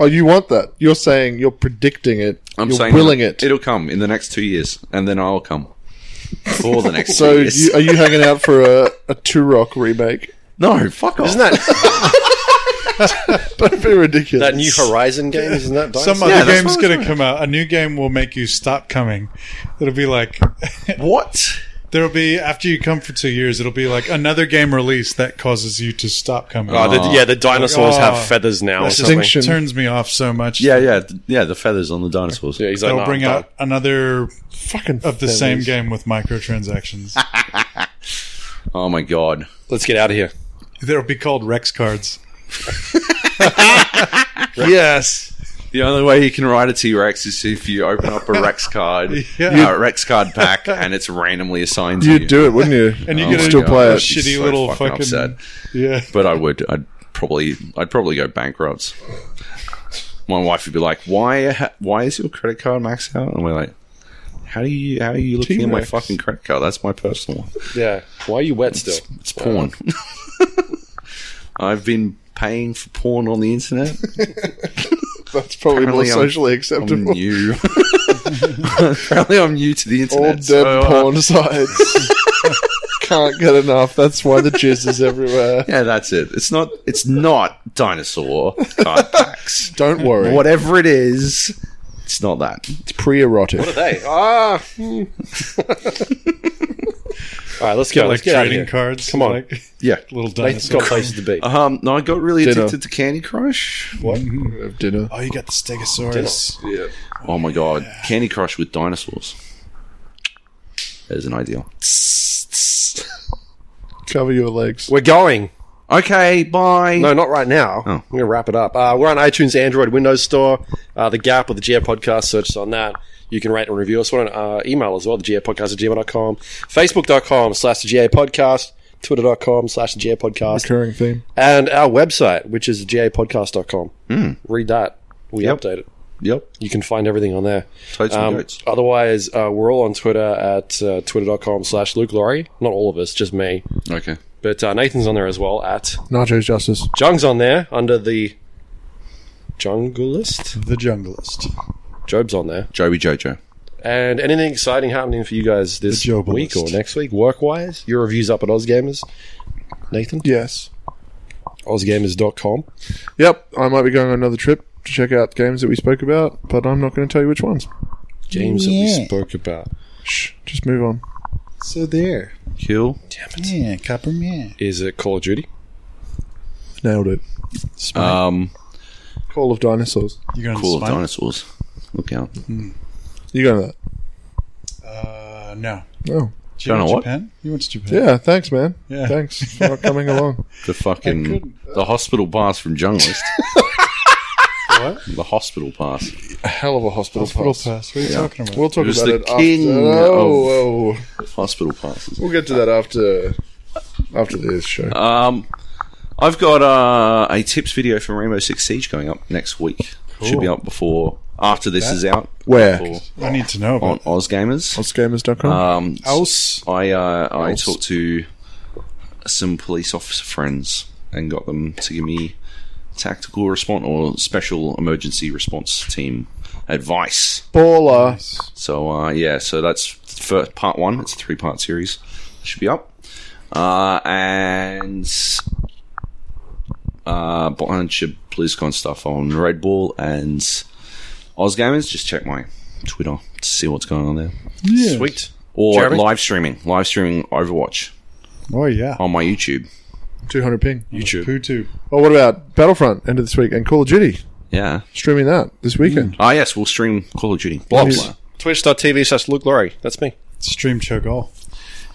Oh, you want that? You're saying you're predicting it.
I'm
you're
saying
willing it.
it. It'll come in the next two years, and then I'll come for the next.
so
two years.
you, are you hanging out for a, a Two Rock remake? <laughs>
no, fuck off.
Isn't that
That'd be ridiculous.
that new Horizon game? Isn't that dinosaurs?
Some other
Yeah, that's
game's
what I
gonna come out. A new game will make you stop coming. It'll be like <laughs>
what?
there'll be after you come for two years. It'll be like another game release that causes you to stop coming.
Oh, the- yeah, the dinosaurs
Oh.
have feathers now. Or
That's
something.
extinction.
turns me off so much.
Yeah, yeah, th- yeah. The feathers on the dinosaurs.
Yeah, he's like,
They'll
nah,
bring
I'm
out another
fucking
of the
feathers.
same game with microtransactions.
<laughs> Oh my god.
done. Let's get out of here.
They'll be called Rex cards.
Yes.
The only way you can ride a T Rex is if you open up a Rex card,
Yeah.
uh, Rex card pack, and it's randomly assigned to you.
You'd do it, wouldn't
<laughs>
you?
And you get
Oh
You'd
my
a
still
God,
play
I'd
it.
be
shitty
so
little
fucking
fucking
upset.
yeah.
but I would. I'd probably. I'd probably go bankrupt. My wife would be like, "Why? ha- Why is your credit card maxed out?" And we're like, "How do you? How are you looking at my
T-Rex.
fucking credit card? That's my personal one.
Yeah. Why are you wet still?
It's porn.
Uh.
<laughs> I've been paying for porn on the internet.
<laughs> That's probably more
Apparently I'm-
socially
I'm
acceptable.
new. <laughs> Apparently, I'm new to the
All
internet.
dead
so, uh,
porn sites. <laughs> Can't get enough. That's why the jizz is
<laughs>
everywhere.
yeah, that's it. It's not. It's not dinosaur card
<laughs>
packs.
Don't worry.
Whatever it is, it's not that.
It's pre-erotic.
Hey. Ah. hmm. All right, let's go.
like
let's get out of here.
trading cards.
Come on.
Like
Yeah.
little
Nathan's
dinosaur.
got places to be.
Um, no, I got really
Ditto.
addicted to Candy Crush.
What?
Of dinner.
Oh, you got the Stegosaurus.
Oh my god, Candy Crush with dinosaurs. There's an idea.
Cover your legs.
We're going.
Okay, bye.
No, not right now.
Oh.
I'm going to wrap it up. Uh, we're on iTunes, Android, Windows Store, uh, The Gap, or The Geo Podcast. Search us on that. You can rate and review us. We're on uh, email as well, thegeopodcast at gmail.com, facebook.com slash the GA podcast, twitter.com slash the GA podcast,
Recurring theme.
Hmm.
and our website, which is gapodcast.com. Mm. Read that. We update it.
Yep.
You can find everything on there.
Toads and
Um,
goats.
otherwise, uh, we're all on Twitter at uh, twitter.com slash Luke Laurie. Not all of us, just me.
Okay.
But uh, Nathan's on there as well at
Nachos Justice.
Jung's on there under the Junglist.
The Junglist.
Job's on there.
Joey Jojo.
And anything exciting happening for you guys this
The Joblist.
week or next week, work wise? Your reviews up at OzGamers. Nathan?
Yes.
OzGamers.com.
Yep. I might be going on another trip to check out games that we spoke about, but I'm not going to tell you which ones.
Games that we spoke about.
Shh. Just move on.
So there.
Kill.
Damn it.
Yeah, copper yeah.
Is it Call of Duty?
Nailed it.
Smite.
Um,
Call of Dinosaurs.
You're going
Call of
to smite?
Dinosaurs. Look out.
You going to that?
Uh, no.
Oh.
Did you go
Don't know
to
what?
Japan? You went to Japan.
Yeah. Thanks, man.
Yeah.
Thanks for <laughs> coming along.
The fucking
couldn't-
the hospital pass from Junglist.
What?
The hospital pass.
A hell of a hospital,
Hospital
pass.
pass. What are you talking about?
We'll talk
It was
about
the
it after.
king
Oh, oh.
Hospital passes.
We'll get to that after after this show.
Um, I've got uh, a tips video from Rainbow Six Siege going up next week. Should be up before after this is out
Where?
or
I need to know about
on OzGamers.
Osgamers.com.
Um,
Else?
I uh, I
Else.
talked to some police officer friends and got them to give me tactical response or special emergency response team advice.
Baller.
So uh, yeah, so that's for part one. It's a three part series. Should be up. Uh, and uh, bunch of BlizzCon stuff on Red Bull and OzGamers. Just check my Twitter to see what's going on there.
Sweet.
Or
Jeremy?
live streaming, live streaming Overwatch
Oh, yeah.
on my YouTube.
200 ping.
YouTube.
Poo too.
Oh, what about Battlefront? End of this week. And Call of Duty.
Yeah.
Streaming that this weekend.
Mm,
Ah, yes, we'll stream Call of Duty.
Blobs.
Twitch.tv slash Luke Laurie. That's me.
Stream choke all.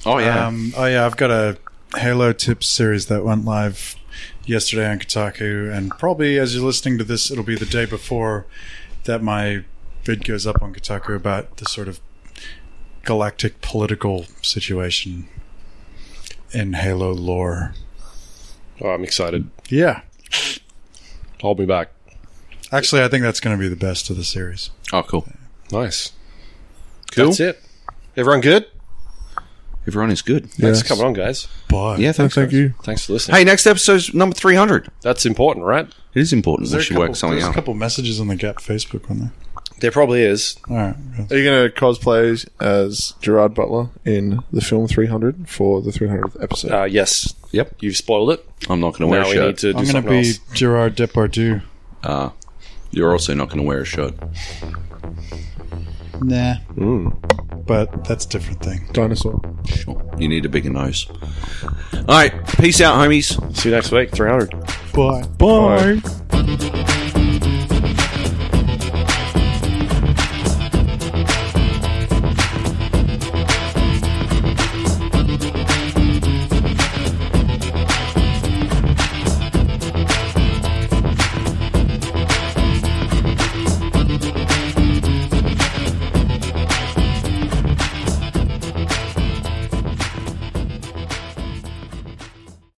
Oh yeah.
Um, oh yeah, I've got a Halo tips series that went live yesterday on Kotaku, and probably as you're listening to this, it'll be the day before that my vid goes up on Kotaku about the sort of galactic political situation in Halo lore.
Oh, I'm excited.
Yeah,
Hold me back.
actually, I think that's going to be the best of the series.
oh cool.
Nice.
Cool.
That's it. Everyone good?
Everyone is good.
Thanks
Yes.
for coming on, guys.
But
Yeah,
No,
thanks.
thank
guys.
you.
Thanks for listening.
Hey, next episode's number three hundred.
That's important, right?
It is important.
There are
We
a
should
couple-
work something
there's
out.
a couple messages on the Gap Facebook, weren't there?
There probably is.
All right.
Are you going to cosplay as Gerard Butler in the film 300 for the 300th episode?
Uh, yes.
Yep.
You've spoiled it.
I'm not going to wear
Now
a
we
shirt.
need to do
I'm going to
something
be
else.
Gerard Depardieu.
Uh, you're also not going to wear a shirt.
Nah. But that's a different thing.
Dinosaur.
Sure. You need a bigger nose. All right. Peace out, homies.
See you next week. 300.
Bye. Bye.